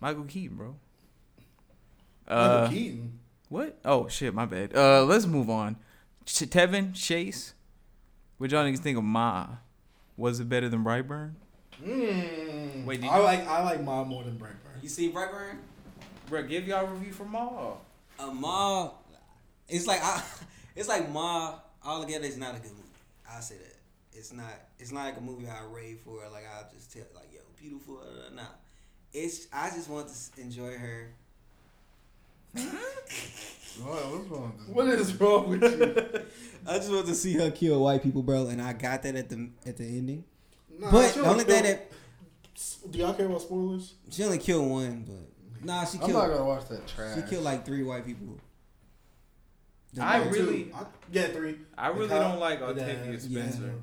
Speaker 5: Michael Keaton, bro. Uh,
Speaker 2: Keaton.
Speaker 5: what? Oh shit, my bad. Uh, let's move on. Ch- Tevin Chase. What y'all niggas think of Ma? Was it better than Brightburn?
Speaker 2: Mm.
Speaker 5: Wait, did
Speaker 2: I
Speaker 5: you-
Speaker 2: like I like mine more than Brightburn.
Speaker 4: You see Brightburn?
Speaker 5: Bro, give y'all a review for Ma.
Speaker 4: Uh, Ma, it's like I, *laughs* it's like Ma. All together is not a good movie. I say that it's not. It's not like a movie I rave for. Like I just tell like yo beautiful. uh, Nah, it's I just want to s- enjoy her.
Speaker 2: What, what's wrong with this?
Speaker 3: What is wrong with you?
Speaker 4: *laughs* I just want to see her kill white people, bro. And I got that at the at the ending.
Speaker 1: Nah,
Speaker 4: but
Speaker 1: she
Speaker 4: the only
Speaker 1: don't
Speaker 4: thing
Speaker 1: kill-
Speaker 4: that
Speaker 1: Do y'all care about spoilers?
Speaker 4: she only killed one, but nah, she
Speaker 2: I'm not
Speaker 4: killed.
Speaker 2: gonna watch that trash.
Speaker 4: She killed like three white people.
Speaker 5: *laughs*
Speaker 4: The
Speaker 5: I
Speaker 4: white-
Speaker 5: re- Really?
Speaker 1: Two. I, yeah, three.
Speaker 5: I really
Speaker 1: How-
Speaker 5: don't like
Speaker 1: Yeah,
Speaker 5: Octavia
Speaker 1: yeah.
Speaker 5: Spencer.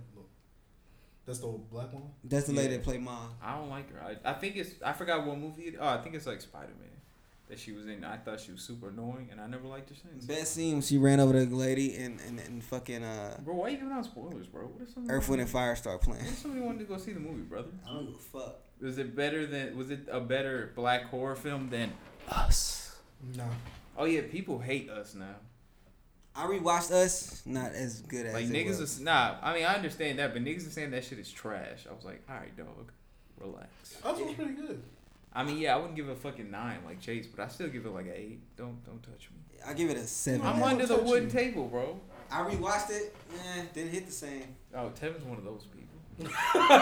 Speaker 1: That's the black one.
Speaker 4: that's the lady
Speaker 5: Yeah.
Speaker 4: that played Ma.
Speaker 5: I don't like her. I, I think it's I forgot what movie. It, oh, I think it's like Spider Man that she was in. I thought she was super annoying, and I never liked her since.
Speaker 4: Best scene when she ran over the lady and and, and fucking uh,
Speaker 5: Bro, why you giving out spoilers, bro? What if somebody
Speaker 4: Earth Wind and Fire start playing.
Speaker 5: What if somebody wanted to go see the movie, brother?
Speaker 4: I don't give a fuck.
Speaker 5: Was it better than? Was it a better black horror film than?
Speaker 1: Nah.
Speaker 5: Oh yeah, people hate us now.
Speaker 4: I rewatched Us, not as good as
Speaker 5: Like
Speaker 4: it
Speaker 5: niggas
Speaker 4: was.
Speaker 5: is nah. I mean, I understand that, but niggas are saying that shit is trash. I was like, all right, dog, relax.
Speaker 1: That one's pretty good.
Speaker 5: I mean, yeah, I wouldn't give it a fucking nine like Chase, but I still give it like an eight. Don't don't touch me.
Speaker 4: I give it a seven.
Speaker 5: I'm
Speaker 4: man.
Speaker 5: under the
Speaker 1: touch
Speaker 5: wooden
Speaker 1: you.
Speaker 5: table, bro.
Speaker 4: I rewatched it, man, didn't hit the same.
Speaker 5: Oh, Tevin's one of those people.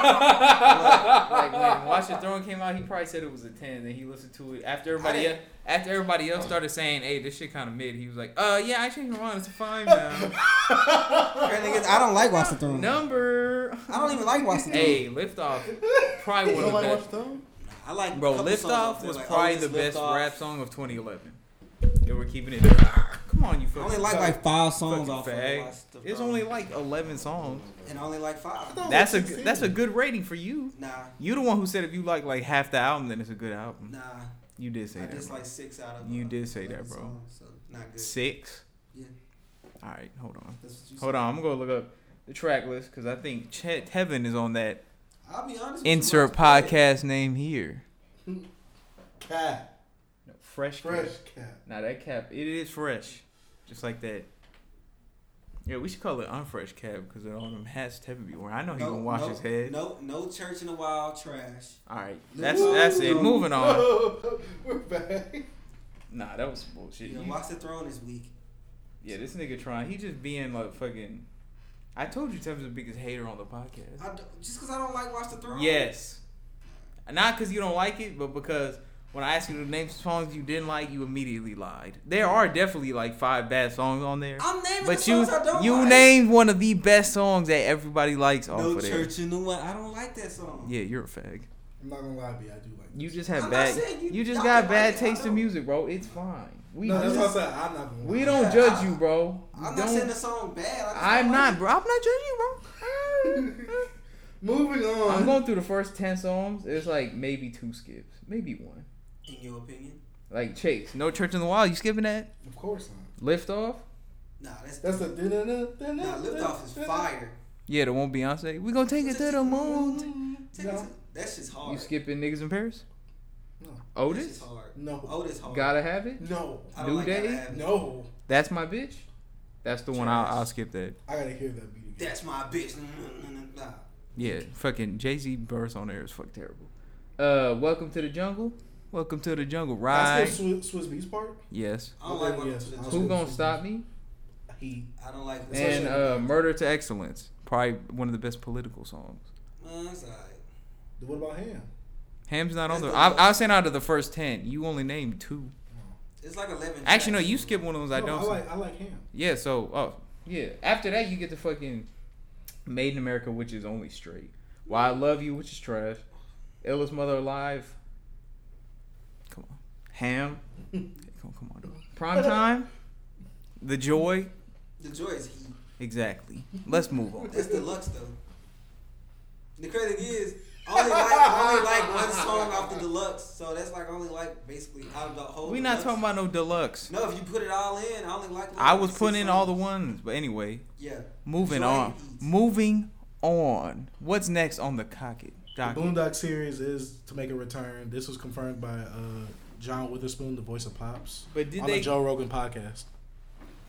Speaker 5: like, like when Watch the Throne came out, he probably said it was a ten. Then he listened to it after everybody
Speaker 4: didn't-
Speaker 5: else, after everybody else started saying, "Hey, this shit kind of mid." He was like, "Uh, yeah, I changed my mind. It's fine now."
Speaker 4: Apparently, it's- I don't like Watch the Throne.
Speaker 5: Number.
Speaker 4: I don't even like Watch the Throne.
Speaker 5: Hey, liftoff. Probably one of the
Speaker 2: Nobody
Speaker 5: best.
Speaker 2: watched them?
Speaker 4: I like
Speaker 5: Bro,
Speaker 4: a couple songs up
Speaker 5: liftoff
Speaker 4: there,
Speaker 5: was
Speaker 4: like,
Speaker 5: probably
Speaker 4: oh,
Speaker 5: the
Speaker 4: this
Speaker 5: best
Speaker 4: Liftoff.
Speaker 5: rap song of 2011. And we're keeping it. Come on, you
Speaker 4: I
Speaker 5: fucking.
Speaker 4: only like like five songs off of
Speaker 5: fag.
Speaker 4: Watch the
Speaker 5: It's
Speaker 4: Throne.
Speaker 5: only like 11 songs.
Speaker 4: and I only like five.
Speaker 5: That's a that's a good rating for you.
Speaker 4: Nah,
Speaker 5: You the one who said if you like like half the album, then it's a good album.
Speaker 4: nah.
Speaker 5: You did say
Speaker 4: I
Speaker 5: that.
Speaker 4: just
Speaker 5: bro.
Speaker 4: like six out of.
Speaker 5: You
Speaker 4: uh,
Speaker 5: did say
Speaker 4: eleven
Speaker 5: that, bro.
Speaker 4: songs, So not good.
Speaker 5: Six.
Speaker 4: Yeah.
Speaker 5: All right, hold on.
Speaker 4: That's what you
Speaker 5: Hold
Speaker 4: said.
Speaker 5: on, I'm gonna look up the track list because I think Chet Heaven is on that
Speaker 4: I'll be honest. with you,
Speaker 5: insert
Speaker 4: Watch the Throne-
Speaker 5: podcast name here.
Speaker 2: Cat.
Speaker 5: No, fresh,
Speaker 2: Fresh
Speaker 1: *laughs*
Speaker 5: Cap.
Speaker 2: cat.
Speaker 5: Now that cap, it is fresh, just like that. Yeah, we should call it unfresh cap because all them hats Tevin be wearing. I know he gonna wash
Speaker 4: no,
Speaker 5: his head.
Speaker 4: No, no church in the wild trash.
Speaker 5: All right, that's that's it. Moving on.
Speaker 2: We're back.
Speaker 5: Nah, that was some bullshit.
Speaker 4: You know,
Speaker 5: You-
Speaker 4: Watch the Throne is weak.
Speaker 5: yeah, this nigga trying. He just being like fucking. I told you Tevin's the biggest hater on the podcast.
Speaker 4: I do just because I don't like Watch the Throne.
Speaker 5: Yes. Not because you don't like it, but because when I asked you to name songs you didn't like, you immediately lied. There are definitely like five bad songs on there.
Speaker 4: I'm naming the
Speaker 5: But you
Speaker 4: songs I don't
Speaker 5: you
Speaker 4: like.
Speaker 5: named one of the best songs that everybody likes off
Speaker 4: No
Speaker 5: of there.
Speaker 4: church in the wild. I don't like that song.
Speaker 5: Yeah, you're a fag.
Speaker 1: I'm not gonna lie to you, I do like.
Speaker 5: You just have
Speaker 4: I'm not
Speaker 5: bad.
Speaker 4: saying
Speaker 5: You,
Speaker 4: you-
Speaker 5: just
Speaker 4: y'all
Speaker 5: got
Speaker 4: can
Speaker 5: bad
Speaker 4: like it, I
Speaker 5: taste in
Speaker 4: don't.
Speaker 5: music, bro. It's fine. We
Speaker 1: No, that's
Speaker 5: just-
Speaker 1: what I said. I'm not gonna.
Speaker 5: we
Speaker 1: lie.
Speaker 5: don't judge you, bro. We
Speaker 4: I'm not
Speaker 5: don't-
Speaker 4: saying the song bad. I just
Speaker 5: I'm
Speaker 4: don't like
Speaker 5: not, bro. I'm not judging you, bro.
Speaker 2: Moving on.
Speaker 5: I'm going through the first ten songs. It's like maybe two skips, maybe one.
Speaker 4: it. In your opinion?
Speaker 5: Like Chase, no church in the wild. You skipping that?
Speaker 1: Of course not.
Speaker 5: Lift off?
Speaker 4: Nah, that's,
Speaker 1: That's the.
Speaker 4: nah. Liftoff is fire.
Speaker 5: Yeah, the one Beyonce. We gonna take it to the moon.
Speaker 4: Take it to- That shit's hard.
Speaker 5: You skipping niggas in Paris?
Speaker 1: No.
Speaker 4: That shit's
Speaker 5: Otis?
Speaker 4: hard.
Speaker 1: No.
Speaker 4: Otis hard.
Speaker 5: Gotta have it.
Speaker 1: No.
Speaker 4: I don't
Speaker 5: New
Speaker 4: like
Speaker 5: Day?
Speaker 4: Gotta Have It.
Speaker 1: No.
Speaker 5: That's my bitch. That's the one I'll, I'll skip that.
Speaker 1: I gotta hear that beat again.
Speaker 4: That's my bitch. Mm, mm, mm, Nah.
Speaker 5: Yeah, fucking Jay Z burst on there is fuck terrible. Uh, welcome to the jungle. Welcome to the jungle. Ride.
Speaker 1: That's the Swiss, Swiss Beats part.
Speaker 5: Yes.
Speaker 4: I don't like Welcome
Speaker 1: Yes,
Speaker 4: to the
Speaker 1: I'll-
Speaker 5: Who
Speaker 4: Jungle.
Speaker 5: gonna stop me?
Speaker 1: He.
Speaker 4: I don't like
Speaker 5: And uh, murder to excellence. Probably one of the best political songs.
Speaker 4: Man, it's alright.
Speaker 1: What about him?
Speaker 5: Ham's not on
Speaker 4: That's
Speaker 5: there.
Speaker 4: the
Speaker 5: I,
Speaker 4: one.
Speaker 5: I was saying out of the first ten, you only named two.
Speaker 4: It's like 11.
Speaker 5: Actually, no,
Speaker 4: tracks.
Speaker 5: you skipped one of those. I
Speaker 1: No,
Speaker 5: don't.
Speaker 1: I like. I like him.
Speaker 5: Yeah, so oh yeah. After that you get the fucking Made in America, which is only straight. Why I Love You, which is trash. Illest Mother Alive. Come on.
Speaker 1: *laughs*
Speaker 5: Ham. come, come on, dog. Prime time. The Joy.
Speaker 4: The joy is heat.
Speaker 5: Exactly. Let's move on.
Speaker 4: That's deluxe though. The crazy thing is, I only like I only like one song off the deluxe, so that's like I only like basically out of the whole.
Speaker 5: We not
Speaker 4: deluxe.
Speaker 5: talking about no deluxe.
Speaker 4: No, if you put it all in, I only like. like
Speaker 5: I was
Speaker 4: six
Speaker 5: putting in all the
Speaker 4: songs.
Speaker 5: ones, but anyway,
Speaker 4: Yeah.
Speaker 5: moving
Speaker 4: Joy
Speaker 5: on.
Speaker 4: and heat.
Speaker 5: Moving on. What's next on the cocket?
Speaker 1: The
Speaker 5: Docket.
Speaker 1: Boondock series is to make a return. This was confirmed by uh, John Witherspoon, the voice of Pops,
Speaker 5: But did
Speaker 1: on
Speaker 5: they-
Speaker 1: the Joe Rogan podcast.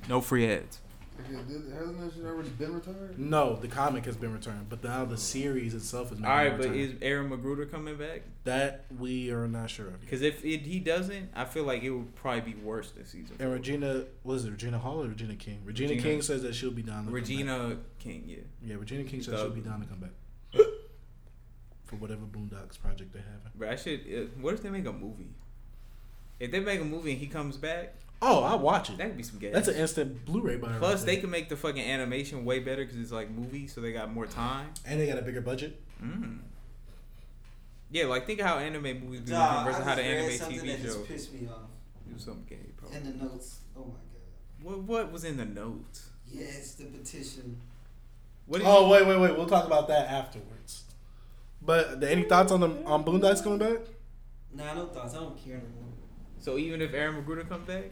Speaker 5: No free ads.
Speaker 2: Okay, did- hasn't that shit already been retired?
Speaker 1: No, the comic has been returned, but now the series itself is
Speaker 5: All right, but is Aaron Magruder coming back?
Speaker 1: that we are not sure of. yet.
Speaker 5: Because if it, he doesn't, I feel like it would probably be worse this season.
Speaker 1: And Regina, was it Regina Hall or Regina King? Regina,
Speaker 5: Regina.
Speaker 1: King says that she'll be down. To come back.
Speaker 5: Regina King, yeah.
Speaker 1: yeah, Regina King says she'll be down to
Speaker 5: *laughs*
Speaker 1: come back for whatever Boondocks project they're having.
Speaker 5: But I should. Uh, what if they make a movie? If they make a movie and he comes back,
Speaker 1: Oh, I watch it.
Speaker 5: that could be some gas.
Speaker 1: That's an instant Blu-ray buy.
Speaker 5: Plus,
Speaker 1: right
Speaker 5: they
Speaker 1: there.
Speaker 5: can make the fucking animation way better because it's like movie, so they got more time.
Speaker 1: and they got a bigger budget.
Speaker 5: Mm. Yeah, like think of how anime movies be
Speaker 6: Dog,
Speaker 5: versus
Speaker 6: I
Speaker 5: how
Speaker 6: just
Speaker 5: the anime
Speaker 6: read something that
Speaker 5: TV show.
Speaker 6: just pissed me off
Speaker 5: Do something gay, bro.
Speaker 6: in the notes. Oh my god.
Speaker 5: What what was in the notes?
Speaker 6: Yes, the petition.
Speaker 5: What did
Speaker 1: Oh
Speaker 5: you-
Speaker 1: wait, wait, wait. We'll talk about that afterwards. But th- any thoughts on the on Boondocks coming back?
Speaker 6: Nah, no thoughts. I don't care anymore.
Speaker 5: So even if Aaron Magruder comes back,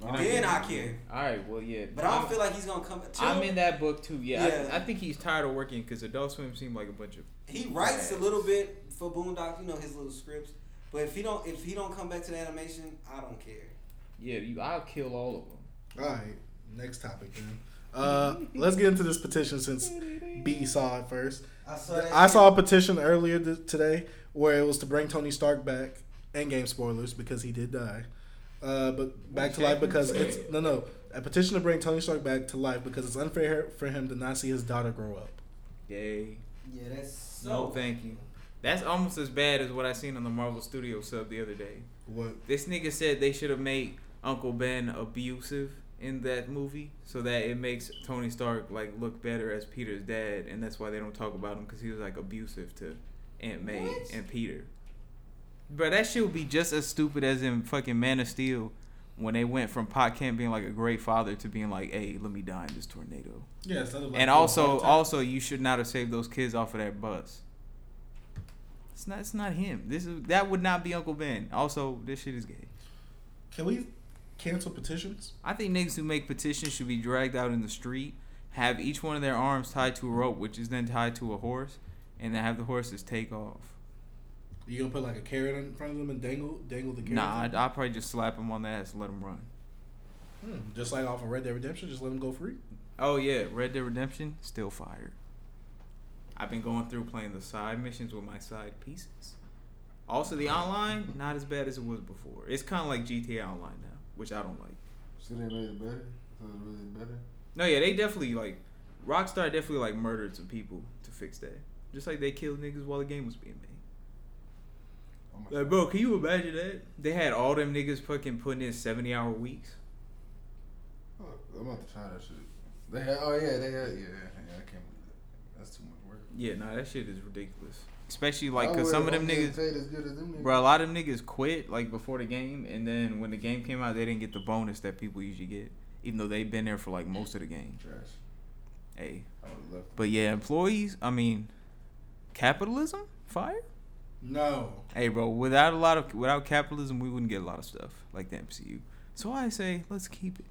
Speaker 6: more. then I care,
Speaker 5: all right, well yeah.
Speaker 6: but I
Speaker 5: I'm-
Speaker 6: don't feel like he's gonna come. Too,
Speaker 5: I'm in that book too. Yeah,
Speaker 6: Yeah.
Speaker 5: I, I think he's tired of working because Adult Swim seemed like a bunch of.
Speaker 6: He writes a little bit for Boondock, you know his little scripts. But if he don't, if he don't come back to the animation, I don't care.
Speaker 5: Yeah, you. I'll kill all of them.
Speaker 1: All right, next topic then. Uh, let's get into this petition since B saw it first.
Speaker 6: I saw. That
Speaker 1: I saw a petition earlier th- today where it was to bring Tony Stark back. Endgame spoilers because he did die, uh, but back to life because it's no no a petition to bring Tony Stark back to life because it's unfair for him to not see his daughter grow up.
Speaker 5: Yay.
Speaker 6: Yeah, that's so.
Speaker 5: No, thank you. That's almost as bad as what I seen on the Marvel Studio sub the other day.
Speaker 1: What?
Speaker 5: This nigga said they should have made Uncle Ben abusive in that movie so that it makes Tony Stark like look better as Peter's dad, and that's why they don't talk about him because he was like abusive to Aunt May
Speaker 6: What?
Speaker 5: and Peter. Bro, that shit would be just as stupid as in fucking Man of Steel when they went from Pot Camp being like a great father to being like, "Hey, let me die in this tornado."
Speaker 1: Yes.
Speaker 5: and also, also, you should not have saved those kids off of that bus. It's not. It's not him. This is that would not be Uncle Ben. Also, this shit is gay.
Speaker 1: can we cancel petitions?
Speaker 5: I think niggas who make petitions should be dragged out in the street, have each one of their arms tied to a rope, which is then tied to a horse, and then have the horses take off.
Speaker 1: You gonna put like a carrot in front of them and dangle dangle the carrot?
Speaker 5: Nah, I'd, I'd probably just slap him on the ass, and let him run.
Speaker 1: Hmm, just like off of Red Dead Redemption, just let them go free.
Speaker 5: Oh yeah, Red Dead Redemption still fired. I've been going through playing the side missions with my side pieces. Also, the online not as bad as it was before. It's kind of like GTA Online now, which I don't like.
Speaker 2: So they made it better. So it's really better.
Speaker 5: No, yeah, they definitely like Rockstar definitely like murdered some people to fix that. Just like they killed niggas while the game was being made.
Speaker 2: Oh my
Speaker 5: Like, bro, can you imagine that? They had all them niggas fucking putting in seventy hour weeks.
Speaker 2: Oh, I'm about to try that shit. They had, oh yeah, they had, yeah, yeah. I can't believe that. That's too much work.
Speaker 5: Yeah, nah, that shit is ridiculous. Especially like
Speaker 2: I
Speaker 5: 'cause
Speaker 2: worry
Speaker 5: some of
Speaker 2: if
Speaker 5: them
Speaker 2: I'm getting
Speaker 5: niggas.
Speaker 2: paid as good as them niggas.
Speaker 5: Bro, a lot of them niggas quit like before the game, and then when the game came out, they didn't get the bonus that people usually get, even though they've been there for like most of the game.
Speaker 2: Trash.
Speaker 5: Hey,
Speaker 2: I would love.
Speaker 5: but yeah, employees. I mean, capitalism, fire.
Speaker 1: No.
Speaker 5: Hey, bro, without a lot of without capitalism, we wouldn't get a lot of stuff like the MCU. So I say, let's keep it.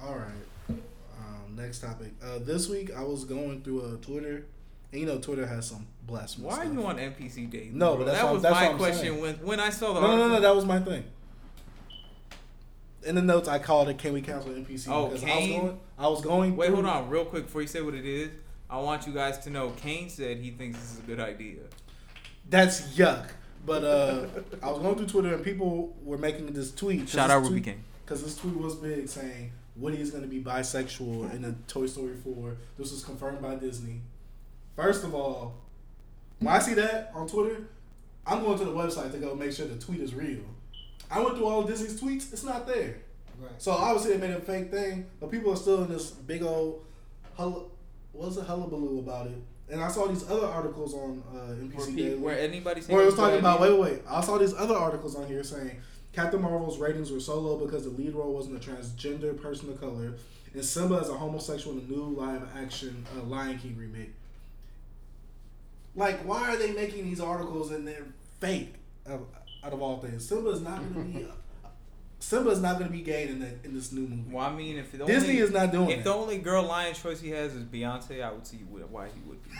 Speaker 1: All right. Um, next topic. Uh, this week I was going through uh, Twitter, and you know Twitter has some blasphemous.
Speaker 5: Why are
Speaker 1: stuff.
Speaker 5: you on NPC Daily?
Speaker 1: No,
Speaker 5: bro?
Speaker 1: but that's
Speaker 5: that
Speaker 1: what-
Speaker 5: was
Speaker 1: that's
Speaker 5: my
Speaker 1: what I'm
Speaker 5: question
Speaker 1: saying.
Speaker 5: when when I saw the
Speaker 1: No, no, no, no.
Speaker 5: article.
Speaker 1: That was my thing. In the notes, I called it "Can we cancel NPC?"
Speaker 5: Oh,
Speaker 1: I was
Speaker 5: Kane?
Speaker 1: going. I was going.
Speaker 5: Wait,
Speaker 1: through-
Speaker 5: hold on, real quick before you say what it is. I want you guys to know. Kane said he thinks this is a good idea.
Speaker 1: That's yuck. But uh, I was going through Twitter, and people were making this tweet.
Speaker 5: Shout out Ruby Kane.
Speaker 1: Because this tweet was big, saying Woody is going to be bisexual in a Toy Story Four. This was confirmed by Disney. First of all, when I see that on Twitter, I'm going to the website to go make sure the tweet is real. I went through all of Disney's tweets; it's not there.
Speaker 6: Right.
Speaker 1: So obviously they made a fake thing, but people are still in this big old hull- what's a hullabaloo about it. And I saw these other articles on uh, NPC
Speaker 5: Where,
Speaker 1: Daily
Speaker 5: pe- where anybody
Speaker 1: where it was
Speaker 5: saying
Speaker 1: talking about. Wait,
Speaker 5: anybody-
Speaker 1: wait, wait. I saw these other articles on here saying Captain Marvel's ratings were so low because the lead role wasn't a transgender person of color, and Simba is a homosexual in the new live action uh, Lion King remake. Like, why are they making these articles and they're fake? Out of, out of all things, Simba is not going *laughs* to be. Simba is not going to be gay in, the, in this new movie.
Speaker 5: Well, I mean, if the
Speaker 1: Disney
Speaker 5: only,
Speaker 1: is not doing
Speaker 5: if
Speaker 1: it. *laughs*
Speaker 5: the only girl lion choice he has is Beyonce, I would see wh- why he would be.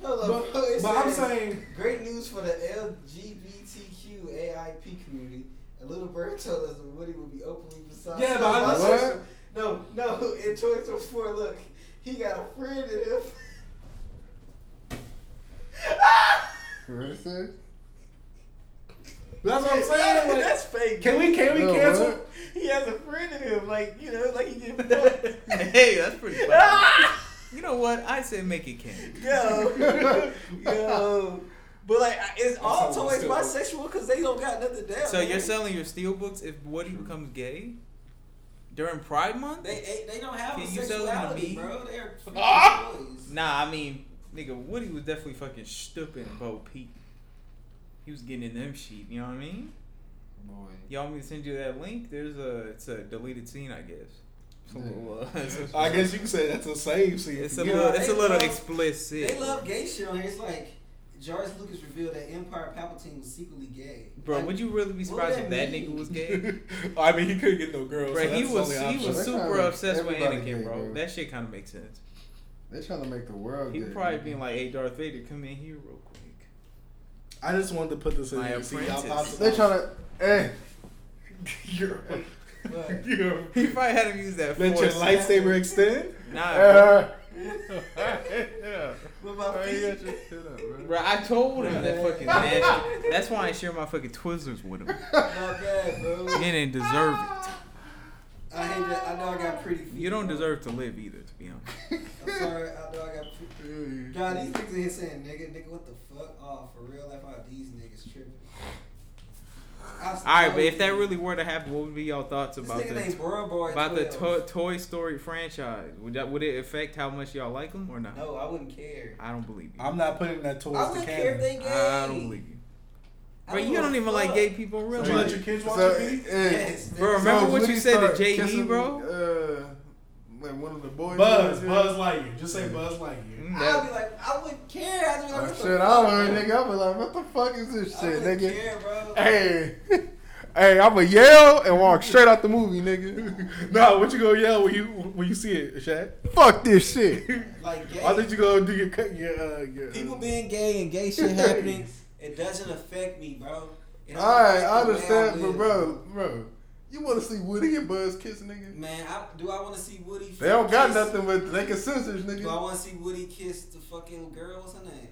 Speaker 1: But, but I'm saying,
Speaker 4: Great news for the LGBTQAIP community. A little bird told us that Woody will be openly beside.
Speaker 1: Yeah, but I-
Speaker 4: Bisexual. No, no. In 2024, look, he got a friend in him.
Speaker 1: that's what I'm saying. like,
Speaker 4: That's fake.
Speaker 1: can we can we
Speaker 13: No,
Speaker 1: cancel?
Speaker 13: what?
Speaker 4: He has a friend in him, like you know, like he did.
Speaker 5: Hey, that's pretty funny. you know what? I say make it candy.
Speaker 1: *laughs*
Speaker 4: yo, yo. But like, it's all
Speaker 14: someone
Speaker 4: toys
Speaker 14: still-
Speaker 4: bisexual because they don't got nothing down.
Speaker 5: So you're
Speaker 4: man.
Speaker 5: selling your steel books if Woody becomes gay during Pride Month?
Speaker 4: They, they they don't have
Speaker 5: Can
Speaker 4: a
Speaker 5: you sell them to
Speaker 4: sexuality,
Speaker 5: me?
Speaker 4: bro.
Speaker 5: *laughs*
Speaker 4: They're freaking toys.
Speaker 5: Nah, I mean, nigga, Woody was definitely fucking stooping Bo Peep. He was getting in them sheep. You know what I mean?
Speaker 2: Boy.
Speaker 5: Y'all want me to send you that link? There's a it's a deleted scene, I guess. It's a little, uh, *laughs* it's a-
Speaker 1: I guess you can say that's a save scene.
Speaker 5: it's a
Speaker 1: Yeah.
Speaker 5: little, it's a
Speaker 4: they
Speaker 5: little
Speaker 4: love-
Speaker 5: explicit.
Speaker 4: They love gay shit on here. It's like George Lucas revealed that Empire Palpatine was secretly gay.
Speaker 5: Bro,
Speaker 4: like,
Speaker 5: would you really be
Speaker 4: what
Speaker 5: surprised
Speaker 4: would
Speaker 5: if
Speaker 4: that
Speaker 5: that
Speaker 4: mean?
Speaker 5: nigga was gay?
Speaker 1: *laughs* I mean, he couldn't get no girls.
Speaker 5: Bro,
Speaker 1: so
Speaker 5: he
Speaker 1: that's the
Speaker 5: was
Speaker 1: only
Speaker 5: he
Speaker 1: option.
Speaker 5: was
Speaker 2: They
Speaker 5: super
Speaker 2: probably-
Speaker 5: obsessed with
Speaker 2: everybody
Speaker 5: Anakin,
Speaker 2: gay,
Speaker 5: bro.
Speaker 2: bro.
Speaker 5: That shit kind of makes sense.
Speaker 2: They trying to make the world.
Speaker 5: He
Speaker 2: good,
Speaker 5: probably
Speaker 2: man.
Speaker 5: being like, "Hey, Darth Vader, come in here real quick." *laughs*
Speaker 1: I just wanted to put this in
Speaker 5: My
Speaker 1: here. See y'all
Speaker 5: apprentice.
Speaker 1: pops.
Speaker 2: They trying to.
Speaker 1: *laughs*
Speaker 2: Hey.
Speaker 1: You're,
Speaker 4: What?
Speaker 1: you're,
Speaker 5: He probably had him use that
Speaker 1: let your
Speaker 5: force.
Speaker 1: lightsaber extend.
Speaker 5: Nah, bro.
Speaker 2: Uh,
Speaker 13: yeah.
Speaker 4: With my
Speaker 13: Hey, you got
Speaker 4: feet?
Speaker 13: your shit up, bro.
Speaker 2: *laughs*
Speaker 5: Bro, I told him that fucking nasty. That's why I share my fucking Twizzlers with him.
Speaker 4: Not bad, bro.
Speaker 5: He didn't deserve it.
Speaker 4: I hate that. I know I got pretty feet.
Speaker 5: You don't
Speaker 4: bro.
Speaker 5: deserve to live either, to be honest.
Speaker 4: I'm sorry. I know I got pretty. God, these niggas in here saying nigga, nigga, what the fuck? Oh, for real life, how these niggas tripping.
Speaker 5: All right, but if that really were to happen, what would be your thoughts
Speaker 4: this
Speaker 5: about
Speaker 4: nigga named
Speaker 5: the
Speaker 4: Bro Boy
Speaker 5: about the
Speaker 4: 12.
Speaker 5: to- Toy Story franchise? Would that would it affect how much y'all like them or not?
Speaker 4: No, I wouldn't care.
Speaker 5: I don't believe you.
Speaker 1: I'm not putting that
Speaker 4: I
Speaker 1: towards the
Speaker 4: wouldn't care if
Speaker 1: camera.
Speaker 4: they gay.
Speaker 5: I don't believe you.
Speaker 4: I
Speaker 5: Bro, you
Speaker 4: give a
Speaker 5: don't even like
Speaker 4: fuck.
Speaker 5: gay people in real
Speaker 1: Did you let
Speaker 5: life.
Speaker 1: your kids watch
Speaker 2: So,
Speaker 1: it? B?
Speaker 2: hey.
Speaker 4: Yes.
Speaker 5: Bro, remember
Speaker 2: So
Speaker 5: what
Speaker 2: when
Speaker 5: you
Speaker 2: he
Speaker 5: said to
Speaker 2: start
Speaker 5: JD,
Speaker 2: kissing,
Speaker 5: bro?
Speaker 2: Uh, like one of the boys.
Speaker 1: Buzz,
Speaker 2: Yeah.
Speaker 1: Buzz Lightyear. Just say Buzz Lightyear.
Speaker 2: *laughs*
Speaker 5: Mm,
Speaker 4: I'd
Speaker 5: that-
Speaker 4: be like, I wouldn't care. I'd be like,
Speaker 2: Oh,
Speaker 4: what the
Speaker 2: shit, I
Speaker 4: fuck?
Speaker 2: don't know, nigga. I be like, what the fuck is this
Speaker 4: I
Speaker 2: shit,
Speaker 4: wouldn't
Speaker 2: nigga?
Speaker 4: care, bro.
Speaker 2: Hey, *laughs* hey, I'ma yell and walk straight out the movie, nigga.
Speaker 1: *laughs* No, what you gonna yell when you when you see it, Shaq?
Speaker 2: Fuck this
Speaker 1: *laughs*
Speaker 2: shit.
Speaker 4: Like gay.
Speaker 1: Why did you go do your cut? Your, uh, your, uh,
Speaker 4: people being gay and gay shit happening, it doesn't affect me, bro. It don't
Speaker 2: All right,
Speaker 4: affect
Speaker 2: I
Speaker 4: the way
Speaker 2: understand, but
Speaker 4: live.
Speaker 2: bro, bro, you want to see Woody and Buzz kiss, nigga?
Speaker 4: Man, I, do I want to see Woody?
Speaker 2: They don't got
Speaker 4: kiss-
Speaker 2: nothing, but they can censors,
Speaker 4: Do I
Speaker 2: nigga.
Speaker 4: want to see Woody kiss the fucking girl? What's her name?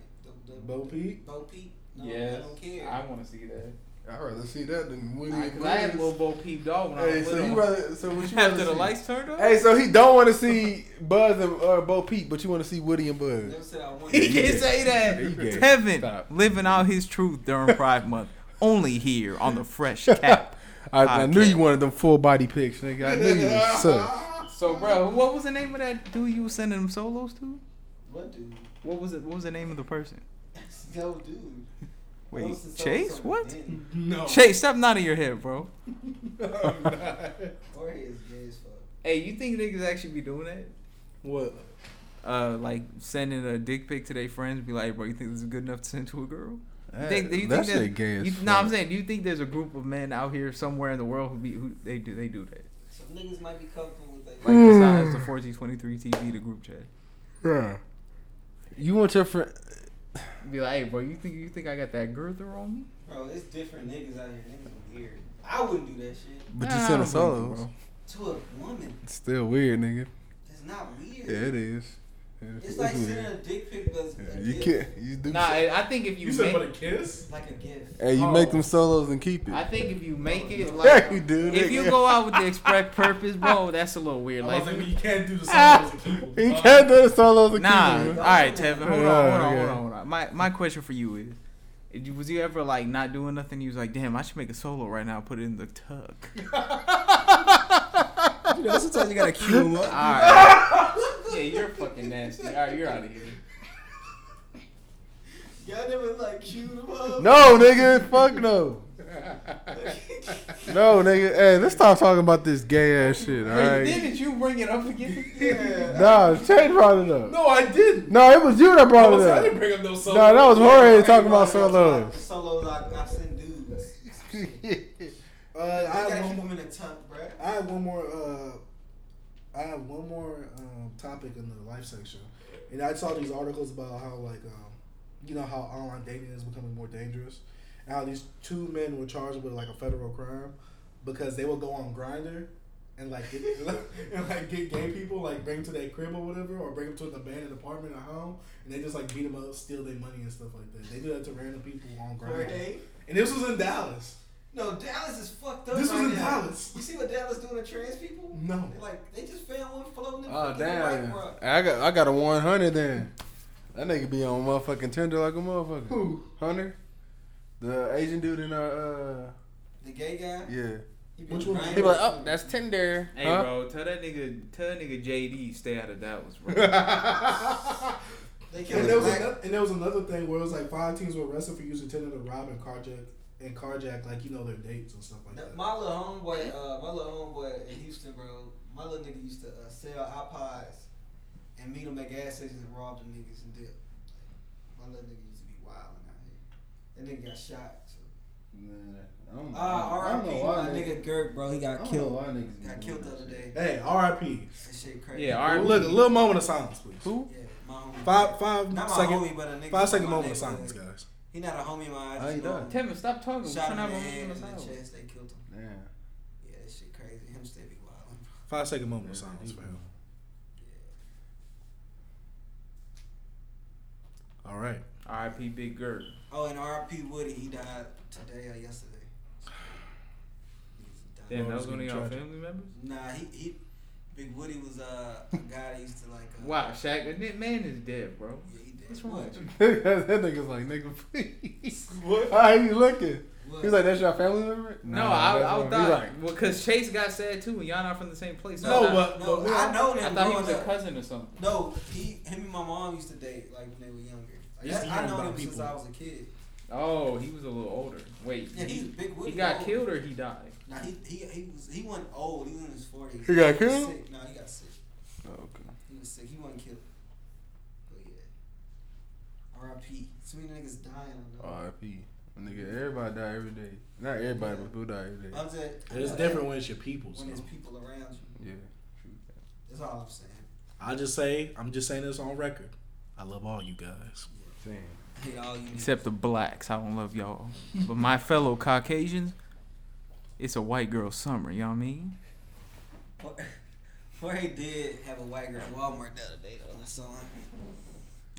Speaker 4: The, the
Speaker 1: Bo Peep.
Speaker 4: Bo Peep. No, I
Speaker 5: Yes,
Speaker 4: don't care.
Speaker 5: I want to see that.
Speaker 2: I'd rather see that than Woody
Speaker 5: I,
Speaker 2: and
Speaker 5: Cause I had little
Speaker 2: Buzz.
Speaker 5: Bo Peep dog when I
Speaker 2: Hey,
Speaker 5: was
Speaker 2: so you
Speaker 5: little.
Speaker 2: rather, so what you
Speaker 5: *laughs*
Speaker 2: rather
Speaker 5: After the
Speaker 2: see?
Speaker 5: lights turned off,
Speaker 2: Hey, so he don't want to see Buzz and uh, Bo Peep, but you want to see Woody and Buzz.
Speaker 4: Never said I wanted.
Speaker 5: he
Speaker 4: to.
Speaker 5: can say
Speaker 13: You
Speaker 5: that.
Speaker 13: gay.
Speaker 5: Kevin
Speaker 13: Stop.
Speaker 5: living out his truth *laughs* during Pride Month, only here on the Fresh Cap.
Speaker 2: I, I knew
Speaker 5: Okay.
Speaker 2: you wanted them full body pics, nigga. I knew you was *laughs* suck.
Speaker 5: So, bro, what was the name of that dude you were sending them solos to?
Speaker 4: What dude? *laughs*
Speaker 5: What was it? What was the name of the person?
Speaker 4: No dude.
Speaker 5: Wait,
Speaker 4: Those is so-
Speaker 5: Chase?
Speaker 4: so
Speaker 5: What?
Speaker 4: gay.
Speaker 1: No.
Speaker 5: Chase, stop nodding your head, bro.
Speaker 1: *laughs*
Speaker 4: Jorge is gay as fuck.
Speaker 5: Hey, you think niggas actually be doing that?
Speaker 1: What?
Speaker 5: Uh, like sending a dick pic to their friends, be like, bro, you think this is good enough to send to a girl? You think, do you think
Speaker 2: that
Speaker 5: there's-
Speaker 2: shit gay as
Speaker 5: you- Nah, I'm
Speaker 2: fuck.
Speaker 5: saying, do you think there's a group of men out here somewhere in the world who be who they do they do that?
Speaker 4: Some niggas might be comfortable with that.
Speaker 5: Like
Speaker 2: Mm. Hmm.
Speaker 5: besides the 4G23 TV, the group chat,
Speaker 2: Yeah. You want your friend?
Speaker 5: be like, hey, bro, you think you think I got that girther on me?
Speaker 4: Bro, it's different niggas out here. Niggas are weird. I wouldn't do that shit
Speaker 2: But
Speaker 5: Nah,
Speaker 2: you
Speaker 5: I
Speaker 2: send a
Speaker 5: don't blame you,
Speaker 2: solo.
Speaker 5: bro.
Speaker 4: to a woman.
Speaker 2: It's still weird, nigga.
Speaker 4: That's not weird.
Speaker 2: Yeah, it is.
Speaker 4: It's like
Speaker 2: weird.
Speaker 4: sending a dick pic, but it's a
Speaker 2: Mm-hmm. Yeah, You
Speaker 4: gift.
Speaker 2: can't. You do.
Speaker 5: Nah, I I think if you,
Speaker 1: You said for the
Speaker 5: make,
Speaker 1: kiss?
Speaker 4: Like a gift.
Speaker 2: hey, you
Speaker 5: Oh.
Speaker 2: make them solos and keep *laughs* it.
Speaker 5: I think if you make *laughs* it like
Speaker 2: yeah, you do.
Speaker 5: if you
Speaker 2: nigga.
Speaker 5: go out with the express purpose, bro, that's a little weird.
Speaker 1: I'm about
Speaker 5: Like,
Speaker 1: to say,
Speaker 5: if
Speaker 1: but
Speaker 5: you-
Speaker 1: you can't do the solos and keep 'em.
Speaker 2: *laughs* He Ah, can't do the solos and
Speaker 5: nah,
Speaker 2: keep
Speaker 5: all
Speaker 2: it. bro.
Speaker 5: right, Tevin, hold on, hold on,
Speaker 2: Yeah,
Speaker 5: hold
Speaker 2: okay.
Speaker 5: on, hold on. My my question for you is. did you- Was you ever like not doing nothing? You was like, damn, I should make a solo right now. Put it in the tuck. *laughs*
Speaker 14: You know, sometimes you gotta cue them
Speaker 5: All
Speaker 14: up.
Speaker 5: right. *laughs* yeah, you're fucking nasty. All right, you're out of here.
Speaker 4: Y'all never like cute them up.
Speaker 2: No, nigga. Fuck no. No, nigga. Hey, let's stop talking about this gay ass shit. All right.
Speaker 5: Didn't you bring it up *laughs* again?
Speaker 2: Nah, Shane brought it up.
Speaker 1: No, I didn't.
Speaker 2: No, it was you that
Speaker 1: I,
Speaker 2: brought
Speaker 1: was,
Speaker 2: it
Speaker 1: I
Speaker 2: up.
Speaker 1: didn't bring up no Uh, solos.
Speaker 2: No, that was Jorge talking about
Speaker 4: Solos.
Speaker 2: solos.
Speaker 4: Solos, I, I send
Speaker 2: *laughs*
Speaker 4: dudes.
Speaker 1: Uh, I
Speaker 4: I gotta
Speaker 1: have
Speaker 4: keep
Speaker 1: one,
Speaker 4: them in a tuck, bruh.
Speaker 1: I have one more. Uh, I have one more um, topic in the life section, and I saw these articles about how like um, you know how online dating is becoming more dangerous. And how these two men were charged with like a federal crime because they would go on Grinder and like get *laughs* and like get gay people like bring 'em to their crib or whatever, or bring them to an abandoned apartment or home, and they just like beat them up, steal their money and stuff like that. They do that to random people on Grinder.
Speaker 4: Right?
Speaker 1: And this was in Dallas.
Speaker 4: No, Dallas is fucked up.
Speaker 1: This was
Speaker 4: right
Speaker 1: in
Speaker 4: now.
Speaker 1: Dallas.
Speaker 4: You see what Dallas doing to trans people?
Speaker 1: No.
Speaker 4: They Like they just found one floating in
Speaker 2: Oh
Speaker 4: fucking the
Speaker 2: damn!
Speaker 4: white rock.
Speaker 2: I got I got a one hundred then. That nigga be on motherfucking Tinder like a motherfucker.
Speaker 1: Who?
Speaker 2: Hunter, the Asian dude in our uh
Speaker 4: The gay guy.
Speaker 2: yeah.
Speaker 4: he been
Speaker 1: Which one?
Speaker 4: grinding.
Speaker 2: He be like, oh, that's Tinder.
Speaker 5: Hey,
Speaker 2: huh?
Speaker 5: bro, tell that nigga, tell that nigga JD stay out of Dallas,
Speaker 1: *laughs*
Speaker 2: *laughs*
Speaker 5: bro. Uh,
Speaker 4: They killed
Speaker 1: And there,
Speaker 4: a
Speaker 1: was
Speaker 4: black-
Speaker 1: another, and there was another thing where it was like five teams were arrested for using Tinder to rob and carjack and carjack like you know their dates and stuff like
Speaker 4: That-
Speaker 1: that.
Speaker 4: My little homeboy, uh, my little homeboy in Houston, bro. My little nigga used to uh, sell iPods and meet them at gas stations and rob the niggas and dip. My little nigga used to be wild out here. That nigga got shot. So.
Speaker 15: I'm,
Speaker 4: Uh, RIP, my nigga Gert, bro. He got killed.
Speaker 15: niggas
Speaker 4: Got killed the other day.
Speaker 1: Hey, R.I.P.
Speaker 4: That shit crazy.
Speaker 5: yeah, all
Speaker 1: All
Speaker 5: right.
Speaker 1: right, look, a little moment of silence, please.
Speaker 2: Who?
Speaker 4: Yeah, my homie.
Speaker 1: Five, five
Speaker 4: Not my
Speaker 1: second-
Speaker 4: homie, but a nigga.
Speaker 1: five
Speaker 4: from
Speaker 1: second
Speaker 4: my
Speaker 1: moment Oh, of
Speaker 4: neighborhood.
Speaker 1: silence, guys.
Speaker 4: He not a homie of mine.
Speaker 2: How
Speaker 4: I
Speaker 2: you
Speaker 4: just know
Speaker 2: doing?
Speaker 4: him.
Speaker 5: Tevin, stop talking. We're
Speaker 4: Shot him
Speaker 5: trying to
Speaker 4: in
Speaker 5: have
Speaker 4: the
Speaker 5: a
Speaker 4: head
Speaker 5: moment of
Speaker 4: and in the
Speaker 5: silence.
Speaker 4: chest. They killed him.
Speaker 2: Yeah.
Speaker 4: Yeah, that shit crazy. Him still be wild.
Speaker 1: Five second moment of silence for him. All right.
Speaker 5: R.I.P. Big Gert.
Speaker 4: Oh, and R.P. Woody, he died today or yesterday. He died.
Speaker 5: Damn, that was
Speaker 1: it's
Speaker 5: one of
Speaker 1: getting
Speaker 5: y'all
Speaker 1: tragic.
Speaker 5: family members.
Speaker 4: Nah, he, he Big Woody was uh, a guy that used to like. Uh,
Speaker 5: Wow, Shaq, that ni- man is dead, bro.
Speaker 4: Yeah, he did.
Speaker 5: What's wrong with you?
Speaker 2: *laughs* that nigga's like, nigga, please. What? How you looking?
Speaker 4: What?
Speaker 2: He's like, that's your family member?
Speaker 5: No, I, I thought well, cause Chase got sad too, and y'all not from the same place. So
Speaker 1: No,
Speaker 5: I,
Speaker 1: but-
Speaker 4: no,
Speaker 1: but we
Speaker 4: I
Speaker 1: all-
Speaker 4: know
Speaker 5: I
Speaker 4: them.
Speaker 5: thought he
Speaker 4: growing
Speaker 5: was a
Speaker 4: up.
Speaker 5: cousin or something.
Speaker 4: No, he, him and my mom used to date like when they were younger. Like,
Speaker 1: Used
Speaker 4: that-
Speaker 1: to
Speaker 4: I
Speaker 1: learn
Speaker 4: know
Speaker 1: about
Speaker 4: him since
Speaker 1: people.
Speaker 4: I was a kid.
Speaker 5: Oh, he was a little older. Wait,
Speaker 4: Yeah, he's
Speaker 5: he,
Speaker 4: Big Woody.
Speaker 5: he got
Speaker 4: old.
Speaker 5: killed or he died?
Speaker 4: Nah, he he he was he wasn't old. He was in his forties.
Speaker 2: He got killed?
Speaker 4: Sick. Nah, he got sick. He was sick. He wasn't killed. But yeah. R.I.P. So many niggas dying. I know.
Speaker 2: R.I.P. Nigga, everybody die every day. Not everybody, but people die every day.
Speaker 4: I'm just,
Speaker 1: It's
Speaker 4: I-
Speaker 1: different when it's your people.
Speaker 4: when there's people around you.
Speaker 2: Yeah.
Speaker 4: That's all I'm saying.
Speaker 1: I just say, I'm just saying this on record. I love all you guys.
Speaker 2: Same.
Speaker 4: I hate all you. niggas.
Speaker 5: Except the blacks, I don't love y'all. But my fellow Caucasians, it's a white girl summer. Y'all mean?
Speaker 4: *laughs* Jorge did have a white girl at Walmart the other day though. I saw him.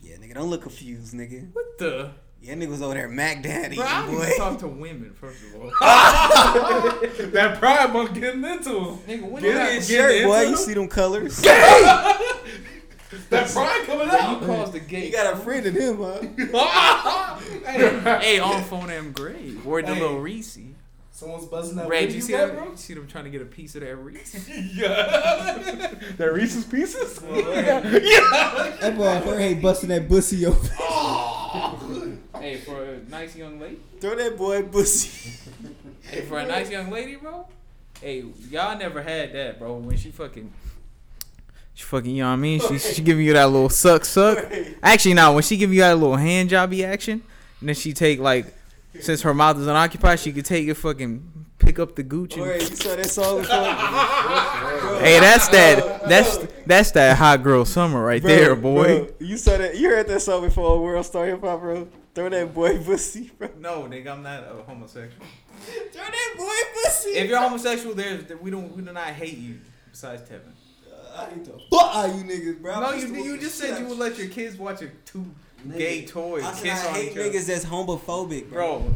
Speaker 4: Yeah, nigga, don't look confused, nigga.
Speaker 5: What the?
Speaker 4: Yeah, nigga was over there, Mac Daddy,
Speaker 5: Bro, I don't
Speaker 4: boy.
Speaker 5: even talk to women first of all. that pride must get into him. Nigga, when
Speaker 4: Look
Speaker 5: did
Speaker 4: at
Speaker 5: I
Speaker 4: his
Speaker 5: get
Speaker 4: shirt,
Speaker 5: into
Speaker 4: boy. You
Speaker 5: them?
Speaker 4: see them colors?
Speaker 2: *laughs*
Speaker 1: That pride coming
Speaker 5: Bro, you caused the gate.
Speaker 4: You
Speaker 2: *laughs*
Speaker 4: got a friend in him, huh?
Speaker 5: hey, hey, on phone am great. Or the
Speaker 1: Hey.
Speaker 5: little Reese.
Speaker 1: Someone's buzzing that.
Speaker 5: Reg,
Speaker 1: Red,
Speaker 5: Uh, you
Speaker 1: you
Speaker 5: see
Speaker 1: got,
Speaker 5: them?
Speaker 1: bro?
Speaker 5: You see them trying to get a piece of that Reese?
Speaker 2: That Reese's Pieces?
Speaker 16: That boy Jorge busting that bussy your
Speaker 5: hey, for a nice young lady.
Speaker 16: Throw that boy
Speaker 2: *laughs*
Speaker 16: bussy.
Speaker 5: Hey, for a nice young lady, bro. Hey, y'all never had that, bro. When she fucking, she fucking, you know what I mean? She she giving you that little suck *laughs* suck. Actually, no. When she give you that little hand jobby action, and then she take like, since her mouth is unoccupied, she could take your fucking pick up the Gucci.
Speaker 16: Jorge, you saw that song
Speaker 4: *laughs*
Speaker 16: before?
Speaker 5: Hey, *laughs* that's that. That's that's that hot girl summer right there, boy.
Speaker 16: Bro, you saw that. You heard that song before World Star Hip Hop, bro. Throw that boy bussy, bro.
Speaker 5: No, nigga, I'm not a homosexual.
Speaker 16: Throw that boy bussy.
Speaker 5: If you're homosexual, there's we don't we do not hate you. Besides Tevin.
Speaker 1: Uh,
Speaker 4: I hate the
Speaker 16: Fuck all you niggas, bro.
Speaker 5: No, you you just said you would let your kids watch a two gay toys
Speaker 4: I said
Speaker 5: kiss
Speaker 4: I
Speaker 5: on
Speaker 4: hate
Speaker 5: each other.
Speaker 4: niggas that's homophobic, bro.
Speaker 5: Bro.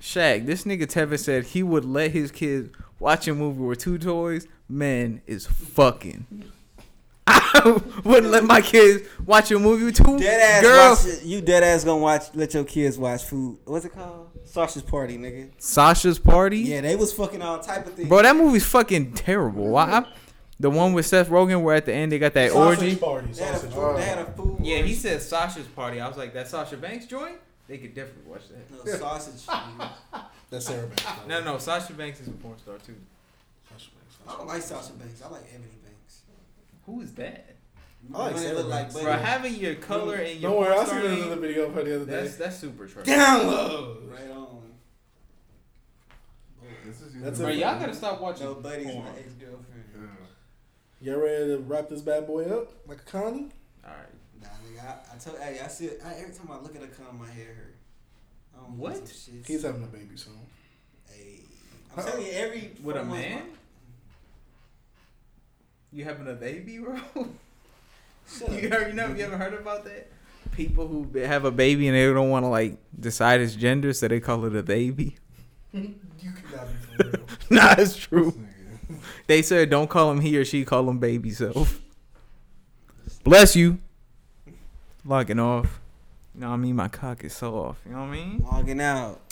Speaker 5: Shaq, this nigga Tevin said he would let his kids watch a movie with two toys. Man is fucking. *laughs* I wouldn't let my kids watch a movie with two
Speaker 16: Dead ass
Speaker 5: girls.
Speaker 16: watch it. You dead ass gonna watch. Let your kids watch food. What's it called? Sausage Party, nigga.
Speaker 5: Sasha's party.
Speaker 16: Yeah, they was fucking all type of things.
Speaker 5: Bro, that movie's fucking terrible. Why? I- the one with Seth Rogen, where at the end they got that orgy.
Speaker 1: Sausage party.
Speaker 4: They had a
Speaker 1: Sausage
Speaker 4: food.
Speaker 1: party.
Speaker 4: They had a food.
Speaker 5: Yeah,
Speaker 4: orgy.
Speaker 5: he said Sasha's party. I was like, that Sasha Banks joint? They could definitely watch that.
Speaker 4: No, sausage.
Speaker 5: *laughs*
Speaker 4: I
Speaker 1: That's Sarah Banks.
Speaker 5: No, no, Sasha Banks is a porn star too.
Speaker 4: don't like Sasha Banks. I like Ebony Banks.
Speaker 5: Who is that?
Speaker 1: I like
Speaker 4: When they
Speaker 1: Sarah
Speaker 4: look like
Speaker 1: Banks.
Speaker 5: Bro,
Speaker 4: buddies.
Speaker 5: having your color and your
Speaker 1: Don't worry, I
Speaker 5: porn
Speaker 1: seen
Speaker 5: star
Speaker 1: another
Speaker 5: name,
Speaker 1: video of her the other day.
Speaker 5: that's that's super trash.
Speaker 1: Download.
Speaker 4: Right on.
Speaker 1: That's
Speaker 5: Bro,
Speaker 1: it.
Speaker 5: y'all gotta stop watching.
Speaker 4: No buddies, my
Speaker 5: porn.
Speaker 4: ex girlfriend.
Speaker 1: Y'all ready to wrap this bad boy up like a Connie?
Speaker 5: All right.
Speaker 4: Nah, nigga, nigga. I, I tell hey, I see it. I, every time I look at her cum, my hair hurt. I don't know,
Speaker 5: What?
Speaker 4: some shit.
Speaker 1: He's having a baby soon.
Speaker 4: Hey, I'm telling you, every
Speaker 5: With a
Speaker 4: four months,
Speaker 5: man? You having a baby, bro? *laughs*
Speaker 4: Shut up.
Speaker 5: you heard? You never, you ever heard about that? People who be- have a baby and they don't want to like decide its gender, so they call it a baby.
Speaker 1: You cannot be for real.
Speaker 5: *laughs* nah, it's true. They said don't call him he or she, call him baby self. Bless you. Logging off. You know what I mean? My cock is so off. You know what I mean?
Speaker 17: Logging out.